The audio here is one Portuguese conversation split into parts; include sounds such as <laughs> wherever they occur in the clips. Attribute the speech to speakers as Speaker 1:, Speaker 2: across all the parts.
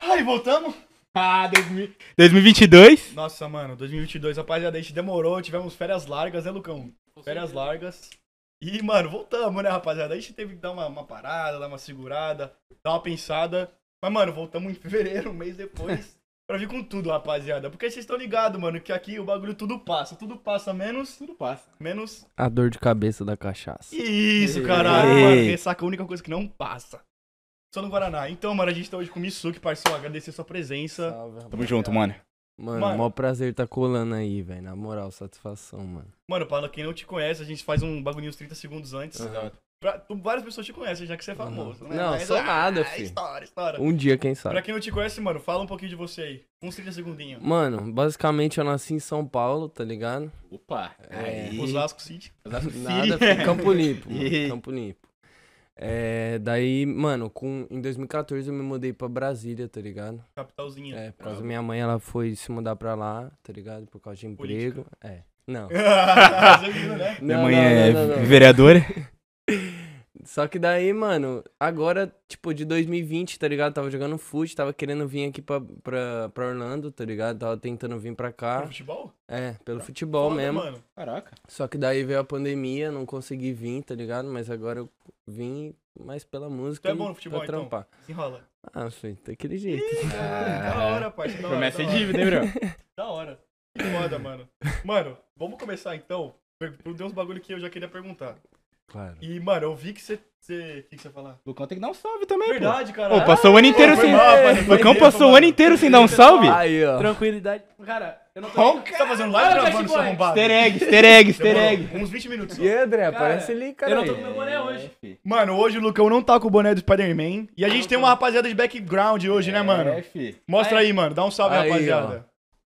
Speaker 1: Ai, voltamos?
Speaker 2: Ah, 2000 2022?
Speaker 1: Nossa, mano, 2022, rapaziada, a gente demorou, tivemos férias largas, né, Lucão? Férias largas. E, mano, voltamos, né, rapaziada? A gente teve que dar uma, uma parada, dar uma segurada, dar uma pensada. Mas, mano, voltamos em fevereiro, <laughs> um mês
Speaker 2: <laughs>
Speaker 1: depois, pra vir com tudo, rapaziada. Porque vocês estão ligados, mano, que aqui o bagulho tudo passa. Tudo passa menos,
Speaker 2: Tudo passa.
Speaker 1: menos
Speaker 3: A dor de cabeça da cachaça.
Speaker 1: Isso,
Speaker 2: Ei.
Speaker 1: caralho. Mano, ressaca é a única coisa que não passa. Só no Guaraná. Então, mano, a gente tá hoje com o Misuki, parceiro. Agradecer sua presença. Tamo junto, mano.
Speaker 3: Mano,
Speaker 1: Mano.
Speaker 3: mó prazer tá colando aí, velho. Na moral, satisfação, mano.
Speaker 1: Mano, pra quem não te conhece, a gente faz um bagulhinho uns 30 segundos antes. Pra- tu- várias pessoas te conhecem, já que você é famoso, né?
Speaker 3: Não, sou nada,
Speaker 1: ah,
Speaker 3: fi.
Speaker 1: História, história.
Speaker 3: Um dia, quem sabe.
Speaker 1: Pra quem não te conhece, mano, fala um pouquinho de você aí. Uns 30 segundinhos.
Speaker 3: Mano, basicamente eu nasci em São Paulo, tá ligado?
Speaker 2: Opa.
Speaker 3: É,
Speaker 2: Aí.
Speaker 1: Osasco City.
Speaker 3: Nada, fui
Speaker 1: <laughs>
Speaker 3: em Campo Limpo,
Speaker 2: Ih.
Speaker 3: mano, Campo Limpo. É, daí, mano, com, em 2014 eu me mudei pra Brasília, tá ligado?
Speaker 1: Capitalzinha.
Speaker 3: É, por causa da minha mãe, ela foi se mudar pra lá, tá ligado? Por causa de emprego. É.
Speaker 1: <laughs>
Speaker 3: Não.
Speaker 1: Você viu, né? É
Speaker 3: Não, não, não, não, não.
Speaker 2: vereadora.
Speaker 3: Só que daí, mano, agora, tipo, de 2020, tá ligado? Tava jogando foot, tava querendo vir aqui pra, pra, pra Orlando, tá ligado? Tava tentando vir pra
Speaker 1: Pro
Speaker 3: cá.
Speaker 1: futebol?
Speaker 3: É, pelo futebol
Speaker 1: Foda,
Speaker 3: mesmo.
Speaker 1: Mano.
Speaker 2: Caraca.
Speaker 3: Só que daí veio a pandemia, não consegui vir, tá ligado? Mas agora eu vim mais pela música
Speaker 1: Tu é
Speaker 3: e
Speaker 1: bom no futebol,
Speaker 3: pra
Speaker 1: então?
Speaker 3: trampar.
Speaker 1: Desenrola.
Speaker 3: Ah, filho, daquele jeito. É.
Speaker 1: Da hora, parceiro. da hora,
Speaker 2: Promessa
Speaker 1: da
Speaker 2: é
Speaker 1: hora.
Speaker 2: dívida, hein, bro?
Speaker 1: Da hora. Que foda, mano. Mano, vamos começar então. Per- Tem uns bagulho que eu já queria perguntar.
Speaker 3: Claro.
Speaker 1: E, mano, eu vi que você. você- O que que você ia falar?
Speaker 2: <laughs> Lucão tem que dar um salve também, pô.
Speaker 1: Verdade, cara.
Speaker 2: Pô, passou o ano inteiro
Speaker 1: foi
Speaker 2: sem.
Speaker 1: mal, rapaz, foi
Speaker 2: Lucão
Speaker 1: mal,
Speaker 2: passou o
Speaker 1: mano.
Speaker 2: ano inteiro sem dar um salve?
Speaker 3: Aí, ó.
Speaker 4: Tranquilidade. Cara, eu não tô.
Speaker 1: Você tá fazendo live
Speaker 4: Olha o
Speaker 1: gravando
Speaker 4: Jack
Speaker 1: seu
Speaker 4: Boy.
Speaker 1: arrombado?
Speaker 2: Easter egg, easter egg, easter
Speaker 1: Demorou.
Speaker 2: egg.
Speaker 1: Uns 20 minutos. só.
Speaker 3: E é- André, aparece
Speaker 4: aparece
Speaker 3: ali, cara.
Speaker 4: cara eu não tô com meu boné
Speaker 2: É,
Speaker 4: hoje.
Speaker 1: Mano, hoje o Lucão não tá com o boné do Spider-Man. E a gente tem uma rapaziada de background hoje,
Speaker 2: É,
Speaker 1: né, mano? Mostra aí, mano. Dá um salve,
Speaker 3: Aí,
Speaker 1: rapaziada.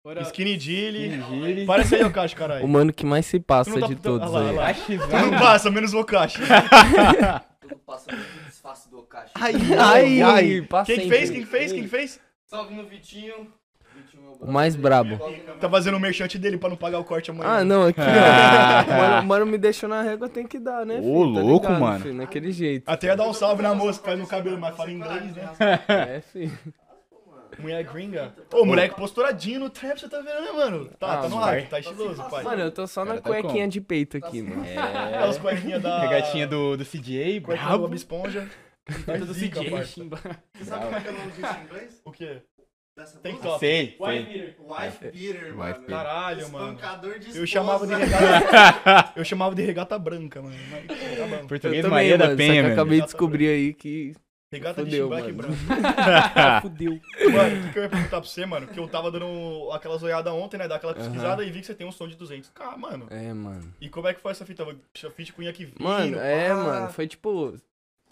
Speaker 4: Bora.
Speaker 1: Skinny Dilly. Parece aí o Cacho,
Speaker 3: O
Speaker 1: caralho.
Speaker 3: mano que mais se passa
Speaker 1: Tu não tá-
Speaker 3: de
Speaker 1: tu-
Speaker 3: todos
Speaker 1: ah lá, ah
Speaker 3: aí.
Speaker 1: lá.
Speaker 2: Achizão.
Speaker 1: Não passa, menos o Cacho.
Speaker 5: Tudo passando tudo disfarce do Okashi.
Speaker 3: Ai, passa
Speaker 1: Quem que
Speaker 3: sempre.
Speaker 1: fez? Quem que fez? Quem que fez?
Speaker 5: Salve no Vitinho. Vitinho meu
Speaker 3: O mais brabo.
Speaker 1: Tá fazendo o merchante dele pra não pagar o corte amanhã.
Speaker 3: Ah, não, aqui, ó. Mano, mano me deixou na régua, tem que dar, né?
Speaker 2: Ô,
Speaker 3: filho? Tá
Speaker 2: louco,
Speaker 3: ligado,
Speaker 2: mano.
Speaker 3: filho? Naquele jeito.
Speaker 1: Até ia dar um salve na moça que faz no cabelo, mas fala em inglês, né?
Speaker 3: É, filho.
Speaker 1: Mulher gringa. Ô, moleque posturadinho no trap, você tá vendo, né, mano? Tá,
Speaker 3: Ah,
Speaker 1: tá no
Speaker 3: mano.
Speaker 1: hype, tá estiloso, pai.
Speaker 3: Mano, eu tô só na
Speaker 2: Cara, tá como?
Speaker 3: cuequinha de peito aqui,
Speaker 1: É.
Speaker 3: mano.
Speaker 2: É.
Speaker 1: Aquelas cuequinhas da...
Speaker 3: É
Speaker 2: Regatinha do, do
Speaker 1: Cuequinha
Speaker 2: CJ,
Speaker 1: do
Speaker 2: brabo.
Speaker 1: Bob Esponja.
Speaker 6: é
Speaker 2: do
Speaker 1: Zica,
Speaker 2: CJ,
Speaker 1: parça.
Speaker 2: chimba.
Speaker 5: Você sabe como é que é o nome disso em inglês?
Speaker 1: O quê?
Speaker 5: Dessa
Speaker 1: Tem
Speaker 5: música?
Speaker 1: top.
Speaker 2: Sei, sei.
Speaker 4: White Meter.
Speaker 5: Wife Beater, mano.
Speaker 1: Caralho, mano.
Speaker 5: Espancador de
Speaker 1: Eu chamava de
Speaker 5: esposa.
Speaker 1: regata... eu chamava de regata branca, mano. Mas tá bom.
Speaker 3: Eu
Speaker 2: Português
Speaker 3: também,
Speaker 2: Maria da
Speaker 3: mano,
Speaker 2: Penha,
Speaker 3: só que eu
Speaker 2: mano.
Speaker 3: acabei de descobrir aí que
Speaker 1: Regata de
Speaker 3: Fudeu,
Speaker 1: chimbaque
Speaker 3: mano.
Speaker 1: branca.
Speaker 6: Ah.
Speaker 3: fudeu.
Speaker 1: Mano, o que que eu ia perguntar pra você, mano? Que eu tava dando aquelas olhadas ontem, né? Daquela pesquisada e vi que você tem um som de 200k, mano.
Speaker 3: É, mano.
Speaker 1: E como é que foi essa fita? Essa fita com que Ah, vindo.
Speaker 3: Mano, é,
Speaker 1: pá.
Speaker 3: mano. Foi tipo.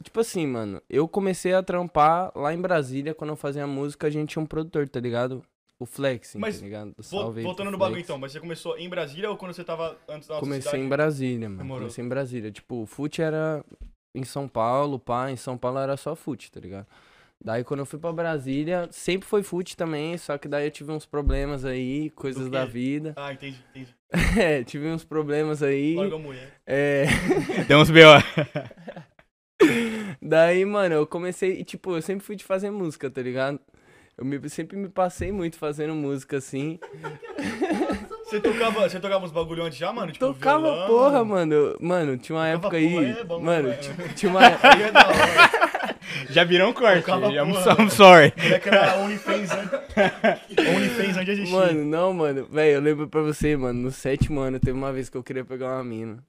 Speaker 3: Tipo assim, mano. Eu comecei a trampar lá em Brasília, quando eu fazia música, a gente tinha um produtor, tá ligado? O Flex,
Speaker 1: Mas,
Speaker 3: tá ligado?
Speaker 1: Vo-
Speaker 3: Salve aí pro
Speaker 1: Voltando no bagulho
Speaker 3: Flex.
Speaker 1: então, mas você começou em Brasília ou quando você tava antes da nossa
Speaker 3: Comecei
Speaker 1: cidade?
Speaker 3: em Brasília, mano.
Speaker 1: Demorou.
Speaker 3: Comecei em Brasília. Tipo, o fute era em São Paulo, pá. Em São Paulo era só fute, tá ligado? Daí quando eu fui pra Brasília, sempre foi fute também, só que daí eu tive uns problemas aí, coisas da
Speaker 1: quê?
Speaker 3: vida. <laughs>
Speaker 1: Ah, entendi, entendi.
Speaker 3: É, tive uns problemas aí.
Speaker 1: Larga a mulher.
Speaker 3: É.
Speaker 2: Deu uns B.O.
Speaker 3: Daí, mano, eu comecei, e, tipo, eu sempre fui de fazer música, tá ligado? Eu me- sempre me passei muito fazendo música, assim.
Speaker 1: Você tocava, você tocava uns bagulho antes já, mano? Tipo,
Speaker 3: Tocava
Speaker 1: violão?
Speaker 3: porra, mano. Eu- Mano, tinha uma
Speaker 1: Tocava
Speaker 3: época aí.
Speaker 1: porra, é bom,
Speaker 3: mano,
Speaker 1: é.
Speaker 3: ti-
Speaker 1: <laughs>
Speaker 3: tinha uma.
Speaker 1: Aí é da hora.
Speaker 2: <laughs> Já virou um corte.
Speaker 1: Tocava
Speaker 2: já- I'm,
Speaker 1: porra,
Speaker 2: so- I'm
Speaker 1: velho.
Speaker 2: sorry.
Speaker 1: O moleque era OnlyFans
Speaker 2: <laughs>
Speaker 1: antes. OnlyFans antes de existir.
Speaker 3: Mano, não, mano. Velho, eu lembro pra você, mano. No sétimo ano, teve uma vez que eu queria pegar uma mina.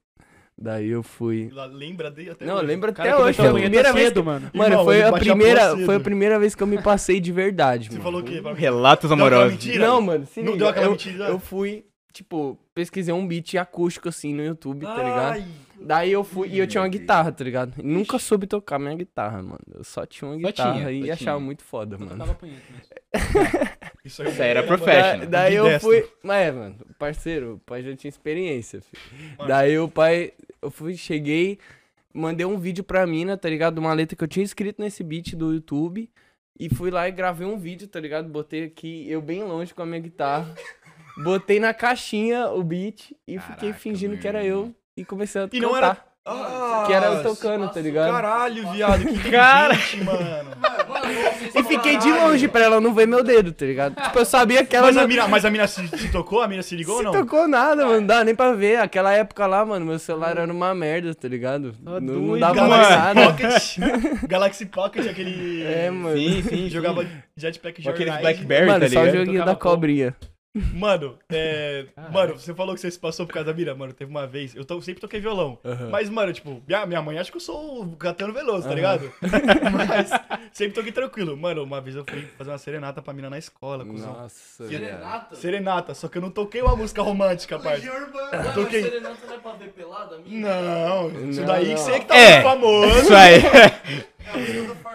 Speaker 3: Daí eu fui.
Speaker 1: Lá- Lembra dele até
Speaker 3: Não, eu
Speaker 1: hoje.
Speaker 3: lembro até
Speaker 4: Cara,
Speaker 3: hoje. Foi a primeira vez.
Speaker 4: cedo, mano.
Speaker 3: Mano,
Speaker 1: Irmão,
Speaker 3: foi,
Speaker 1: ele
Speaker 3: a
Speaker 1: batia a porra
Speaker 3: primeira,
Speaker 1: cedo.
Speaker 3: foi a primeira vez que eu me passei de verdade,
Speaker 1: Você
Speaker 3: mano.
Speaker 1: falou o quê? Pra mim?
Speaker 2: Relatos
Speaker 1: Deu aquela
Speaker 2: amorosos.
Speaker 1: mentira?
Speaker 3: Não, mano, se
Speaker 1: Não
Speaker 3: liga,
Speaker 1: deu aquela
Speaker 3: eu,
Speaker 1: mentira?
Speaker 3: eu fui, tipo, pesquisei um beat acústico assim no YouTube, tá ligado?
Speaker 1: Ai,
Speaker 3: Daí eu fui e eu tinha uma guitarra, tá ligado? Nunca soube tocar minha guitarra, mano. Eu só tinha uma
Speaker 2: Só
Speaker 3: guitarra
Speaker 2: tinha,
Speaker 3: e
Speaker 2: só
Speaker 3: achava
Speaker 2: tinha.
Speaker 3: muito foda, mano.
Speaker 4: Tava punheta, né?
Speaker 1: isso aí é
Speaker 2: Isso aí era
Speaker 1: Mano,
Speaker 3: Da-
Speaker 2: professional.
Speaker 3: daí eu
Speaker 1: Ambidestro.
Speaker 3: fui. Mas é, mano, parceiro, o pai já tinha experiência, filho.
Speaker 1: Mano.
Speaker 3: Daí o pai. Eu fui, cheguei, mandei um vídeo pra mina, tá ligado? Uma letra que eu tinha escrito nesse beat do YouTube. E fui lá e gravei um vídeo, tá ligado? Botei aqui, eu bem longe com a minha guitarra. Botei na caixinha o beat e fiquei
Speaker 2: Caraca,
Speaker 3: fingindo que era
Speaker 2: meu.
Speaker 3: eu. E comecei a
Speaker 1: E
Speaker 3: cantar.
Speaker 1: não era Ah,
Speaker 3: que era eu tocando, tá ligado?
Speaker 1: Caralho, viado, que
Speaker 2: Cara.
Speaker 1: inteligente, mano.
Speaker 3: E fiquei de longe pra ela não ver meu dedo, tá ligado? Tipo, eu sabia que ela
Speaker 1: Mas
Speaker 3: não
Speaker 1: a mina, mas a mina se, se tocou? A mina se ligou ou
Speaker 3: se
Speaker 1: não?
Speaker 3: tocou nada, mano. Não dá nem pra ver. Aquela época lá, mano, meu celular era uma merda, tá ligado? Não, não
Speaker 2: doido,
Speaker 3: dava
Speaker 2: mano.
Speaker 3: mais nada. <laughs>
Speaker 1: Pocket. Galaxy Pocket, aquele.
Speaker 3: É, mano.
Speaker 2: Sim, sim,
Speaker 1: Jogava
Speaker 2: sim.
Speaker 1: Jetpack né?
Speaker 2: Com aqueles
Speaker 1: Joyride.
Speaker 2: Blackberry,
Speaker 3: mano,
Speaker 2: tá
Speaker 3: só o
Speaker 2: ligado?
Speaker 3: joguinho
Speaker 4: Tocava
Speaker 3: da cobrinha.
Speaker 1: Mano, é. Mano, você falou que você se passou por causa da mira, mano. Teve uma vez. Eu to- sempre toquei violão. Mas, mano, tipo, minha, minha mãe acha que eu sou o Catano Veloso, tá
Speaker 3: <laughs>
Speaker 1: ligado? Mas sempre toquei tranquilo. Mano, uma vez eu fui fazer uma serenata pra mina na escola, cuzão.
Speaker 3: Nossa,
Speaker 5: Serenata?
Speaker 1: Serenata, só que eu não toquei uma música romântica, parça.
Speaker 5: Legião Urbana.
Speaker 1: Toquei.
Speaker 4: Serenata não é pra ver pelada, amigo?
Speaker 1: Não, isso
Speaker 3: Não,
Speaker 1: daí
Speaker 3: não.
Speaker 1: que você que tá
Speaker 2: É.
Speaker 1: muito famoso.
Speaker 2: Isso <laughs> aí.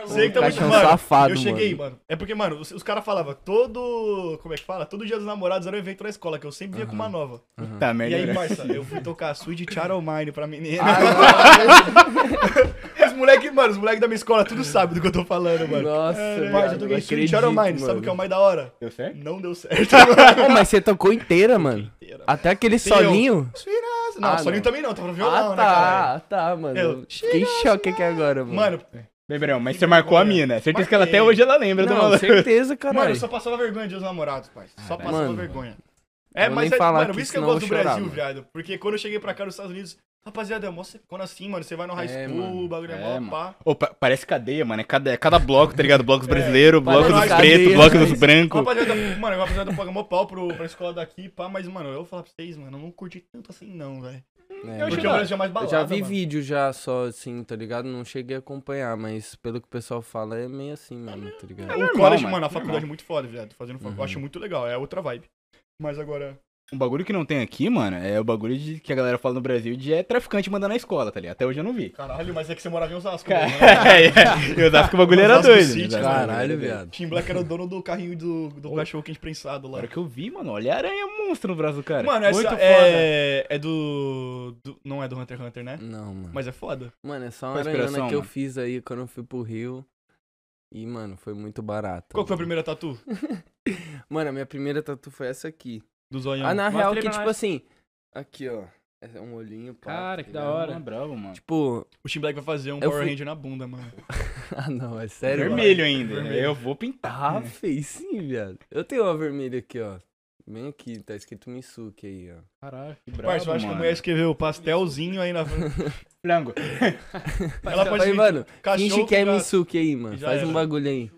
Speaker 1: Você que tá
Speaker 3: O
Speaker 1: muito
Speaker 3: Caixa é um
Speaker 1: mano,
Speaker 3: safado,
Speaker 1: Eu cheguei, mano. É porque, mano, os, os caras falavam todo. Como é que fala? Todo dia dos namorados era um evento na escola, que eu sempre vinha com uma nova.
Speaker 2: Tá,
Speaker 1: E
Speaker 2: merda.
Speaker 1: aí,
Speaker 2: né?
Speaker 1: parça, eu fui tocar Sweet Child Mine pra menina.
Speaker 3: Ah,
Speaker 1: os moleque, mano, os moleque da minha escola tudo sabe do que eu tô falando, mano.
Speaker 3: Nossa,
Speaker 1: Parça,
Speaker 3: mano.
Speaker 1: eu
Speaker 3: não
Speaker 1: toquei Sweet
Speaker 3: acredito,
Speaker 1: Child Mine, sabe
Speaker 3: mano.
Speaker 1: o que é o mais da hora?
Speaker 2: Deu certo?
Speaker 1: Não deu certo.
Speaker 3: Tá
Speaker 1: <laughs>
Speaker 3: Ô, <laughs> mas você tocou inteira, mano.
Speaker 1: Inteira.
Speaker 3: Até aquele
Speaker 1: Entendeu?
Speaker 3: solinho.
Speaker 1: Sweet Ass- Não,
Speaker 3: Ah,
Speaker 1: solinho
Speaker 3: não.
Speaker 1: também não, tava no violão, né,
Speaker 3: Ah,
Speaker 1: cara?
Speaker 3: tá, tá, mano.
Speaker 1: Eu-
Speaker 3: Fiquei em choque aqui agora, mano.
Speaker 1: Mano,
Speaker 2: Lembrão, mas você marcou a mina. Certeza que ela até
Speaker 1: Marquei.
Speaker 2: hoje ela lembra do
Speaker 3: não,
Speaker 2: maluco. <laughs>
Speaker 3: certeza, caralho.
Speaker 1: Mano, só passava vergonha de os namorados, pai. Só passava
Speaker 3: Mano,
Speaker 1: vergonha. É,
Speaker 3: vou
Speaker 1: mas
Speaker 3: nem
Speaker 1: é,
Speaker 3: falar
Speaker 1: mano,
Speaker 3: aqui,
Speaker 1: por isso que eu
Speaker 3: senão eu
Speaker 1: gosto do
Speaker 3: vou chorar,
Speaker 1: Brasil,
Speaker 3: mano.
Speaker 1: viado. Porque quando eu cheguei pra cá nos Estados Unidos, rapaziada, é mó secona assim, mano. Você vai no high
Speaker 3: É,
Speaker 1: school,
Speaker 3: mano.
Speaker 1: o bagulho é,
Speaker 2: É,
Speaker 1: mó
Speaker 2: mano.
Speaker 1: pá.
Speaker 2: Ô, pa- parece cadeia, mano. É cada, é cada bloco, tá ligado? Bloco dos brasileiros,
Speaker 1: É,
Speaker 2: bloco
Speaker 1: parece
Speaker 2: dos
Speaker 1: cadeia,
Speaker 2: pretos, bloco
Speaker 3: mas-
Speaker 1: <laughs>
Speaker 2: dos brancos.
Speaker 1: Rapaziada, mano, a rapaziada paga mó pau pro, pra escola daqui, pá. Mas, mano, eu vou falar pra vocês, mano, eu não curti tanto assim, não, velho.
Speaker 3: É,
Speaker 1: Porque
Speaker 3: mano.
Speaker 1: o Brasil é mais
Speaker 3: Eu
Speaker 1: balada,
Speaker 3: já vi
Speaker 1: mano.
Speaker 3: vídeo já só assim, tá ligado? Não cheguei a acompanhar, mas pelo que o pessoal fala é meio assim, mano, tá ligado?
Speaker 1: O
Speaker 2: normal,
Speaker 1: college, mano, a
Speaker 2: mano, normal.
Speaker 1: faculdade é muito foda, viado. Fazendo faculdade, eu acho muito legal, é outra vibe. Mas agora.
Speaker 2: Um bagulho que não tem aqui, mano, é o bagulho de, que a galera fala no Brasil de é traficante mandando na escola, tá ligado? Até hoje eu não vi.
Speaker 1: Caralho, mas é que você morava em Osasco, né?
Speaker 2: é, eu acho que o bagulho era
Speaker 1: Osasco
Speaker 2: doido. né?
Speaker 1: City,
Speaker 2: Osasco
Speaker 3: Caralho,
Speaker 2: era doido.
Speaker 3: viado.
Speaker 1: <laughs> Tim Black era o dono do carrinho do, do cachorro quente prensado lá.
Speaker 2: Agora que eu vi, mano, olha a aranha monstro no braço do cara.
Speaker 1: Mano, essa
Speaker 2: Muito
Speaker 1: é, é do, do- Não é do Hunter x Hunter, né?
Speaker 3: Não, mano.
Speaker 1: Mas é foda.
Speaker 3: Mano, é só uma
Speaker 2: Qual a
Speaker 3: aranhona que
Speaker 2: inspiração,
Speaker 3: eu
Speaker 2: mano?
Speaker 3: fiz aí quando eu fui pro Rio. E, mano, foi muito barato.
Speaker 1: Qual que foi a primeira
Speaker 3: mano.
Speaker 1: tatu?
Speaker 3: <laughs> Mano, a minha primeira tatu foi essa aqui.
Speaker 1: Do zoião.
Speaker 3: Ah, na
Speaker 4: Mostra
Speaker 3: real
Speaker 4: aí
Speaker 3: que,
Speaker 4: pra
Speaker 3: tipo
Speaker 4: nós.
Speaker 3: assim... Aqui, ó. Esse É um olhinho, pá, tá
Speaker 4: Cara, que da
Speaker 3: ligado?
Speaker 4: hora.
Speaker 2: Mano, bravo, mano.
Speaker 3: Tipo... <laughs>
Speaker 1: O Tim Black vai fazer um
Speaker 3: Eu
Speaker 1: Power
Speaker 3: fui-
Speaker 1: Ranger na bunda, mano.
Speaker 3: Ah, não, é sério, mano.
Speaker 2: Vermelho ainda. né?
Speaker 1: Vermelho.
Speaker 2: Eu vou pintar.
Speaker 3: Ah, fez sim, viado. Eu tenho uma vermelha aqui, ó. Bem aqui, tá escrito Misuke aí, ó.
Speaker 4: Caralho.
Speaker 2: Que brabo,
Speaker 1: Parça, eu acho que a
Speaker 2: mano.
Speaker 1: mulher é escreveu pastelzinho aí na. Ela
Speaker 3: <laughs>
Speaker 2: Frango.
Speaker 1: pode
Speaker 3: Aí,
Speaker 1: ser
Speaker 3: mano,
Speaker 1: cachorro
Speaker 3: finge que é
Speaker 1: com gato.
Speaker 3: Misuke aí, mano.
Speaker 1: Já
Speaker 3: Faz um
Speaker 1: era.
Speaker 3: bagulho aí.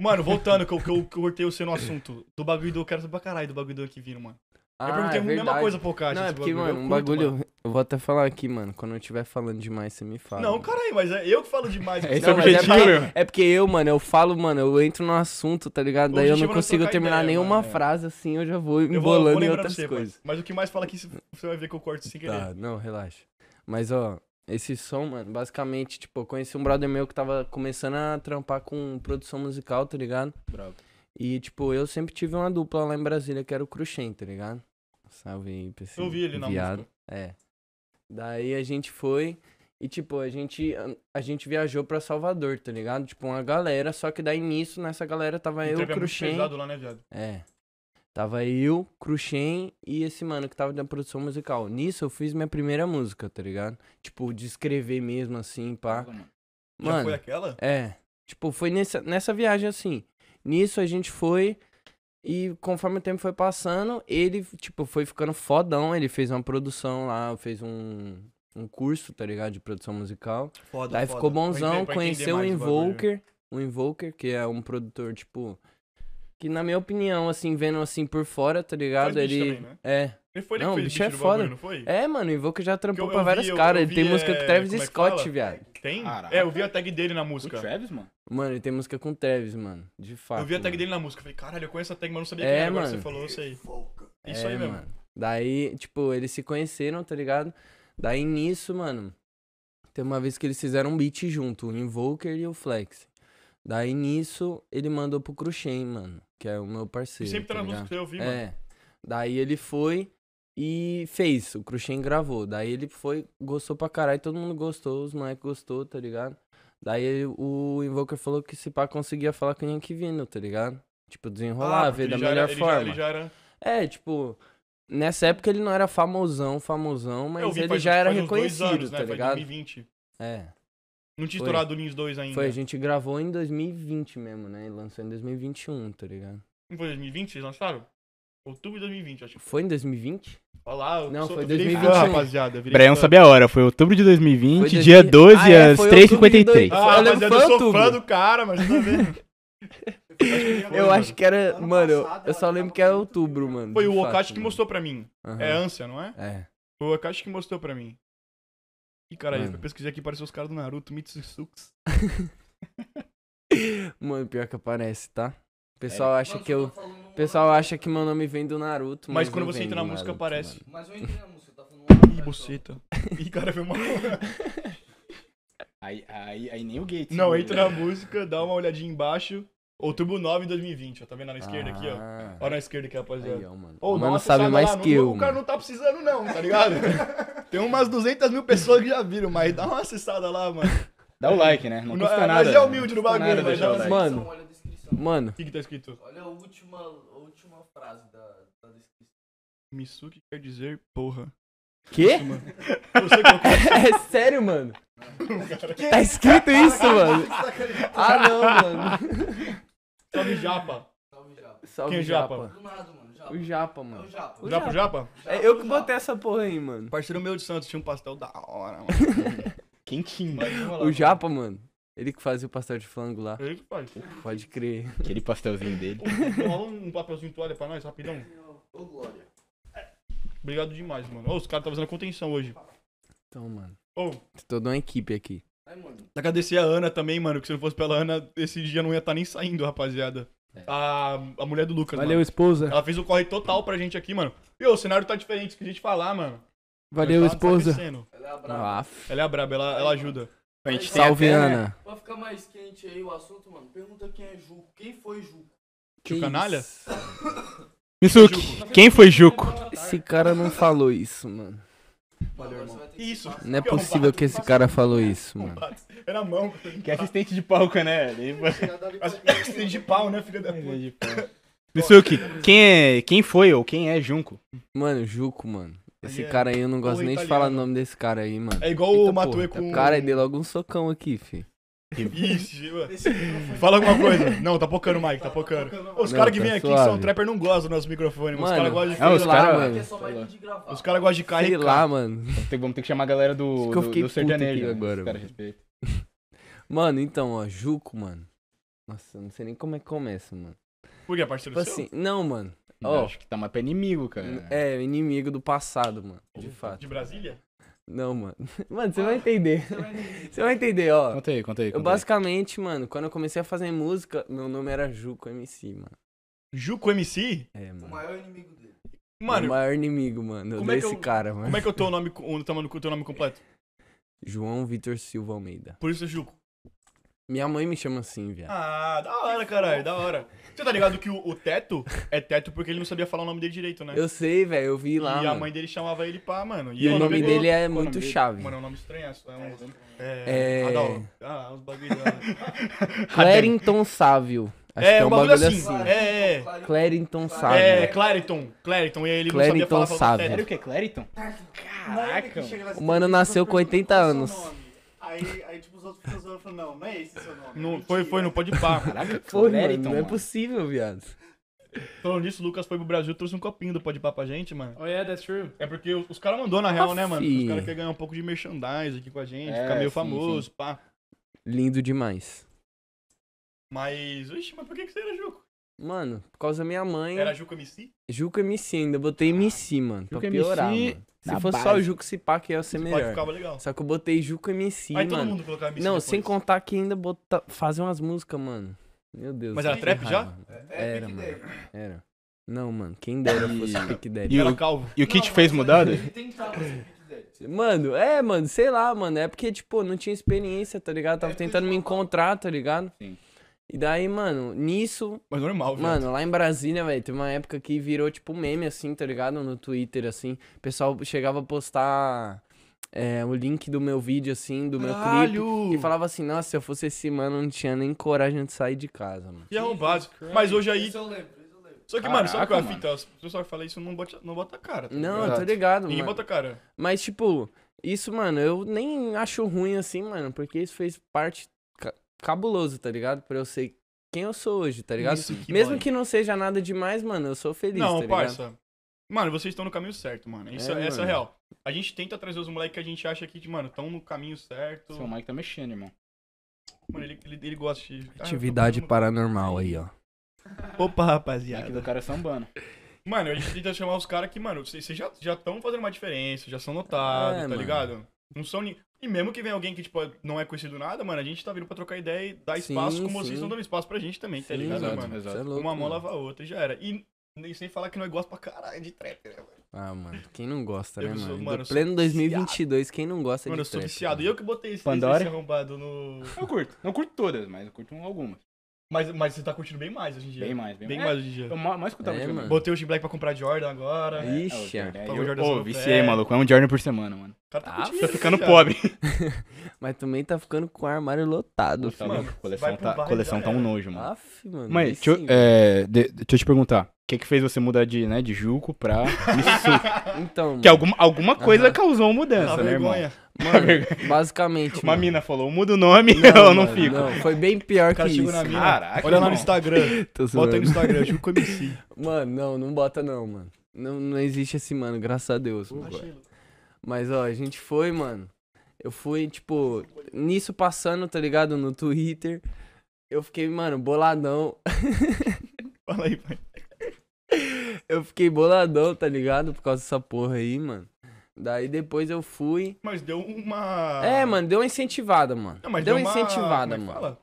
Speaker 1: Mano, voltando, que eu, que eu que eu cortei o seu no assunto. Do bagulho do. Eu quero saber pra caralho do bagulho do que viram, mano.
Speaker 3: Ah,
Speaker 1: eu perguntei
Speaker 3: é
Speaker 1: a mesma
Speaker 3: verdade.
Speaker 1: coisa pro Cássio.
Speaker 3: Não, é
Speaker 1: esse
Speaker 3: porque,
Speaker 1: bagulho.
Speaker 3: mano,
Speaker 1: Eu
Speaker 3: um
Speaker 1: curto,
Speaker 3: bagulho.
Speaker 1: mano.
Speaker 3: Eu vou até falar aqui, mano. Quando eu estiver falando demais, você me fala.
Speaker 1: Não,
Speaker 3: mano.
Speaker 1: caralho, mas é eu que falo demais.
Speaker 2: <laughs> Esse
Speaker 1: cara.
Speaker 2: é o
Speaker 3: Não, mas é
Speaker 2: objetivo,
Speaker 3: porque-
Speaker 2: meu.
Speaker 3: É porque eu, mano, eu falo, mano, eu entro no assunto, tá ligado? Daí eu
Speaker 1: objetivo
Speaker 3: não
Speaker 1: é não
Speaker 3: consigo
Speaker 1: trocar
Speaker 3: terminar
Speaker 1: ideia,
Speaker 3: nenhuma
Speaker 1: mano, é.
Speaker 3: frase assim, eu já vou
Speaker 1: Eu vou, eu
Speaker 3: embolando
Speaker 1: vou
Speaker 3: em
Speaker 1: lembrar pra
Speaker 3: outras
Speaker 1: você,
Speaker 3: coisas.
Speaker 1: parça. Mas o que mais fala aqui, você vai ver que eu corto sem querer.
Speaker 3: Tá, não, relaxa. Mas, ó, esse som, mano, basicamente, tipo, eu conheci um brother meu que tava começando a trampar com produção musical, tá ligado?
Speaker 2: Bravo.
Speaker 3: E, tipo, eu sempre tive uma dupla lá em Brasília que era o Cruxem, tá ligado? Salve aí pra esse
Speaker 1: Eu vi ele na
Speaker 3: viado.
Speaker 1: música.
Speaker 3: É. Daí a gente foi e, tipo, a gente, a gente viajou pra Salvador, tá ligado? Tipo, uma galera, só que daí nisso, nessa galera tava
Speaker 1: O
Speaker 3: eu,
Speaker 1: trap é muito
Speaker 3: Cruxem...
Speaker 1: pesado lá, né, viado?
Speaker 3: É. Tava eu, Cruxem e esse mano que tava da produção musical. Nisso eu fiz minha primeira música, tá ligado? Tipo, de escrever mesmo assim,
Speaker 2: Tá.
Speaker 3: pá.
Speaker 1: Tá. Já foi
Speaker 3: Mano,
Speaker 1: aquela?
Speaker 3: é. Tipo, foi nessa, nessa viagem assim. Nisso a gente foi e conforme o tempo foi passando, ele, tipo, foi ficando fodão. Ele fez uma produção lá, fez um, um curso, tá ligado? De produção musical.
Speaker 1: Tá Foda,
Speaker 3: Daí ficou bonzão,
Speaker 1: Pra entender- pra
Speaker 3: conheceu o
Speaker 1: entender mais bagulho, né?
Speaker 3: Invoker, o Invoker, que é um produtor, tipo, que na minha opinião, assim, vendo assim por fora, tá ligado?
Speaker 1: Faz beat
Speaker 3: ele.
Speaker 1: também, né?
Speaker 3: É.
Speaker 1: Ele foi ele
Speaker 3: Não,
Speaker 1: que
Speaker 3: o
Speaker 1: fez
Speaker 3: bicho é
Speaker 1: do
Speaker 3: foda.
Speaker 1: bagulho, não foi?
Speaker 3: É, mano, o Invoker já trampou
Speaker 1: eu
Speaker 3: pra
Speaker 1: vi-
Speaker 3: vários
Speaker 1: eu-
Speaker 3: caras.
Speaker 1: eu
Speaker 3: Ele tem
Speaker 1: vi,
Speaker 3: música
Speaker 1: é,
Speaker 3: com Travis
Speaker 1: como é que
Speaker 3: Scott,
Speaker 1: fala?
Speaker 3: viado.
Speaker 1: Tem?
Speaker 2: Caraca.
Speaker 1: É, eu vi a tag dele na
Speaker 2: O
Speaker 1: música.
Speaker 2: Travis, mano.
Speaker 3: Mano, ele tem música com Travis, mano. De fato.
Speaker 1: Eu vi a tag
Speaker 3: mano.
Speaker 1: dele na música. Eu falei, caralho, eu conheço a tag, mas não sabia
Speaker 3: né? É,
Speaker 1: quem era. Agora
Speaker 3: mano.
Speaker 1: você falou, eu sei.
Speaker 3: É,
Speaker 1: Isso aí mesmo.
Speaker 3: Mano. Daí, tipo, eles se conheceram, tá ligado? Daí nisso, mano, tem uma vez que eles fizeram um beat junto, o Invoker e o Flex. Daí nisso, ele mandou pro Cruxem, mano, que é o meu
Speaker 1: E
Speaker 3: parceiro.
Speaker 1: sempre tá
Speaker 3: tá
Speaker 1: na música
Speaker 3: ligado?
Speaker 1: que eu vi, mano.
Speaker 3: É. Daí ele foi e fez. O Cruxem gravou. Daí ele foi, gostou pra caralho, todo mundo gostou, os moleques gostou, tá ligado? Daí o Invoker falou que se pá conseguia falar com o Yankee Vino, tá ligado? Tipo, desenrolar,
Speaker 1: Ah, porque
Speaker 3: ver da
Speaker 1: ele já
Speaker 3: melhor
Speaker 1: era- ele já-
Speaker 3: forma.
Speaker 1: Ele já era...
Speaker 3: É, tipo, Nessa época ele não era famosão, famosão, mas
Speaker 1: Eu vi
Speaker 3: ele
Speaker 1: faz-
Speaker 3: já era
Speaker 1: faz uns dois
Speaker 3: reconhecido,
Speaker 1: anos,
Speaker 3: tá
Speaker 1: Faz
Speaker 3: ligado?
Speaker 1: 2020.
Speaker 3: É.
Speaker 1: Não tinha
Speaker 3: Foi.
Speaker 1: estourado o Lins 2 ainda.
Speaker 3: Foi, a gente gravou em 2020 mesmo, né? E lançou em 2021, tá ligado?
Speaker 1: Não foi 2020 vocês lançaram? Outubro de 2020, acho.
Speaker 3: Foi em 2020?
Speaker 1: Olha lá, eu
Speaker 3: Não,
Speaker 1: sou-
Speaker 3: foi
Speaker 1: eu virei fã,
Speaker 3: 2021.
Speaker 1: rapaziada. eu virei
Speaker 2: Braião
Speaker 1: fã.
Speaker 2: sabe a hora, foi outubro de 2020,
Speaker 3: Foi
Speaker 2: dia
Speaker 3: 2000.
Speaker 2: 12
Speaker 3: Ah, é,
Speaker 2: às
Speaker 3: foi outubro de
Speaker 2: 3h53.
Speaker 3: dois-
Speaker 1: Ah,
Speaker 3: Eu lembro
Speaker 1: rapaziada,
Speaker 3: que
Speaker 1: eu
Speaker 3: foi
Speaker 1: sou fã
Speaker 3: outubro.
Speaker 1: do cara, mas tá
Speaker 3: <laughs>
Speaker 1: vendo? né?
Speaker 3: Eu acho que era.
Speaker 5: Ano
Speaker 3: Mano, eu-
Speaker 5: passado
Speaker 3: eu
Speaker 5: ela
Speaker 3: só
Speaker 5: já
Speaker 3: lembro
Speaker 5: tava
Speaker 3: que era
Speaker 5: com
Speaker 3: outubro, mano.
Speaker 1: Foi
Speaker 3: de
Speaker 1: o
Speaker 3: fato,
Speaker 1: Okashi que
Speaker 3: mano.
Speaker 1: mostrou pra mim.
Speaker 3: Aham.
Speaker 1: É ânsia, não é?
Speaker 3: É.
Speaker 1: Foi o Akashi que mostrou pra mim. Ih, caralho,
Speaker 3: Mano.
Speaker 1: eu pesquisei aqui, pareceu os caras do Naruto, Mitsusuks.
Speaker 3: Mano, pior que aparece, tá? O pessoal
Speaker 5: É.
Speaker 3: acha
Speaker 4: Mano,
Speaker 3: que
Speaker 4: você
Speaker 3: eu.
Speaker 4: tá falando um
Speaker 3: O pessoal
Speaker 4: ano,
Speaker 3: acha que meu nome vem do Naruto.
Speaker 1: Mas
Speaker 3: Mas,
Speaker 1: quando
Speaker 3: não
Speaker 1: você
Speaker 3: vem
Speaker 1: entra na
Speaker 3: do
Speaker 1: música,
Speaker 3: Naruto,
Speaker 1: aparece.
Speaker 3: mano.
Speaker 4: Mas eu entrei na música, tá falando um ano
Speaker 1: Ih,
Speaker 4: atrás,
Speaker 1: buceta. <laughs> Ih, cara, foi uma.
Speaker 2: Aí, aí, aí nem o Gates. né?
Speaker 1: Não, entra na música, dá uma olhadinha embaixo. Outubro 9 de 2020, ó. Tá vendo na esquerda aqui, ó?
Speaker 3: Ah,
Speaker 1: Olha na esquerda aqui,
Speaker 3: Aí,
Speaker 1: rapaziada.
Speaker 3: ó, mano.
Speaker 1: Ô,
Speaker 3: o mano
Speaker 1: nossa,
Speaker 3: sabe
Speaker 1: sabe
Speaker 3: mais
Speaker 1: lá, não-
Speaker 3: que eu.
Speaker 1: O cara
Speaker 3: mano.
Speaker 1: não tá precisando, não, tá ligado? Tem umas 200 mil pessoas que já viram, mas dá uma acessada lá, mano.
Speaker 2: Dá o like, né? Não
Speaker 1: Não,
Speaker 2: custa
Speaker 1: nós
Speaker 2: nada.
Speaker 1: é humilde no
Speaker 2: Não custa
Speaker 1: bagulho,
Speaker 2: nada
Speaker 1: mas
Speaker 2: deixar
Speaker 1: dá
Speaker 2: o
Speaker 1: uma-
Speaker 2: like.
Speaker 4: Olha
Speaker 3: Mano.
Speaker 4: a descrição, olha a descrição.
Speaker 1: O
Speaker 3: Mano,
Speaker 1: que que tá escrito?
Speaker 4: Olha a última, a última frase da, da descrição.
Speaker 1: Misuki quer dizer porra.
Speaker 3: quê?
Speaker 1: Mano. Eu sei qual que
Speaker 3: <laughs> é sério, mano? Tá escrito isso, mano?
Speaker 4: tá
Speaker 3: Ah, não, mano.
Speaker 1: é. Salve japa.
Speaker 4: Salve, Japa.
Speaker 3: Salve,
Speaker 1: Quem é o Japa?
Speaker 4: Do nada, mano. Japa.
Speaker 3: O Japa,
Speaker 4: É o
Speaker 3: mano.
Speaker 4: Japa.
Speaker 3: O
Speaker 1: Japa, japa?
Speaker 3: É eu que botei essa porra
Speaker 1: <laughs>
Speaker 3: aí, mano.
Speaker 1: Parceiro meu de Santos tinha um pastel da hora, mano.
Speaker 2: Quentinho.
Speaker 1: Mas vamos lá,
Speaker 3: O Japa, mano. Ele que fazia o pastel de flango lá.
Speaker 1: Ele que faz.
Speaker 3: Pode crer.
Speaker 2: Aquele pastelzinho dele.
Speaker 1: Rola um papelzinho de toalha pra nós, rapidão.
Speaker 4: Ô, Glória.
Speaker 1: Obrigado demais, mano. Ô, os caras tá fazendo contenção hoje.
Speaker 3: Então, mano.
Speaker 1: Ô,
Speaker 3: Tem toda uma equipe aqui.
Speaker 4: Aí, mano.
Speaker 1: agradecer a Ana também, mano, que se não fosse pela Ana, esse dia não ia estar nem saindo, rapaziada. A, a mulher do Lucas,
Speaker 6: Valeu,
Speaker 1: mano.
Speaker 6: esposa.
Speaker 1: Ela fez o corre total pra gente aqui, mano. E ô, o cenário tá diferente, esqueci de falar, mano.
Speaker 6: Valeu,
Speaker 1: Mas tá- tá
Speaker 6: esposa.
Speaker 1: crescendo.
Speaker 4: Ela é a brava.
Speaker 3: Aff.
Speaker 1: ela é a braba, ela, ela ajuda.
Speaker 2: A gente tem
Speaker 3: Salve,
Speaker 2: até-
Speaker 3: Ana.
Speaker 4: Pra ficar mais quente aí o assunto, mano, pergunta quem é Juco. Quem foi Juco?
Speaker 1: Tio
Speaker 3: Que
Speaker 1: Canalha?
Speaker 3: isso?
Speaker 2: Misuki, quem foi Juco?
Speaker 3: Esse cara não falou isso, mano.
Speaker 4: Valeu, irmão.
Speaker 1: Isso.
Speaker 3: Não é possível que esse cara falou isso, mano.
Speaker 1: Era a mão.
Speaker 2: Que é assistente de palco, né? Ele-
Speaker 1: Assistente de pau, né, filha da puta?
Speaker 2: Misuki, quem, é, quem foi ou quem é Junco?
Speaker 3: Mano, Juco, mano. Esse
Speaker 1: Aí é-
Speaker 3: cara aí, eu não gosto
Speaker 1: Porra,
Speaker 3: nem de
Speaker 1: italiano.
Speaker 3: falar o nome desse cara aí, mano.
Speaker 1: É igual
Speaker 3: Eita,
Speaker 1: o Matue
Speaker 3: porra,
Speaker 1: com.
Speaker 3: O cara deu logo um socão aqui, fi.
Speaker 1: Ixi, mano. Fala alguma coisa. Não, tá pocando o Mike, tá pocando. Os
Speaker 3: Não,
Speaker 1: caras que
Speaker 3: tá
Speaker 1: vêm aqui, que
Speaker 3: suave.
Speaker 1: são trapper, não gostam do nosso microfone, mano. Os
Speaker 3: Mano,
Speaker 1: caras gostam de.
Speaker 2: Ah, os
Speaker 3: Sei lá,
Speaker 2: caras.
Speaker 3: mano.
Speaker 4: Aqui é só mais de gravar.
Speaker 1: Os caras gostam de carregar.
Speaker 3: Sei lá, mano.
Speaker 2: Vamos ter que chamar a galera
Speaker 3: Isso
Speaker 2: do,
Speaker 3: que eu
Speaker 2: do,
Speaker 3: fiquei
Speaker 2: do
Speaker 3: puto aqui
Speaker 2: sertanejo. né?
Speaker 3: agora,
Speaker 2: Os caras
Speaker 3: mano.
Speaker 2: respeitam.
Speaker 3: Mano, então, ó, Juco, mano. Nossa, eu não sei nem como é que começa, mano.
Speaker 1: Por que, parceiro?
Speaker 3: Tipo
Speaker 1: seu?
Speaker 3: assim, não, mano.
Speaker 2: Eu
Speaker 3: Ó.
Speaker 2: Acho que tá mais pra inimigo, cara.
Speaker 3: É, o inimigo do passado, mano. De fato.
Speaker 1: De Brasília?
Speaker 3: Não, mano. <laughs> Mano, você vai entender. <laughs> Você vai entender, ó.
Speaker 2: Conta aí, conta aí.
Speaker 3: Eu
Speaker 2: Conta aí.
Speaker 3: basicamente, mano, quando eu comecei a fazer música, meu nome era Juco MC, mano.
Speaker 1: Juco MC?
Speaker 3: É,
Speaker 4: O
Speaker 3: mano.
Speaker 4: maior inimigo dele.
Speaker 3: o
Speaker 1: Mano,
Speaker 3: maior inimigo, mano. Eu
Speaker 1: como é
Speaker 3: odeio
Speaker 1: que
Speaker 3: esse
Speaker 1: eu-
Speaker 3: cara, mano.
Speaker 1: como é que eu tô o nome, co- o tamanho do teu nome completo?
Speaker 3: João Vitor Silva Almeida.
Speaker 1: Por isso é Juco.
Speaker 3: Minha mãe me chama assim, viado.
Speaker 1: Ah, da hora, caralho, da hora. Você tá ligado que o, o Teto é Teto porque ele não sabia falar o nome dele direito, né?
Speaker 3: Eu sei, velho, eu vi lá.
Speaker 1: e a
Speaker 3: mano.
Speaker 1: mãe dele chamava ele pá, mano. um
Speaker 3: E o nome dele é muito
Speaker 2: dele?
Speaker 3: chave.
Speaker 1: Mano, é um nome estranhaço. É um.
Speaker 3: É.
Speaker 1: Ah, da hora. Ah, uns bagulho da hora.
Speaker 3: Clarington Sávio. Acho
Speaker 1: É,
Speaker 3: que é
Speaker 1: um
Speaker 3: um
Speaker 1: bagulho
Speaker 3: bagulho,
Speaker 1: assim.
Speaker 3: assim.
Speaker 1: É, é.
Speaker 4: Claro,
Speaker 3: Clarington né? Sávio.
Speaker 1: É, Clariton. Clariton, e aí ele não
Speaker 3: Clariton
Speaker 1: sabia falar falava
Speaker 3: sabe.
Speaker 1: Teto.
Speaker 2: Sério que é Clariton? Caraca. mano.
Speaker 3: O mano nasceu com 80
Speaker 5: é
Speaker 3: anos.
Speaker 5: Aí, aí, tipo, os outros ficam zoando e falam, não, não é esse seu nome.
Speaker 1: Não,
Speaker 5: mentira.
Speaker 1: foi, foi, não pode pá. <laughs>
Speaker 2: Caraca,
Speaker 3: Pô, mano,
Speaker 2: Clariton,
Speaker 3: não é
Speaker 2: mano.
Speaker 3: possível, viado.
Speaker 1: Falando nisso, o Lucas foi pro Brasil e trouxe um copinho do Podpah pra gente, mano.
Speaker 6: Oh, yeah, that's true.
Speaker 1: É porque o- os caras mandou, na real, né, mano?
Speaker 3: fi.
Speaker 1: Os caras querem ganhar um pouco de merchandise aqui com a gente,
Speaker 2: É,
Speaker 1: ficar meio
Speaker 2: sim,
Speaker 1: famoso, pá.
Speaker 3: Lindo demais.
Speaker 1: Mas, oxe, mas por que, que você era Juco?
Speaker 3: Mano, por causa da minha mãe,
Speaker 1: Era Juco MC?
Speaker 3: Juca MC ainda, botei MC, mano, pra
Speaker 2: Juca MC
Speaker 3: piorar, mano.
Speaker 2: na
Speaker 3: Se fosse só o
Speaker 2: base.
Speaker 3: Juca Cipá, que ia ser
Speaker 1: Pode
Speaker 3: melhor.
Speaker 1: ficava legal.
Speaker 3: Só que eu botei Juca MC,
Speaker 1: Aí todo
Speaker 3: mano.
Speaker 1: mundo colocava MC
Speaker 3: Não,
Speaker 1: depois.
Speaker 3: sem contar que ainda bota... fazer umas músicas, mano. Meu Deus.
Speaker 1: Mas era
Speaker 3: que
Speaker 1: trap já?
Speaker 3: raiva.
Speaker 4: É,
Speaker 3: Era,
Speaker 4: Big
Speaker 3: mano.
Speaker 4: Daddy.
Speaker 3: Era. Não, mano, quem dera fosse
Speaker 2: E-
Speaker 3: Pick Daddy.
Speaker 2: E
Speaker 1: Era
Speaker 2: o-
Speaker 1: calvo.
Speaker 2: E o que te
Speaker 4: Não,
Speaker 2: fez
Speaker 4: mas é
Speaker 2: mudada?
Speaker 4: Ele tentava ser Big Daddy.
Speaker 3: Mano, é, mano, sei lá, mano. É porque, tipo, eu não tinha experiência, tá ligado? Tava
Speaker 4: Deve ter
Speaker 3: tentando me
Speaker 4: desmontado.
Speaker 3: encontrar, tá ligado?
Speaker 2: Sim.
Speaker 3: E daí, mano, nisso,
Speaker 1: Mas normal, velho.
Speaker 3: mano, lá em Brasília, velho, teve uma época que virou, tipo, meme, assim, tá ligado? No Twitter, assim. O pessoal chegava a postar é, o link do meu vídeo, assim, do meu clipe.
Speaker 1: Caralho!
Speaker 3: E falava assim, nossa, se eu fosse esse mano, eu não tinha nem coragem de sair de casa, mano.
Speaker 1: E é um básico. Mas hoje aí,
Speaker 4: Isso eu lembro, isso eu lembro.
Speaker 1: Só que, mano, sabe qual é a
Speaker 2: Caraca,
Speaker 1: fita? As pessoas que falam isso não bota, não bota a cara. tá
Speaker 3: Não,
Speaker 1: ligado?
Speaker 3: eu tô ligado,
Speaker 1: Ninguém
Speaker 3: mano.
Speaker 1: bota a cara.
Speaker 3: Mas, tipo, isso, mano, eu nem acho ruim assim, mano, porque isso fez parte ca- cabuloso, tá ligado? Pra eu ser quem eu sou hoje, tá ligado?
Speaker 1: Isso que
Speaker 3: Mesmo
Speaker 1: dói.
Speaker 3: que não seja nada demais, mano, eu sou feliz,
Speaker 1: Não,
Speaker 3: tá ligado?
Speaker 1: parça. Mano, vocês estão no caminho certo, mano. Isso,
Speaker 3: É,
Speaker 1: essa é
Speaker 3: mano.
Speaker 1: real. A gente tenta trazer os moleques que a gente acha que, de, mano, estão no caminho certo.
Speaker 2: Seu Mike tá mexendo, irmão.
Speaker 1: Mano, ele, ele, ele gosta de. Ah, eu tô
Speaker 3: Atividade
Speaker 1: fazendo-
Speaker 3: paranormal aí, ó.
Speaker 1: Opa,
Speaker 2: Aqui
Speaker 1: rapaziada.
Speaker 2: do cara é sambando.
Speaker 1: Mano, a gente tenta chamar os caras que, mano, vocês vocês já estão fazendo uma diferença, já são notados,
Speaker 3: É,
Speaker 1: tá
Speaker 3: mano.
Speaker 1: ligado? Não são ni... E mesmo que venha alguém que, tipo, não é conhecido nada, mano, a gente tá vindo pra trocar ideia e dar
Speaker 3: Sim,
Speaker 1: espaço, como vocês
Speaker 3: sim.
Speaker 1: estão dando espaço pra gente também, tá
Speaker 3: Sim,
Speaker 1: ligado,
Speaker 2: exato,
Speaker 1: mano?
Speaker 2: exato.
Speaker 3: Cê é louco,
Speaker 1: Uma mão
Speaker 3: mano.
Speaker 1: lava a outra e já era. E nem sem falar que nós gosta pra caralho de trap, né, mano?
Speaker 3: Ah, mano, quem não gosta, né,
Speaker 1: Eu sou-
Speaker 3: mano?
Speaker 1: mano, eu
Speaker 3: mano
Speaker 1: sou
Speaker 3: pleno
Speaker 1: viciado.
Speaker 3: 2022, quem não gosta
Speaker 1: Mano, eu
Speaker 3: de
Speaker 1: sou
Speaker 3: trap,
Speaker 1: viciado. E
Speaker 3: mano?
Speaker 1: eu que botei esse, esse
Speaker 2: Pandora?
Speaker 1: arrombado no.
Speaker 2: Eu curto. Não curto todas, mas eu curto algumas.
Speaker 1: Mas, mas você tá curtindo bem mais hoje em dia.
Speaker 2: Bem mais, bem,
Speaker 1: Bem
Speaker 2: mais.
Speaker 1: mais hoje em dia.
Speaker 2: Eu ma- mais escutava
Speaker 3: É,
Speaker 2: de
Speaker 3: mano.
Speaker 1: Botei o G-Black pra comprar Jordan agora.
Speaker 3: É.
Speaker 2: É, o
Speaker 3: Ixi,
Speaker 2: Jordan,
Speaker 1: Pô,
Speaker 2: eu-
Speaker 1: o Jordan
Speaker 2: Ô,
Speaker 1: Sano
Speaker 2: viciei,
Speaker 1: pé.
Speaker 2: maluco. É um Jordan por semana, mano.
Speaker 1: O cara tá
Speaker 3: Ah,
Speaker 1: curtindo,
Speaker 2: Tá ficando
Speaker 1: cara.
Speaker 2: pobre.
Speaker 3: Mas também tá ficando com o armário lotado,
Speaker 2: Tá
Speaker 3: filho.
Speaker 1: mano,
Speaker 2: louco,
Speaker 1: você vai
Speaker 2: coleção
Speaker 1: pro
Speaker 2: tá,
Speaker 1: bar e
Speaker 2: coleção
Speaker 1: já
Speaker 2: tá um
Speaker 1: era.
Speaker 2: nojo, mano.
Speaker 3: Aff, mano.
Speaker 2: Mas,
Speaker 3: aí
Speaker 2: deixa, eu-
Speaker 3: Ah, sim,
Speaker 2: é, de- deixa eu te perguntar. O que que fez você mudar de, né, de
Speaker 3: <laughs>
Speaker 2: Juco pra Mississu?
Speaker 3: velho. Então,
Speaker 2: que alguma, alguma coisa
Speaker 3: Aham.
Speaker 2: causou
Speaker 1: Tá
Speaker 2: mudança,
Speaker 3: é
Speaker 2: né, irmão?
Speaker 1: vergonha.
Speaker 3: mano,
Speaker 2: vergonha.
Speaker 3: basicamente.
Speaker 2: Uma
Speaker 3: mano.
Speaker 2: mina falou, muda o nome, <laughs> eu não
Speaker 3: mano,
Speaker 2: fico.
Speaker 3: Não, foi bem pior
Speaker 1: O cara
Speaker 3: que
Speaker 1: chegou
Speaker 3: isso.
Speaker 1: na mina.
Speaker 2: Caraca,
Speaker 1: Ah, Olha lá
Speaker 2: irmão.
Speaker 1: no Instagram.
Speaker 3: <laughs>
Speaker 1: Bota
Speaker 3: Tô
Speaker 1: aí
Speaker 3: zoando.
Speaker 1: no Instagram, Juco com MC.
Speaker 3: Mano, não, não bota não, mano. Não, não existe esse mano, graças a Deus. Mas, ó, a gente foi, mano. Eu fui, tipo, nisso passando, tá ligado? No Twitter. Eu fiquei, mano, boladão.
Speaker 1: <laughs>
Speaker 3: <laughs>
Speaker 1: Fala aí, pai.
Speaker 3: Eu fiquei boladão, tá ligado? Por causa dessa porra aí, mano. Daí depois eu fui.
Speaker 1: Mas deu uma.
Speaker 3: É, mano, deu uma incentivada, mano.
Speaker 1: Ah. Não, mas
Speaker 3: deu
Speaker 1: deu
Speaker 3: uma
Speaker 1: uma como
Speaker 3: incentivada,
Speaker 1: é que
Speaker 3: mano.
Speaker 1: fala?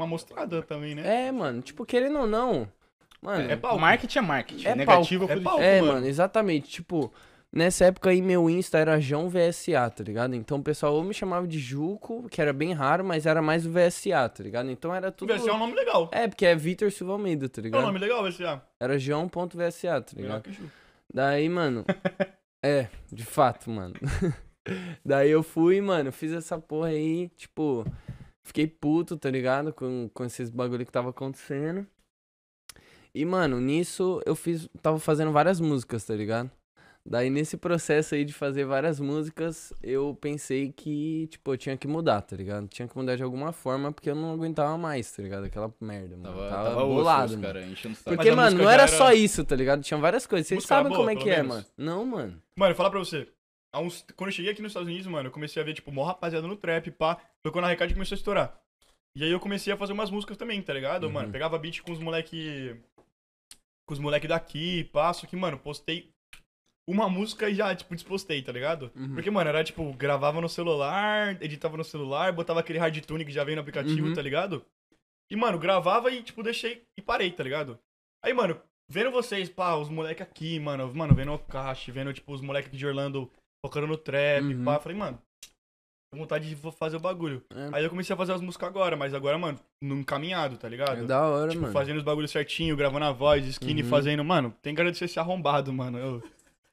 Speaker 1: Uma mostrada também, né?
Speaker 3: É, mano, tipo, querendo ou não. Mano,
Speaker 1: É palco.
Speaker 2: Marketing é marketing.
Speaker 3: É
Speaker 2: negativo
Speaker 1: palco, é
Speaker 2: é positivo.
Speaker 1: palco.
Speaker 3: É,
Speaker 1: mano.
Speaker 3: mano, exatamente. Tipo, nessa época aí meu Insta era João VSA, tá ligado? Então o pessoal ou me chamava de Juco, que era bem raro, mas era mais o VSA, tá ligado? Então era tudo.
Speaker 1: VSA é um nome legal.
Speaker 3: É, porque é Vitor Silva Almeida,
Speaker 1: É
Speaker 3: tá
Speaker 1: um
Speaker 3: ligado?
Speaker 1: nome legal, VSA.
Speaker 3: Era João.VSA, tá
Speaker 1: Melhor
Speaker 3: ligado?
Speaker 1: que Juco.
Speaker 3: Daí,
Speaker 1: <laughs>
Speaker 3: mano. é, de fato, mano. <laughs> Daí eu fui, mano, fiz essa porra aí, tipo. Fiquei puto, tá ligado? Com, com esses bagulho que tava acontecendo. E, mano, nisso eu fiz. Tava fazendo várias músicas, tá ligado? Daí nesse processo aí de fazer várias músicas, eu pensei que, tipo, eu tinha que mudar, tá ligado? Tinha que mudar de alguma forma, porque eu não aguentava mais, tá ligado? Aquela merda, mano. Tava, bolado, mano.
Speaker 2: cara, enchendo o saco.
Speaker 3: Porque,
Speaker 1: a
Speaker 3: mano,
Speaker 1: música
Speaker 3: não
Speaker 1: já
Speaker 3: era,
Speaker 1: era-
Speaker 3: só isso, tá ligado? Tinha várias coisas. Vocês
Speaker 1: Música era
Speaker 3: sabem
Speaker 1: boa,
Speaker 3: como é
Speaker 1: pelo
Speaker 3: que é,
Speaker 1: menos?
Speaker 3: mano. Não, mano.
Speaker 1: Mano, falar pra você. há uns- Quando eu cheguei aqui nos Estados Unidos, mano, eu comecei a ver, tipo, mó rapaziada no trap, pá. Tocou na recade e começou a estourar. E aí eu comecei a fazer umas músicas também, tá ligado?
Speaker 3: Uhum.
Speaker 1: Mano, pegava beat com os moleque. Com os moleque daqui, pá. Só que, mano, postei uma música e já, tipo, despostei, tá ligado?
Speaker 3: Uhum.
Speaker 1: Porque, mano, era tipo, gravava no celular, editava no celular, botava aquele hard tune que já vem no aplicativo,
Speaker 3: Uhum.
Speaker 1: tá ligado? E, mano, gravava e, tipo, deixei e parei, tá ligado? Aí, mano, vendo vocês, pá, os moleque aqui, mano, mano, vendo o Okashi, vendo, tipo, os moleque aqui de Orlando focando no trap,
Speaker 3: Uhum.
Speaker 1: pá, falei, mano, tenho vontade de vo- fazer o bagulho.
Speaker 3: É.
Speaker 1: Aí eu comecei a fazer as músicas agora, mas agora, mano, num caminhado, tá ligado?
Speaker 3: É da hora,
Speaker 1: Tipo,
Speaker 3: mano.
Speaker 1: fazendo os bagulhos certinho, gravando a voz, skinny
Speaker 3: Uhum.
Speaker 1: fazendo. Mano, tem que agradecer esse arrombado, mano. Eu-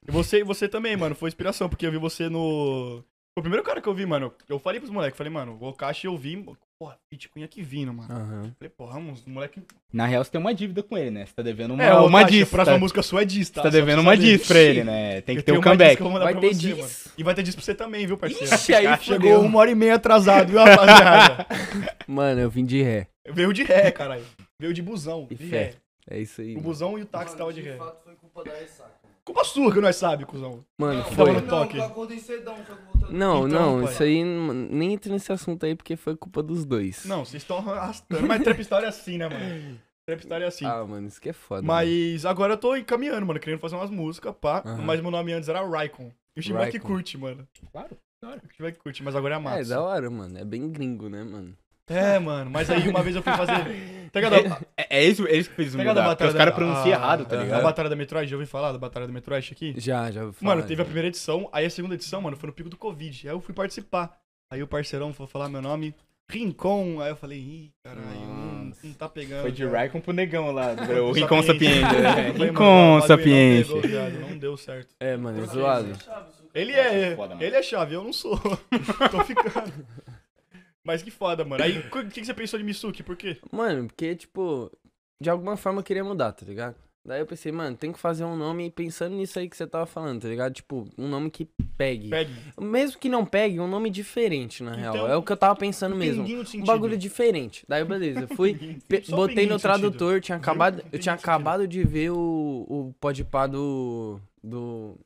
Speaker 1: E você, você também, mano, foi inspiração, porque eu vi você no. Foi o primeiro cara que eu vi, mano. Eu falei pros moleques, falei, mano, o Okashi eu vi. Porra, feat com que vindo, mano.
Speaker 3: Aham.
Speaker 1: Falei, porra, uns moleque.
Speaker 2: Na real, você tem uma dívida com ele, né? Você tá devendo uma,
Speaker 1: É, o
Speaker 2: uma
Speaker 1: Okashi, a
Speaker 2: diz. Tá,
Speaker 1: próxima música sua é diz, tá?
Speaker 2: tá
Speaker 1: Só pra
Speaker 2: devendo
Speaker 1: você
Speaker 2: uma
Speaker 1: saber.
Speaker 2: diz pra ele, né? Tem
Speaker 1: Eu
Speaker 2: que ter
Speaker 1: tenho
Speaker 2: um
Speaker 1: uma diz
Speaker 2: comeback.
Speaker 1: que eu vou mandar
Speaker 3: Vai
Speaker 1: pra
Speaker 3: ter
Speaker 1: você, mano.
Speaker 3: disso.
Speaker 1: E vai ter diz pra você também, viu, parceiro?
Speaker 3: Ixi, aí
Speaker 1: Chegou um.
Speaker 3: fudeu.
Speaker 1: uma hora e meia atrasado, viu, rapaziada?
Speaker 3: Mano, eu vim de ré.
Speaker 1: <laughs> Veio de ré, caralho. Veio de busão.
Speaker 3: E
Speaker 1: de
Speaker 3: fé.
Speaker 1: ré.
Speaker 3: É isso aí.
Speaker 1: O
Speaker 3: Mano,
Speaker 1: busão e o táxi
Speaker 4: Mano,
Speaker 1: tava de ré.
Speaker 4: fato foi culpa da ressaca.
Speaker 1: Culpa sua que nós sabe, cuzão.
Speaker 3: Mano,
Speaker 4: Não,
Speaker 1: tava
Speaker 3: foi.
Speaker 1: no
Speaker 4: Não,
Speaker 1: toque.
Speaker 4: que eu acordei cedão, que eu voltei.
Speaker 3: Não,
Speaker 1: Então,
Speaker 3: não,
Speaker 1: pai.
Speaker 3: isso aí mano, nem entra nesse assunto aí porque foi culpa dos dois.
Speaker 1: Não, vocês estão arrastando. Mas Trap Story é assim, né, mano? Trap Story é assim.
Speaker 3: Ah, mano, isso que é foda. mano.
Speaker 1: mas agora eu tô encaminhando, mano, querendo fazer umas músicas, pá.
Speaker 3: Aham.
Speaker 1: Mas meu nome antes era Raikon. E o Shibaki
Speaker 3: Raikon.
Speaker 1: curte, mano.
Speaker 2: Claro, claro.
Speaker 1: O Shibaki curte, mas agora é a
Speaker 3: É, da
Speaker 1: massa.
Speaker 3: hora, mano. É bem gringo, né, mano?
Speaker 1: É, mano, mas aí uma vez eu fui fazer. Tá ligado? a-
Speaker 2: É, é isso, é isso que fez
Speaker 1: tá ligado a
Speaker 2: mudar, porque
Speaker 1: batalha
Speaker 2: os caras
Speaker 1: da-
Speaker 2: pronunciam errado, tá
Speaker 1: a-
Speaker 2: ligado?
Speaker 1: A batalha da Metroid, já ouvi falar da batalha da Metroid aqui?
Speaker 3: Já, já. ouvi
Speaker 1: Mano,
Speaker 3: falar,
Speaker 1: teve a
Speaker 3: já.
Speaker 1: primeira edição, aí a segunda edição, mano, foi no pico do Covid. Aí eu fui participar. Aí o parceirão foi falar meu nome, Rincon. Aí eu falei, ih, caralho, não, não tá pegando.
Speaker 2: Foi de
Speaker 1: cara.
Speaker 2: Raikon pro negão lá, do- o
Speaker 1: Sapiência.
Speaker 2: Rincon Sapiência. né?
Speaker 1: <laughs> Eu falei, mano, o
Speaker 2: Rincon
Speaker 1: bagulho Não,
Speaker 2: Sapiência.
Speaker 1: pegou, viado, não deu certo.
Speaker 3: É, mano, é zoado.
Speaker 1: né? Ele é,
Speaker 2: Nossa, foda, mano.
Speaker 1: ele é chave, eu não sou. <laughs> Tô ficando. Mas que foda, mano. Aí, o que, que você pensou de Misuki? Por quê?
Speaker 3: Mano, porque, tipo, de alguma forma eu queria mudar, tá ligado? Daí eu pensei, mano, tem que fazer um nome pensando nisso aí que você tava falando, tá ligado? Tipo, um nome que pegue.
Speaker 1: Pegue.
Speaker 3: Mesmo que não pegue, um nome diferente, na real.
Speaker 1: Então,
Speaker 3: é o que eu tava pensando mesmo.
Speaker 1: Pinguinho de
Speaker 3: Um
Speaker 1: sentido.
Speaker 3: bagulho diferente. Daí, beleza, eu fui,
Speaker 1: <laughs>
Speaker 3: pe-
Speaker 1: Só
Speaker 3: botei
Speaker 1: pinguinho
Speaker 3: no
Speaker 1: de sentido.
Speaker 3: tradutor, tinha acabado, eu
Speaker 1: Pinguinho
Speaker 3: tinha
Speaker 1: de sentido.
Speaker 3: acabado de ver o, o podpá do, do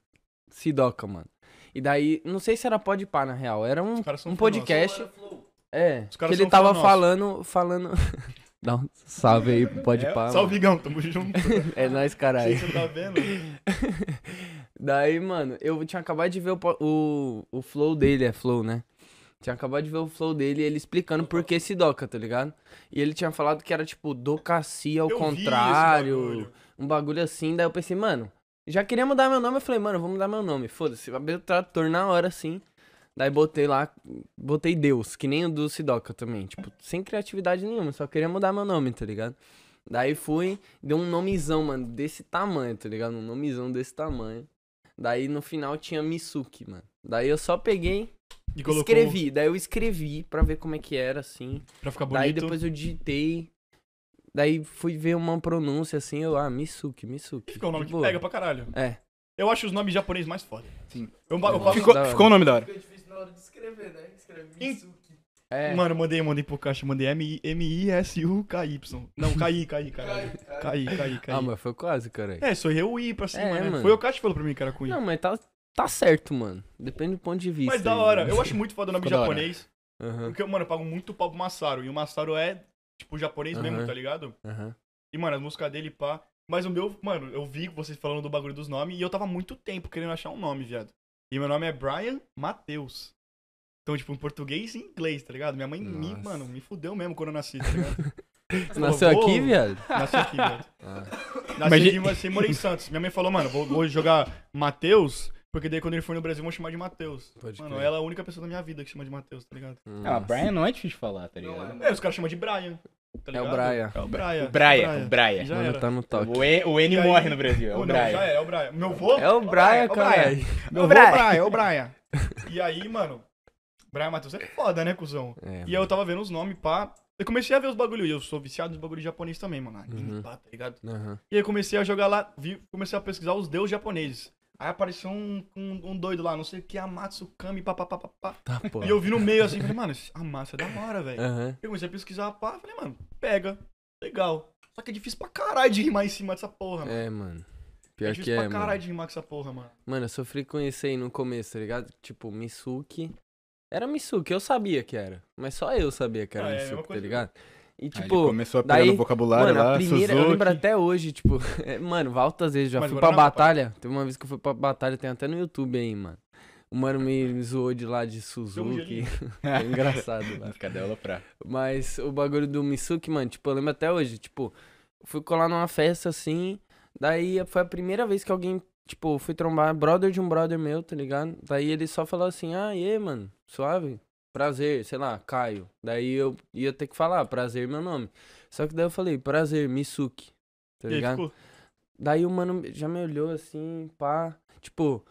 Speaker 3: Sidoca, mano. E daí, não sei se era podpá, na real, era um,
Speaker 1: Os caras são
Speaker 3: um
Speaker 1: famosos.
Speaker 3: podcast,
Speaker 4: Flow.
Speaker 3: é,
Speaker 1: Os
Speaker 3: que
Speaker 1: caras
Speaker 3: ele
Speaker 1: são
Speaker 3: tava
Speaker 1: fã nosso.
Speaker 3: falando, falando... <laughs> Dá um salve aí pro
Speaker 1: É,
Speaker 3: podpá, mano.
Speaker 1: Salve, Igão, tamo
Speaker 3: <laughs>
Speaker 1: junto.
Speaker 3: É nóis, caralho.
Speaker 1: Você tá vendo?
Speaker 3: Daí, mano, eu tinha acabado de ver o, po- o, o flow dele, é flow, né? Tinha acabado de ver o flow dele e ele explicando por que se doca, tá ligado? E ele tinha falado que era tipo docacia ao
Speaker 1: Eu vi esse
Speaker 3: contrário,
Speaker 1: bagulho.
Speaker 3: um bagulho assim. Daí eu pensei, mano, já queria mudar meu nome. Eu falei, mano, vou mudar meu nome, foda-se. Abri o tradutor na hora assim. Daí botei lá, botei Deus, que nem o do Sidoca também. Tipo, sem criatividade nenhuma, só queria mudar meu nome, tá ligado? Daí fui, deu um nomezão, mano, desse tamanho, tá ligado? Um nomezão desse tamanho. Daí no final tinha Misuki, mano. Daí eu só peguei,
Speaker 1: E colocou
Speaker 3: escrevi. Daí eu escrevi pra ver como é que era, assim.
Speaker 1: Pra ficar bonito.
Speaker 3: Daí depois eu digitei. Daí fui ver uma pronúncia assim, eu, ah, Misuki, Misuki.
Speaker 1: Ficou um nome
Speaker 3: De
Speaker 1: que
Speaker 3: boa.
Speaker 1: pega pra caralho.
Speaker 3: É.
Speaker 1: Eu acho os nomes japoneses mais foda.
Speaker 2: Sim.
Speaker 1: Eu, eu, eu,
Speaker 2: Ficou,
Speaker 3: Da hora.
Speaker 2: ficou o nome da hora.
Speaker 4: Fica difícil na hora de escrever, né? Escreve
Speaker 1: Em-
Speaker 4: Mitsuki.
Speaker 3: É,
Speaker 1: Mano, eu mandei, mandei pro caixa, mandei M- M-I-S-U-K-Y. Não, caí, caí, caralho.
Speaker 3: <laughs>
Speaker 4: Cai, cai.
Speaker 1: Caí, caí, caí.
Speaker 3: ah, mas foi quase, caralho.
Speaker 1: É, só eu ir pra cima,
Speaker 3: É,
Speaker 1: né?
Speaker 3: mano.
Speaker 1: Foi o Caixa que falou pra mim que era com I.
Speaker 3: Não, mas tá, tá certo, mano. Depende do ponto de vista.
Speaker 1: Mas da
Speaker 3: aí,
Speaker 1: hora,
Speaker 3: né?
Speaker 1: eu acho muito foda o nome
Speaker 2: Ficou da hora.
Speaker 1: japonês.
Speaker 3: Aham,
Speaker 1: Porque, mano, eu pago muito pau pro Massaro. E o Massaro é, tipo, japonês mesmo,
Speaker 3: Aham.
Speaker 1: tá ligado?
Speaker 3: aham.
Speaker 1: E, mano, as músicas dele, pá. Mas o meu, mano, eu vi vocês falando do bagulho dos nomes e eu tava há muito tempo querendo achar um nome, viado. E meu nome é Brian Matheus. Então, tipo, em português e em inglês, tá ligado? Minha mãe, me,
Speaker 3: Nossa.
Speaker 1: mano, me fudeu mesmo quando eu nasci, tá ligado?
Speaker 3: <laughs> Você nasceu
Speaker 1: Vou-
Speaker 3: aqui, viado?
Speaker 1: Nasci aqui,
Speaker 3: <laughs>
Speaker 1: viado.
Speaker 3: Ah.
Speaker 1: Nasci
Speaker 2: Mas-
Speaker 1: aqui, mas sem morei em Santos. Minha mãe falou, mano, vou, vou jogar Matheus, porque daí quando ele for no Brasil vão chamar de Matheus.
Speaker 3: Pode
Speaker 1: Mano,
Speaker 3: crer.
Speaker 1: ela é a única pessoa da minha vida que chama de Matheus, tá ligado?
Speaker 2: Ah,
Speaker 3: Nossa.
Speaker 2: Brian não é difícil de falar, tá
Speaker 4: Não é,
Speaker 2: ligado?
Speaker 4: mano.
Speaker 1: É, os caras chamam de Brian. tá
Speaker 3: É o
Speaker 1: ligado?
Speaker 3: Brian.
Speaker 1: É o Brian.
Speaker 2: Brian, o Brian.
Speaker 1: Já
Speaker 3: Mano,
Speaker 1: era. É
Speaker 3: tá no toque.
Speaker 2: O, e, o N
Speaker 1: E aí-
Speaker 2: morre no Brasil, é
Speaker 1: Não,
Speaker 2: o
Speaker 1: não, já
Speaker 2: Brian.
Speaker 1: era, é o Brian. Meu vô.
Speaker 3: É o Brian,
Speaker 1: Brian,
Speaker 3: caralho.
Speaker 1: Meu vô é o Brian, é o Brian. E aí, mano, Brian Matheus é foda, né, cuzão?
Speaker 3: É,
Speaker 1: E eu tava vendo os nomes, pá. Eu comecei a ver os bagulho, e eu sou viciado nos bagulho japonês também, mano. Anime,
Speaker 3: Uhum.
Speaker 1: pá, tá ligado?
Speaker 3: Aham.
Speaker 1: E aí comecei a jogar lá, vi, comecei a pesquisar os deuses japoneses. Aí apareceu um, um, um doido lá, não sei o que, Amatsukami, papapá.
Speaker 3: Tá, pô.
Speaker 1: E eu vi no meio assim, falei, mano, esse Amatsu é da hora, velho.
Speaker 3: Aham.
Speaker 1: Eu comecei a pesquisar, pá, falei, mano, pega, legal. Só que é difícil pra caralho de rimar em cima dessa porra, Ah, mano.
Speaker 3: É, mano.
Speaker 1: É,
Speaker 3: Pior que
Speaker 1: difícil
Speaker 3: é,
Speaker 1: pra caralho
Speaker 3: mano.
Speaker 1: de rimar com essa porra, mano.
Speaker 3: Mano, eu sofri com isso aí no começo, tá ligado? Tipo, Misuki. Era Misuki, eu sabia que era. Mas só eu sabia que era
Speaker 1: Ah, é, a mesma
Speaker 3: Misuki, tá
Speaker 1: coisa.
Speaker 3: ligado? E
Speaker 2: Aí ele
Speaker 3: tipo,
Speaker 2: começou a
Speaker 3: daí-
Speaker 2: pegar no vocabulário
Speaker 3: mano, a
Speaker 2: lá,
Speaker 3: primeira, eu
Speaker 2: Suzuki.
Speaker 3: lembro até hoje, tipo, <laughs> é, mano, altas vezes, já
Speaker 1: Mas
Speaker 3: fui
Speaker 1: agora
Speaker 3: pra
Speaker 1: não, papai.
Speaker 3: batalha. Teve uma vez que eu fui pra batalha, tem até no YouTube aí, mano. O mano me zoou de lá de Suzuki.
Speaker 1: um gelinho.
Speaker 3: <laughs> é engraçado lá.
Speaker 2: Cadê ela pra?
Speaker 3: Mas o bagulho do Misuki, mano, tipo, eu lembro até hoje, tipo, fui colar numa festa assim, daí foi a primeira vez que alguém, tipo, fui trombar brother de um brother meu, tá ligado? Daí ele só falou assim, ah, e aí, mano, suave? Prazer, sei lá, Caio. Daí eu ia ter que falar, prazer, meu nome. Só que daí eu falei, prazer, Misuki. Tá
Speaker 1: e aí tipo,
Speaker 3: ligado?
Speaker 1: ficou.
Speaker 3: Daí o mano já me olhou assim, pá. Tipo,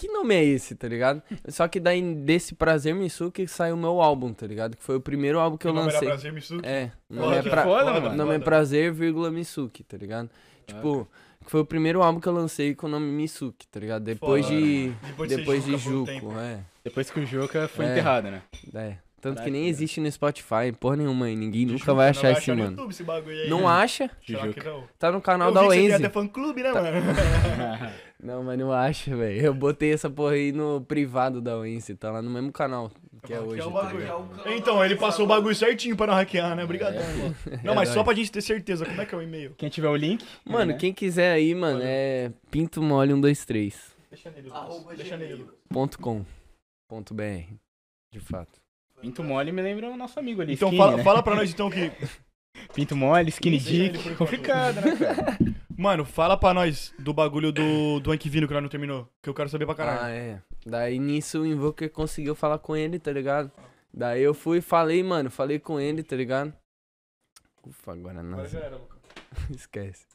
Speaker 3: que nome é esse,
Speaker 1: <laughs>
Speaker 3: tá ligado? Só que daí desse Prazer Misuki saiu meu álbum, tá ligado? Que foi o primeiro álbum que eu
Speaker 1: Meu nome era
Speaker 3: lancei.
Speaker 1: Prazer Mitsuki.
Speaker 3: É, o nome
Speaker 1: Olha
Speaker 3: é,
Speaker 1: que
Speaker 3: pra...
Speaker 2: foda,
Speaker 1: foda,
Speaker 2: mano.
Speaker 3: nome é
Speaker 1: foda.
Speaker 3: Prazer, vírgula Misuki, tá ligado? Tipo, que foi o primeiro álbum que eu lancei com o nome Misuki, tá ligado? Depois
Speaker 1: Foda, né?
Speaker 3: de.
Speaker 1: Depois,
Speaker 3: Depois de Juco,
Speaker 1: um tempo.
Speaker 3: é.
Speaker 2: Depois que o Juca foi
Speaker 3: É.
Speaker 2: enterrado, né?
Speaker 3: é. Tanto que
Speaker 2: Caraca,
Speaker 3: nem
Speaker 2: velho.
Speaker 3: existe no Spotify, porra nenhuma, e ninguém
Speaker 1: De
Speaker 3: nunca
Speaker 1: Juca,
Speaker 3: vai
Speaker 1: não
Speaker 3: achar esse
Speaker 1: no
Speaker 3: mano.
Speaker 1: YouTube esse bagulho aí.
Speaker 3: Não acha?
Speaker 1: Será que
Speaker 2: Jujuca.
Speaker 1: não?
Speaker 3: Tá no
Speaker 1: Eu
Speaker 3: canal
Speaker 1: vi
Speaker 3: da
Speaker 1: que você tem
Speaker 3: Wenzy.
Speaker 1: até fã clube, né, mano?
Speaker 3: Não, mas não acha, velho. Eu botei essa porra aí no privado da Wince, tá lá no mesmo canal <laughs> que
Speaker 1: Aqui
Speaker 3: é
Speaker 1: é
Speaker 3: hoje.
Speaker 1: o
Speaker 3: tá
Speaker 1: bagulho.
Speaker 3: ligado?
Speaker 1: Então, ele passou o bagulho certinho pra não hackear, né? Obrigadão, mano. Não, mas
Speaker 3: <laughs> É
Speaker 1: só pra gente ter certeza, como é que é o e-mail?
Speaker 2: Quem tiver o link.
Speaker 3: Mano,
Speaker 2: né?
Speaker 3: quem quiser aí, mano, é pintomole123.com.br.
Speaker 1: Deixa nele,
Speaker 4: Arroba
Speaker 1: Lucas. Deixa nele.
Speaker 4: gmail.
Speaker 1: Lucas.
Speaker 3: Ponto BR, De fato.
Speaker 2: Pinto mole me lembra o nosso amigo ali.
Speaker 1: Então
Speaker 2: skinny,
Speaker 1: fala,
Speaker 2: né?
Speaker 1: fala pra nós então que.
Speaker 2: Pinto mole, skinny
Speaker 1: Deixa ele
Speaker 2: dick.
Speaker 1: por
Speaker 2: Complicado, né, cara?
Speaker 1: Mano, fala pra nós do bagulho do, do Anquivino que nós não terminou. Que eu quero saber pra caralho.
Speaker 3: Ah, é. Daí nisso o Invoker conseguiu falar com ele, tá ligado? Daí eu fui e falei, mano, falei com ele, tá ligado? Ufa, agora não.
Speaker 1: era, Lucas.
Speaker 3: <laughs> Esquece.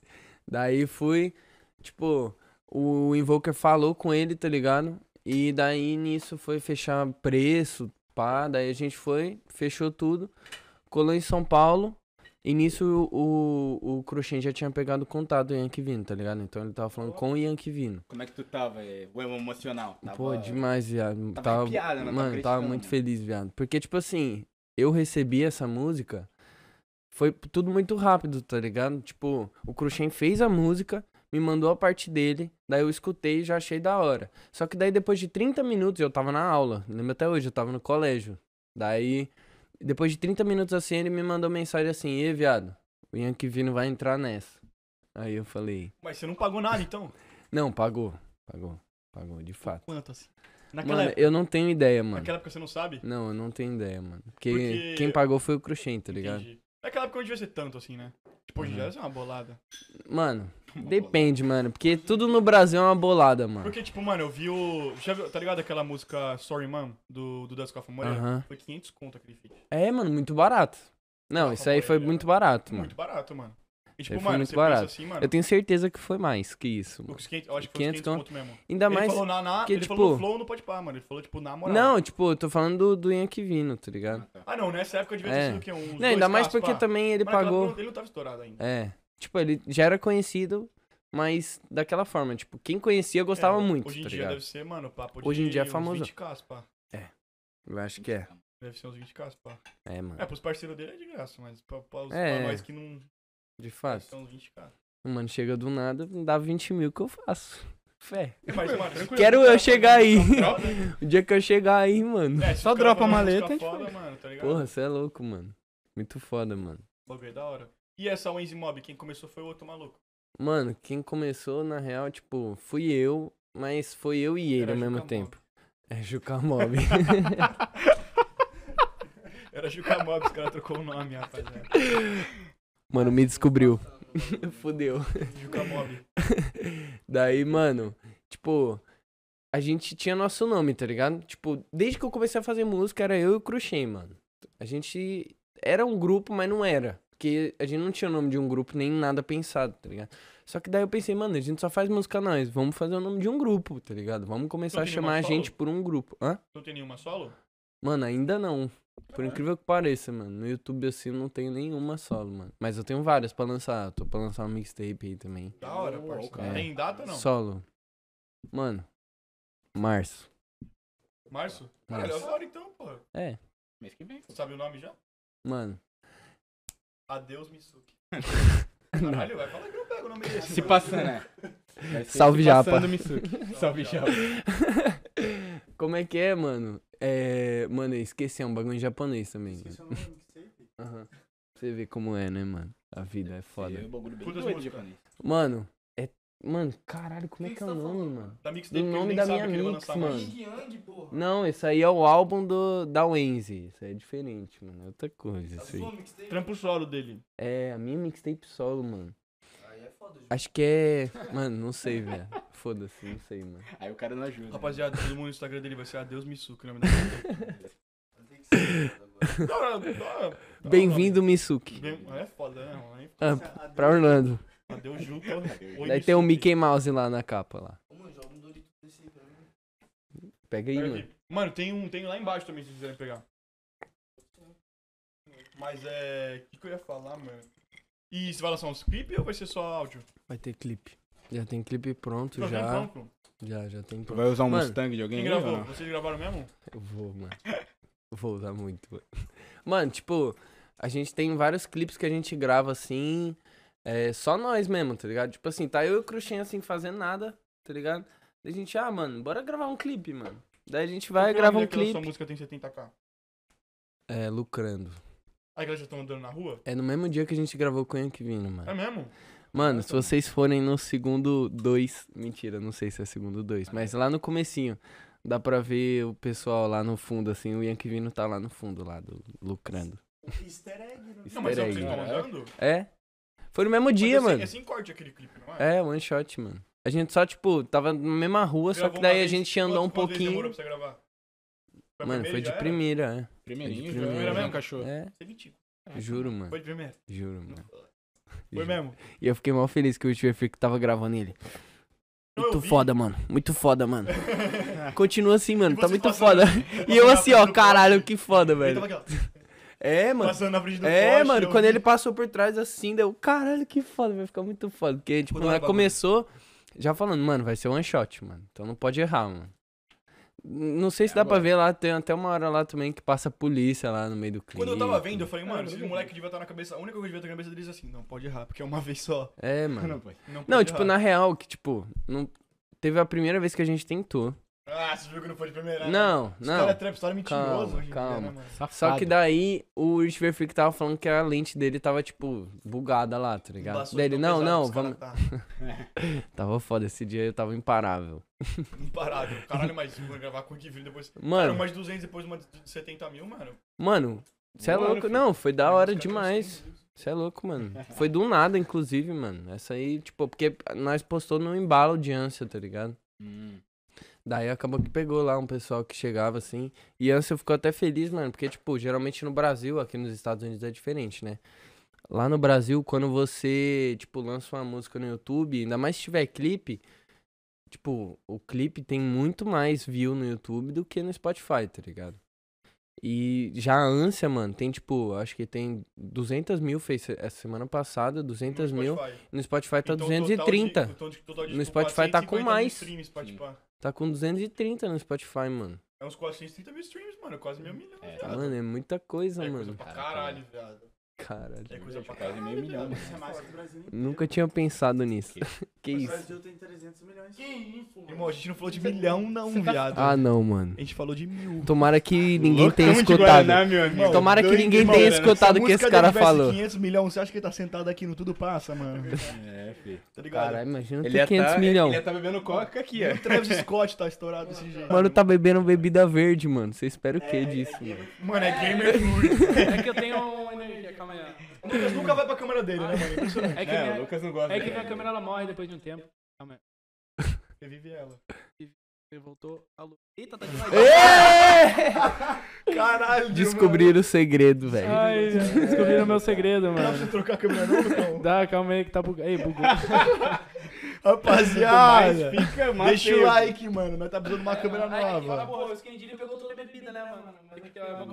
Speaker 3: Daí fui, tipo, o Invoker falou com ele, tá ligado? E daí nisso foi fechar preço, pá. Daí a gente foi, fechou tudo, colou em São Paulo. E nisso o, o, o Cruxem já tinha pegado contato do Yankee Vino, tá ligado? Então ele tava falando com o Yankee Vino.
Speaker 2: <laughs> Como é que tu tava, eh, o emo- emocional? Tava...
Speaker 3: Pô, demais, viado.
Speaker 2: tava
Speaker 3: Tava,
Speaker 2: arrepiado, né? Tava
Speaker 3: mano, tava
Speaker 2: acreditando,
Speaker 3: muito
Speaker 2: né?
Speaker 3: feliz, viado. Porque, tipo assim, eu recebi essa música, foi tudo muito rápido, tá ligado? Tipo, o Cruxem fez a música, me mandou a parte dele, daí eu escutei e já achei da hora. Só que daí depois de 30 minutos, eu tava na aula, lembro até hoje, eu tava no colégio. Daí, depois de 30 minutos assim, ele me mandou mensagem assim, e viado, o Yankee Vino vai entrar nessa. Aí eu falei,
Speaker 1: Mas você não pagou nada, então?
Speaker 3: não, pagou, pagou, pagou, de fato.
Speaker 1: Quanto, assim? Naquela,
Speaker 3: mano,
Speaker 1: época,
Speaker 3: eu não tenho ideia, mano.
Speaker 1: naquela época você não sabe?
Speaker 3: Não, eu não tenho ideia, mano. Porque,
Speaker 1: Porque-
Speaker 3: quem pagou foi o Cruxem, tá ligado?
Speaker 1: Entendi. Naquela época não devia ser tanto, assim, né? Tipo, hoje em dia
Speaker 3: Uhum.
Speaker 1: deve ser uma bolada. <laughs>
Speaker 3: Mano,
Speaker 2: Uma
Speaker 3: depende, mano. Porque tudo no Brasil é uma bolada, mano.
Speaker 1: Porque, tipo, mano, eu vi o... Já viu, tá ligado aquela música Sorry Mom, do, do Dusk of Moreira?
Speaker 3: Aham.
Speaker 1: Foi 500 conto aquele feat.
Speaker 3: É, mano, muito barato. Não,
Speaker 1: Ah,
Speaker 3: isso aí foi
Speaker 1: foi,
Speaker 3: muito barato, mano.
Speaker 1: Muito barato, mano. E, tipo,
Speaker 3: Ele foi
Speaker 1: mano,
Speaker 3: muito
Speaker 1: você
Speaker 3: barato.
Speaker 1: pensa assim, mano...
Speaker 3: Eu tenho certeza que foi mais que isso, mano.
Speaker 1: os 500, eu acho que foi 500
Speaker 3: 500 conto.
Speaker 1: conto mesmo.
Speaker 3: Ainda
Speaker 1: ele
Speaker 3: mais.
Speaker 1: falou na, na
Speaker 3: que,
Speaker 1: ele
Speaker 3: tipo-
Speaker 1: falou no flow no pode pá, mano. Ele falou, tipo, na moral.
Speaker 3: Não, tipo, eu tô falando do, do Yankee Vino, tá ligado?
Speaker 1: Ah, não, nessa época devia
Speaker 3: É.
Speaker 1: ter sido o quê? Uns
Speaker 3: não, ainda
Speaker 1: dois
Speaker 3: mais
Speaker 1: carros,
Speaker 3: porque
Speaker 1: pá.
Speaker 3: também ele
Speaker 1: Mano, aquela
Speaker 3: pagou.
Speaker 1: época Ele não tava estourado ainda.
Speaker 3: É. Tipo, ele já era conhecido, mas daquela forma. Tipo, quem conhecia gostava
Speaker 1: É,
Speaker 3: muito,
Speaker 1: Hoje em
Speaker 3: tá
Speaker 1: dia
Speaker 3: ligado?
Speaker 1: deve ser, mano, papo de
Speaker 3: Hoje em dia é
Speaker 1: uns
Speaker 3: famoso.
Speaker 1: 20 cas, pá.
Speaker 3: Eu acho que é.
Speaker 1: Deve ser uns 20 cas, pá.
Speaker 3: É, mano.
Speaker 1: É, pros parceiros dele é de graça, mas pra, pra, os-
Speaker 3: É.
Speaker 1: pra nós que não
Speaker 3: De fato.
Speaker 1: são uns 20 cas.
Speaker 3: Um Mano, chega do nada, dá 20 mil que
Speaker 1: <laughs>
Speaker 3: eu faço. Fé.
Speaker 1: Mas, mano, tranquilo.
Speaker 3: Quero eu chegar aí.
Speaker 1: É, <laughs>
Speaker 3: O dia que eu chegar aí, mano.
Speaker 1: se os
Speaker 2: Só
Speaker 1: caras
Speaker 2: dropa
Speaker 1: fazem
Speaker 2: a
Speaker 1: música
Speaker 2: maleta, a gente
Speaker 1: foda,
Speaker 2: faz.
Speaker 1: mano, tá ligado?
Speaker 3: Porra, você é louco, mano. Muito foda, mano.
Speaker 1: Bagulho é da hora. E essa Wenzy Mob, quem começou foi o outro maluco.
Speaker 3: Mano, quem começou, na real, tipo, fui eu, mas foi eu e ele
Speaker 1: Era
Speaker 3: ao mesmo
Speaker 1: Juca
Speaker 3: tempo. É Juca Mob. <laughs>
Speaker 1: Era Juca Mob, os caras trocou o nome, rapaziada.
Speaker 3: mano, me descobriu. <laughs> Fudeu.
Speaker 1: Juca Mob.
Speaker 3: Daí, mano, tipo, a gente tinha nosso nome, tá ligado? Tipo, desde que eu comecei a fazer música, era eu e o Cruxem, mano. A gente era um grupo, mas não era. Porque a gente não tinha o nome de um grupo, nem nada pensado, tá ligado? Só que daí eu pensei, mano, a gente só faz música nós, vamos fazer o nome de um grupo, tá ligado? Vamos começar a
Speaker 1: tem nenhuma
Speaker 3: chamar a
Speaker 1: solo?
Speaker 3: gente por um grupo. Hã?
Speaker 1: Não tem nenhuma solo?
Speaker 3: Mano, ainda não. Por incrível que pareça, mano. No YouTube, assim, eu não tenho nenhuma solo, mano. Mas eu tenho várias pra lançar. Tô pra lançar um mixtape aí também.
Speaker 1: Da hora,
Speaker 2: Ô,
Speaker 1: parça.
Speaker 3: cara.
Speaker 1: Tem data, não?
Speaker 3: Solo. Mano. Março.
Speaker 1: Março?
Speaker 3: Março.
Speaker 1: Caralho, agora então, porra.
Speaker 3: É,
Speaker 2: Mês que vem.
Speaker 1: Você sabe o nome já?
Speaker 3: mano.
Speaker 1: Adeus, Mitsuki.
Speaker 3: <laughs> Não.
Speaker 1: Caralho, vai. Fala que eu não pego o nome desse.
Speaker 2: Se passando, <laughs> né? Vai ser
Speaker 3: Salve,
Speaker 2: se
Speaker 3: japa.
Speaker 2: Passando, <laughs> Mitsuki. Salve, Japa.
Speaker 3: Como é que é, mano? É. Mano, eu esqueci, é um bagulho em japonês também. mano.
Speaker 5: Esqueci o nome do mixtape.
Speaker 3: Aham. Você vê como é, né, mano? A vida é
Speaker 2: Esse
Speaker 3: foda.
Speaker 2: é um bagulho bem
Speaker 1: Todas as
Speaker 2: doido,
Speaker 1: músicas.
Speaker 2: japonês.
Speaker 3: Mano, é. Mano, caralho, como é
Speaker 5: Quem
Speaker 3: que é
Speaker 5: você
Speaker 3: o
Speaker 5: tá
Speaker 3: nome,
Speaker 5: falando,
Speaker 3: mano?
Speaker 1: Da mixtape
Speaker 3: Do
Speaker 1: que ele
Speaker 3: nome
Speaker 1: nem
Speaker 3: da
Speaker 1: sabe
Speaker 3: minha
Speaker 1: que ele vai
Speaker 3: mix,
Speaker 1: lançar
Speaker 3: mano.
Speaker 1: mais.
Speaker 4: Ying Yang, porra.
Speaker 3: Não, esse aí é o álbum do, da Wenzy. Isso aí é diferente, mano. É outra coisa,
Speaker 4: Tá
Speaker 3: isso aí.
Speaker 1: Trampo solo dele.
Speaker 3: É, a minha mixtape solo, mano.
Speaker 4: Aí é foda, Ju.
Speaker 3: Acho que é. <laughs> Mano, não sei, velho. Foda-se, não sei, mano.
Speaker 2: Aí o cara não ajuda. né?
Speaker 1: Rapaziada, todo mundo no Instagram dele vai ser Adeus Mitsuki. Nome da
Speaker 4: Tem que ser foda agora.
Speaker 1: Da hora, da hora.
Speaker 3: <laughs> Bem-vindo, Mitsuki.
Speaker 1: Bem- É foda, né? mano?
Speaker 3: Ah,
Speaker 5: Essa- a
Speaker 3: pra
Speaker 5: Deus-
Speaker 3: Orlando.
Speaker 1: Adeus, Juca. Oi,
Speaker 3: Daí tem o
Speaker 1: Mitsuki.
Speaker 3: Mickey Mouse lá na capa lá.
Speaker 4: Ô, mano, joga um Dorito desse aí pra mim.
Speaker 3: Pega aí,
Speaker 1: Pega
Speaker 3: mano.
Speaker 1: aqui. Mano, tem um tem lá embaixo também, se quiserem pegar. Mas é. O que, que eu ia falar, mano? E você vai lançar uns clipes ou vai ser só áudio?
Speaker 3: Vai ter clipe. Já tem clipe pronto,
Speaker 1: Não, tem
Speaker 3: já.
Speaker 1: banco.
Speaker 3: Já, já tem
Speaker 2: Tu
Speaker 3: pronto.
Speaker 2: vai usar um
Speaker 3: Mano,
Speaker 2: Mustang de alguém
Speaker 1: Quem
Speaker 2: aí, ou
Speaker 1: gravou?
Speaker 2: não?
Speaker 1: Vocês gravaram mesmo?
Speaker 3: Eu vou, mano. Eu Vou usar muito, mano. Mano, tipo, a gente tem vários clipes que a gente grava assim. É só nós mesmo, tá ligado? Tipo assim, tá eu e o Cruxinha assim fazendo nada, tá ligado? Daí a gente, ah, mano, bora gravar um clipe, mano. Daí a gente vai,
Speaker 1: Qual que é o
Speaker 3: grava
Speaker 1: nome
Speaker 3: um
Speaker 1: daquela Sua
Speaker 3: clipe.
Speaker 1: música tem 70k.
Speaker 3: É, lucrando.
Speaker 1: Aí que elas Ah, já estão andando na rua?
Speaker 3: É no mesmo dia que a gente gravou com o Yankee Vino, mano.
Speaker 1: É mesmo?
Speaker 3: Mano, se vocês forem no segundo 2, mentira, não sei se é segundo 2, mas lá no comecinho, dá pra ver o pessoal lá no fundo, assim, o Yankee Vino tá lá no fundo, lá, do, lucrando.
Speaker 5: Easter egg, né?
Speaker 1: Não, mas é o que
Speaker 3: Espera
Speaker 1: vocês
Speaker 2: aí,
Speaker 1: estão
Speaker 2: caraca.
Speaker 1: andando?
Speaker 3: É? Foi no mesmo dia,
Speaker 1: Mas é sem-
Speaker 3: mano.
Speaker 1: É sem corte aquele clipe, não é?
Speaker 3: É, one shot, mano. A gente só, tipo, tava na mesma rua, só que
Speaker 1: Gravou
Speaker 3: daí
Speaker 1: uma
Speaker 3: a
Speaker 1: vez.
Speaker 3: gente andou um
Speaker 1: Quanto- quantas vezes demorou
Speaker 3: pouquinho.
Speaker 1: pra você gravar? a
Speaker 3: Mano,
Speaker 1: primeira
Speaker 3: foi
Speaker 1: e já
Speaker 3: de
Speaker 1: era?
Speaker 3: primeira,
Speaker 2: Primeirinho,
Speaker 3: Foi de primeira
Speaker 2: já.
Speaker 1: mesmo.
Speaker 2: um cachorro.
Speaker 3: é.
Speaker 1: Você mentiu.
Speaker 3: É, juro, mano.
Speaker 1: Foi de primeira.
Speaker 3: Juro, mano.
Speaker 1: Foi
Speaker 3: Juro. <laughs>
Speaker 1: mesmo.
Speaker 3: E eu fiquei mal feliz que o Tio Freak tava gravando ele.
Speaker 1: Não, eu
Speaker 3: Muito
Speaker 1: vi.
Speaker 3: foda, mano. Muito
Speaker 1: <laughs>
Speaker 3: foda, mano. Continua assim,
Speaker 1: E
Speaker 3: mano. Tá
Speaker 1: vocês
Speaker 3: muito
Speaker 1: passaram-
Speaker 3: foda. E eu
Speaker 1: passaram
Speaker 3: assim, ó,
Speaker 1: rápido no
Speaker 3: caralho,
Speaker 1: corte.
Speaker 3: que foda,
Speaker 1: Ele
Speaker 3: velho.
Speaker 1: tava aqui, ó.
Speaker 3: É, mano.
Speaker 1: Passando na frente do
Speaker 3: É,
Speaker 1: poste,
Speaker 3: mano,
Speaker 1: eu
Speaker 3: quando
Speaker 1: vi.
Speaker 3: ele passou por trás assim, deu, caralho, que foda, vai ficar muito foda. Porque, tipo,
Speaker 1: Quando
Speaker 3: nós
Speaker 1: era bagulho?
Speaker 3: começou já falando, mano, vai ser one shot, mano. Então não pode errar, mano. N- Não
Speaker 1: É,
Speaker 3: sei se dá pra ver lá, tem até uma hora lá também que passa polícia lá no meio do clipe.
Speaker 1: Quando eu tava vendo, eu falei, mano, esse moleque devia estar na cabeça. A única coisa que devia estar na cabeça deles é assim, não pode errar, porque é uma vez só.
Speaker 3: É, mano.
Speaker 2: Não, pai.
Speaker 1: <laughs> Não, pode
Speaker 3: Não, tipo,
Speaker 1: errar.
Speaker 3: na real, que, tipo, não... teve a primeira vez que a gente tentou.
Speaker 1: Ah, você viu que não foi de primeira? né?
Speaker 3: Não,
Speaker 1: História é
Speaker 3: não.
Speaker 1: trap, história é mentirosa.
Speaker 3: Calma,
Speaker 1: hoje em dia,
Speaker 3: calma. tá
Speaker 1: né, mano?
Speaker 3: Só que daí o Rich Verfick tava falando que a lente dele tava, tipo, bugada lá, tá ligado?
Speaker 1: Embaçou
Speaker 3: Dele,
Speaker 1: tão
Speaker 3: não,
Speaker 1: pesado,
Speaker 3: não,
Speaker 1: os cara
Speaker 3: vamos.
Speaker 1: Tá
Speaker 3: Tava foda, esse dia eu tava imparável.
Speaker 1: imparável. Caralho, mas vou gravar com o Kivir depois. Cara,
Speaker 3: Mano,
Speaker 1: umas 200 depois uma de 70 mil, mano. tá
Speaker 3: mano, você é
Speaker 1: Mano,
Speaker 3: louco.
Speaker 1: filho.
Speaker 3: Não, foi da
Speaker 1: Os
Speaker 3: hora
Speaker 1: caras
Speaker 3: demais.
Speaker 1: tão
Speaker 3: Você é louco, mano. Foi do nada, inclusive, mano. Essa aí, tipo, porque nós postou no embalo de ânsia, tá ligado? Daí acabou que pegou lá um pessoal que chegava assim. E ânsia ficou até feliz, mano, porque, tipo, geralmente no Brasil, aqui nos Estados Unidos é diferente, né? Lá no Brasil, quando você, tipo, lança uma música no YouTube, ainda mais se tiver clipe, tipo, o clipe tem muito mais view no YouTube do que no Spotify, tá ligado? E já a ânsia, mano, tem tipo, acho que tem 200 mil, fez se- essa semana passada, 200
Speaker 1: no
Speaker 3: mil.
Speaker 1: Spotify.
Speaker 3: No Spotify tá
Speaker 1: Então, o total de-
Speaker 3: 230.
Speaker 1: o total de- total de, tipo,
Speaker 3: No Spotify tá com
Speaker 1: 450 mil
Speaker 3: mais.
Speaker 1: streams, pode
Speaker 2: Sim.
Speaker 1: pá.
Speaker 3: Tá com 230 no Spotify, mano.
Speaker 1: É uns 430 mil streams, mano. Quase meio milhão,
Speaker 2: É.
Speaker 1: viado.
Speaker 3: Mano, é muita coisa,
Speaker 1: É coisa
Speaker 3: mano.
Speaker 1: pra
Speaker 2: Caraca,
Speaker 1: caralho, viado. É
Speaker 3: Caralho.
Speaker 1: coisa pra
Speaker 2: Quase
Speaker 1: caralho.
Speaker 2: meio milhão,
Speaker 1: viado.
Speaker 5: Isso é mais que o Brasil inteiro.
Speaker 3: Nunca tinha pensado nisso. <laughs> Que
Speaker 5: O
Speaker 3: isso?
Speaker 5: Brasil tem 300 milhões.
Speaker 4: Que isso, mano?
Speaker 1: Irmão, a gente não falou de milhão, não,
Speaker 2: Você tá-
Speaker 1: viado.
Speaker 3: Ah, não, mano.
Speaker 1: A gente falou de mil.
Speaker 3: Tomara que ninguém
Speaker 2: Loucão
Speaker 3: tenha
Speaker 2: de
Speaker 3: escutado.
Speaker 2: Guaraná, meu amigo.
Speaker 3: Tomara que
Speaker 2: Doido
Speaker 3: ninguém
Speaker 2: de
Speaker 3: tenha
Speaker 2: Guaraná.
Speaker 3: escutado o que esse cara falou.
Speaker 1: 500 milhões, você acha que ele tá sentado aqui no Tudo Passa, <laughs> mano?
Speaker 2: É, filho.
Speaker 1: Tá ligado?
Speaker 3: Caralho, imagina
Speaker 2: Ele
Speaker 3: ter
Speaker 2: ia
Speaker 3: 500
Speaker 2: tá,
Speaker 3: milhões.
Speaker 2: Ele ia tá bebendo coca aqui,
Speaker 1: E
Speaker 2: ó.
Speaker 1: o <laughs> Travis Scott tá estourado desse jeito.
Speaker 3: Mano, tá bebendo bebida verde, mano. Você espera o que disso, mano?
Speaker 1: Mano, é
Speaker 3: <laughs>
Speaker 1: gamer fluid.
Speaker 6: É que eu tenho uma energia, calma aí.
Speaker 1: O Lucas nunca vai pra câmera dele, né, mano? Impressionante.
Speaker 6: É que,
Speaker 2: É, o
Speaker 6: minha,
Speaker 2: Lucas não gosta.
Speaker 6: é que
Speaker 2: né?
Speaker 6: minha câmera ela morre depois de um tempo. Calma aí.
Speaker 1: Revive ela.
Speaker 6: Ele voltou a luz. Eita, tá demais.
Speaker 1: <laughs> Caralho,
Speaker 3: Descobriram o segredo, velho.
Speaker 2: Ah,
Speaker 6: Ai, descobriram meu segredo,
Speaker 1: mano. Dá pra
Speaker 6: mano.
Speaker 1: você trocar a câmera não, Lucão?
Speaker 6: Dá, calma aí que tá bugado. Ei, bugou.
Speaker 1: <laughs> Rapaziada,
Speaker 2: Mas fica mais
Speaker 1: deixa o
Speaker 2: tempo.
Speaker 1: like, mano. Nós tá precisando de uma câmera nova.
Speaker 4: Porra, o Scandilho pegou toda a bebida, né, mano?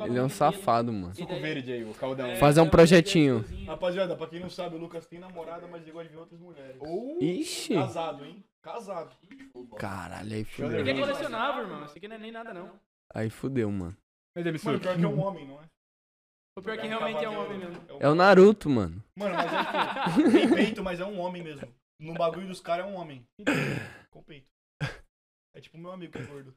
Speaker 3: Ele é um safado, mano.
Speaker 2: Suco verde aí, o caldão.
Speaker 3: Fazer um projetinho.
Speaker 1: Rapaziada, pra quem não sabe, o Lucas tem namorada, mas ele gosta de ver outras mulheres.
Speaker 3: Ixi.
Speaker 2: tá
Speaker 1: Casado, hein? Casado.
Speaker 3: Caralho, aí
Speaker 6: Ele é
Speaker 3: fudeu.
Speaker 6: colecionável, irmão. Isso aqui não é nem nada, não.
Speaker 3: Aí fudeu, mano.
Speaker 2: Mas é
Speaker 1: Mano,
Speaker 2: absurdo.
Speaker 1: pior que é um homem, não é?
Speaker 6: O pior é que realmente é um homem mesmo.
Speaker 3: É o Naruto, mano.
Speaker 1: Mano, mas <laughs> é tipo, tem peito, mas é um homem mesmo. No bagulho dos caras é um homem. Com peito. É tipo meu amigo que é gordo.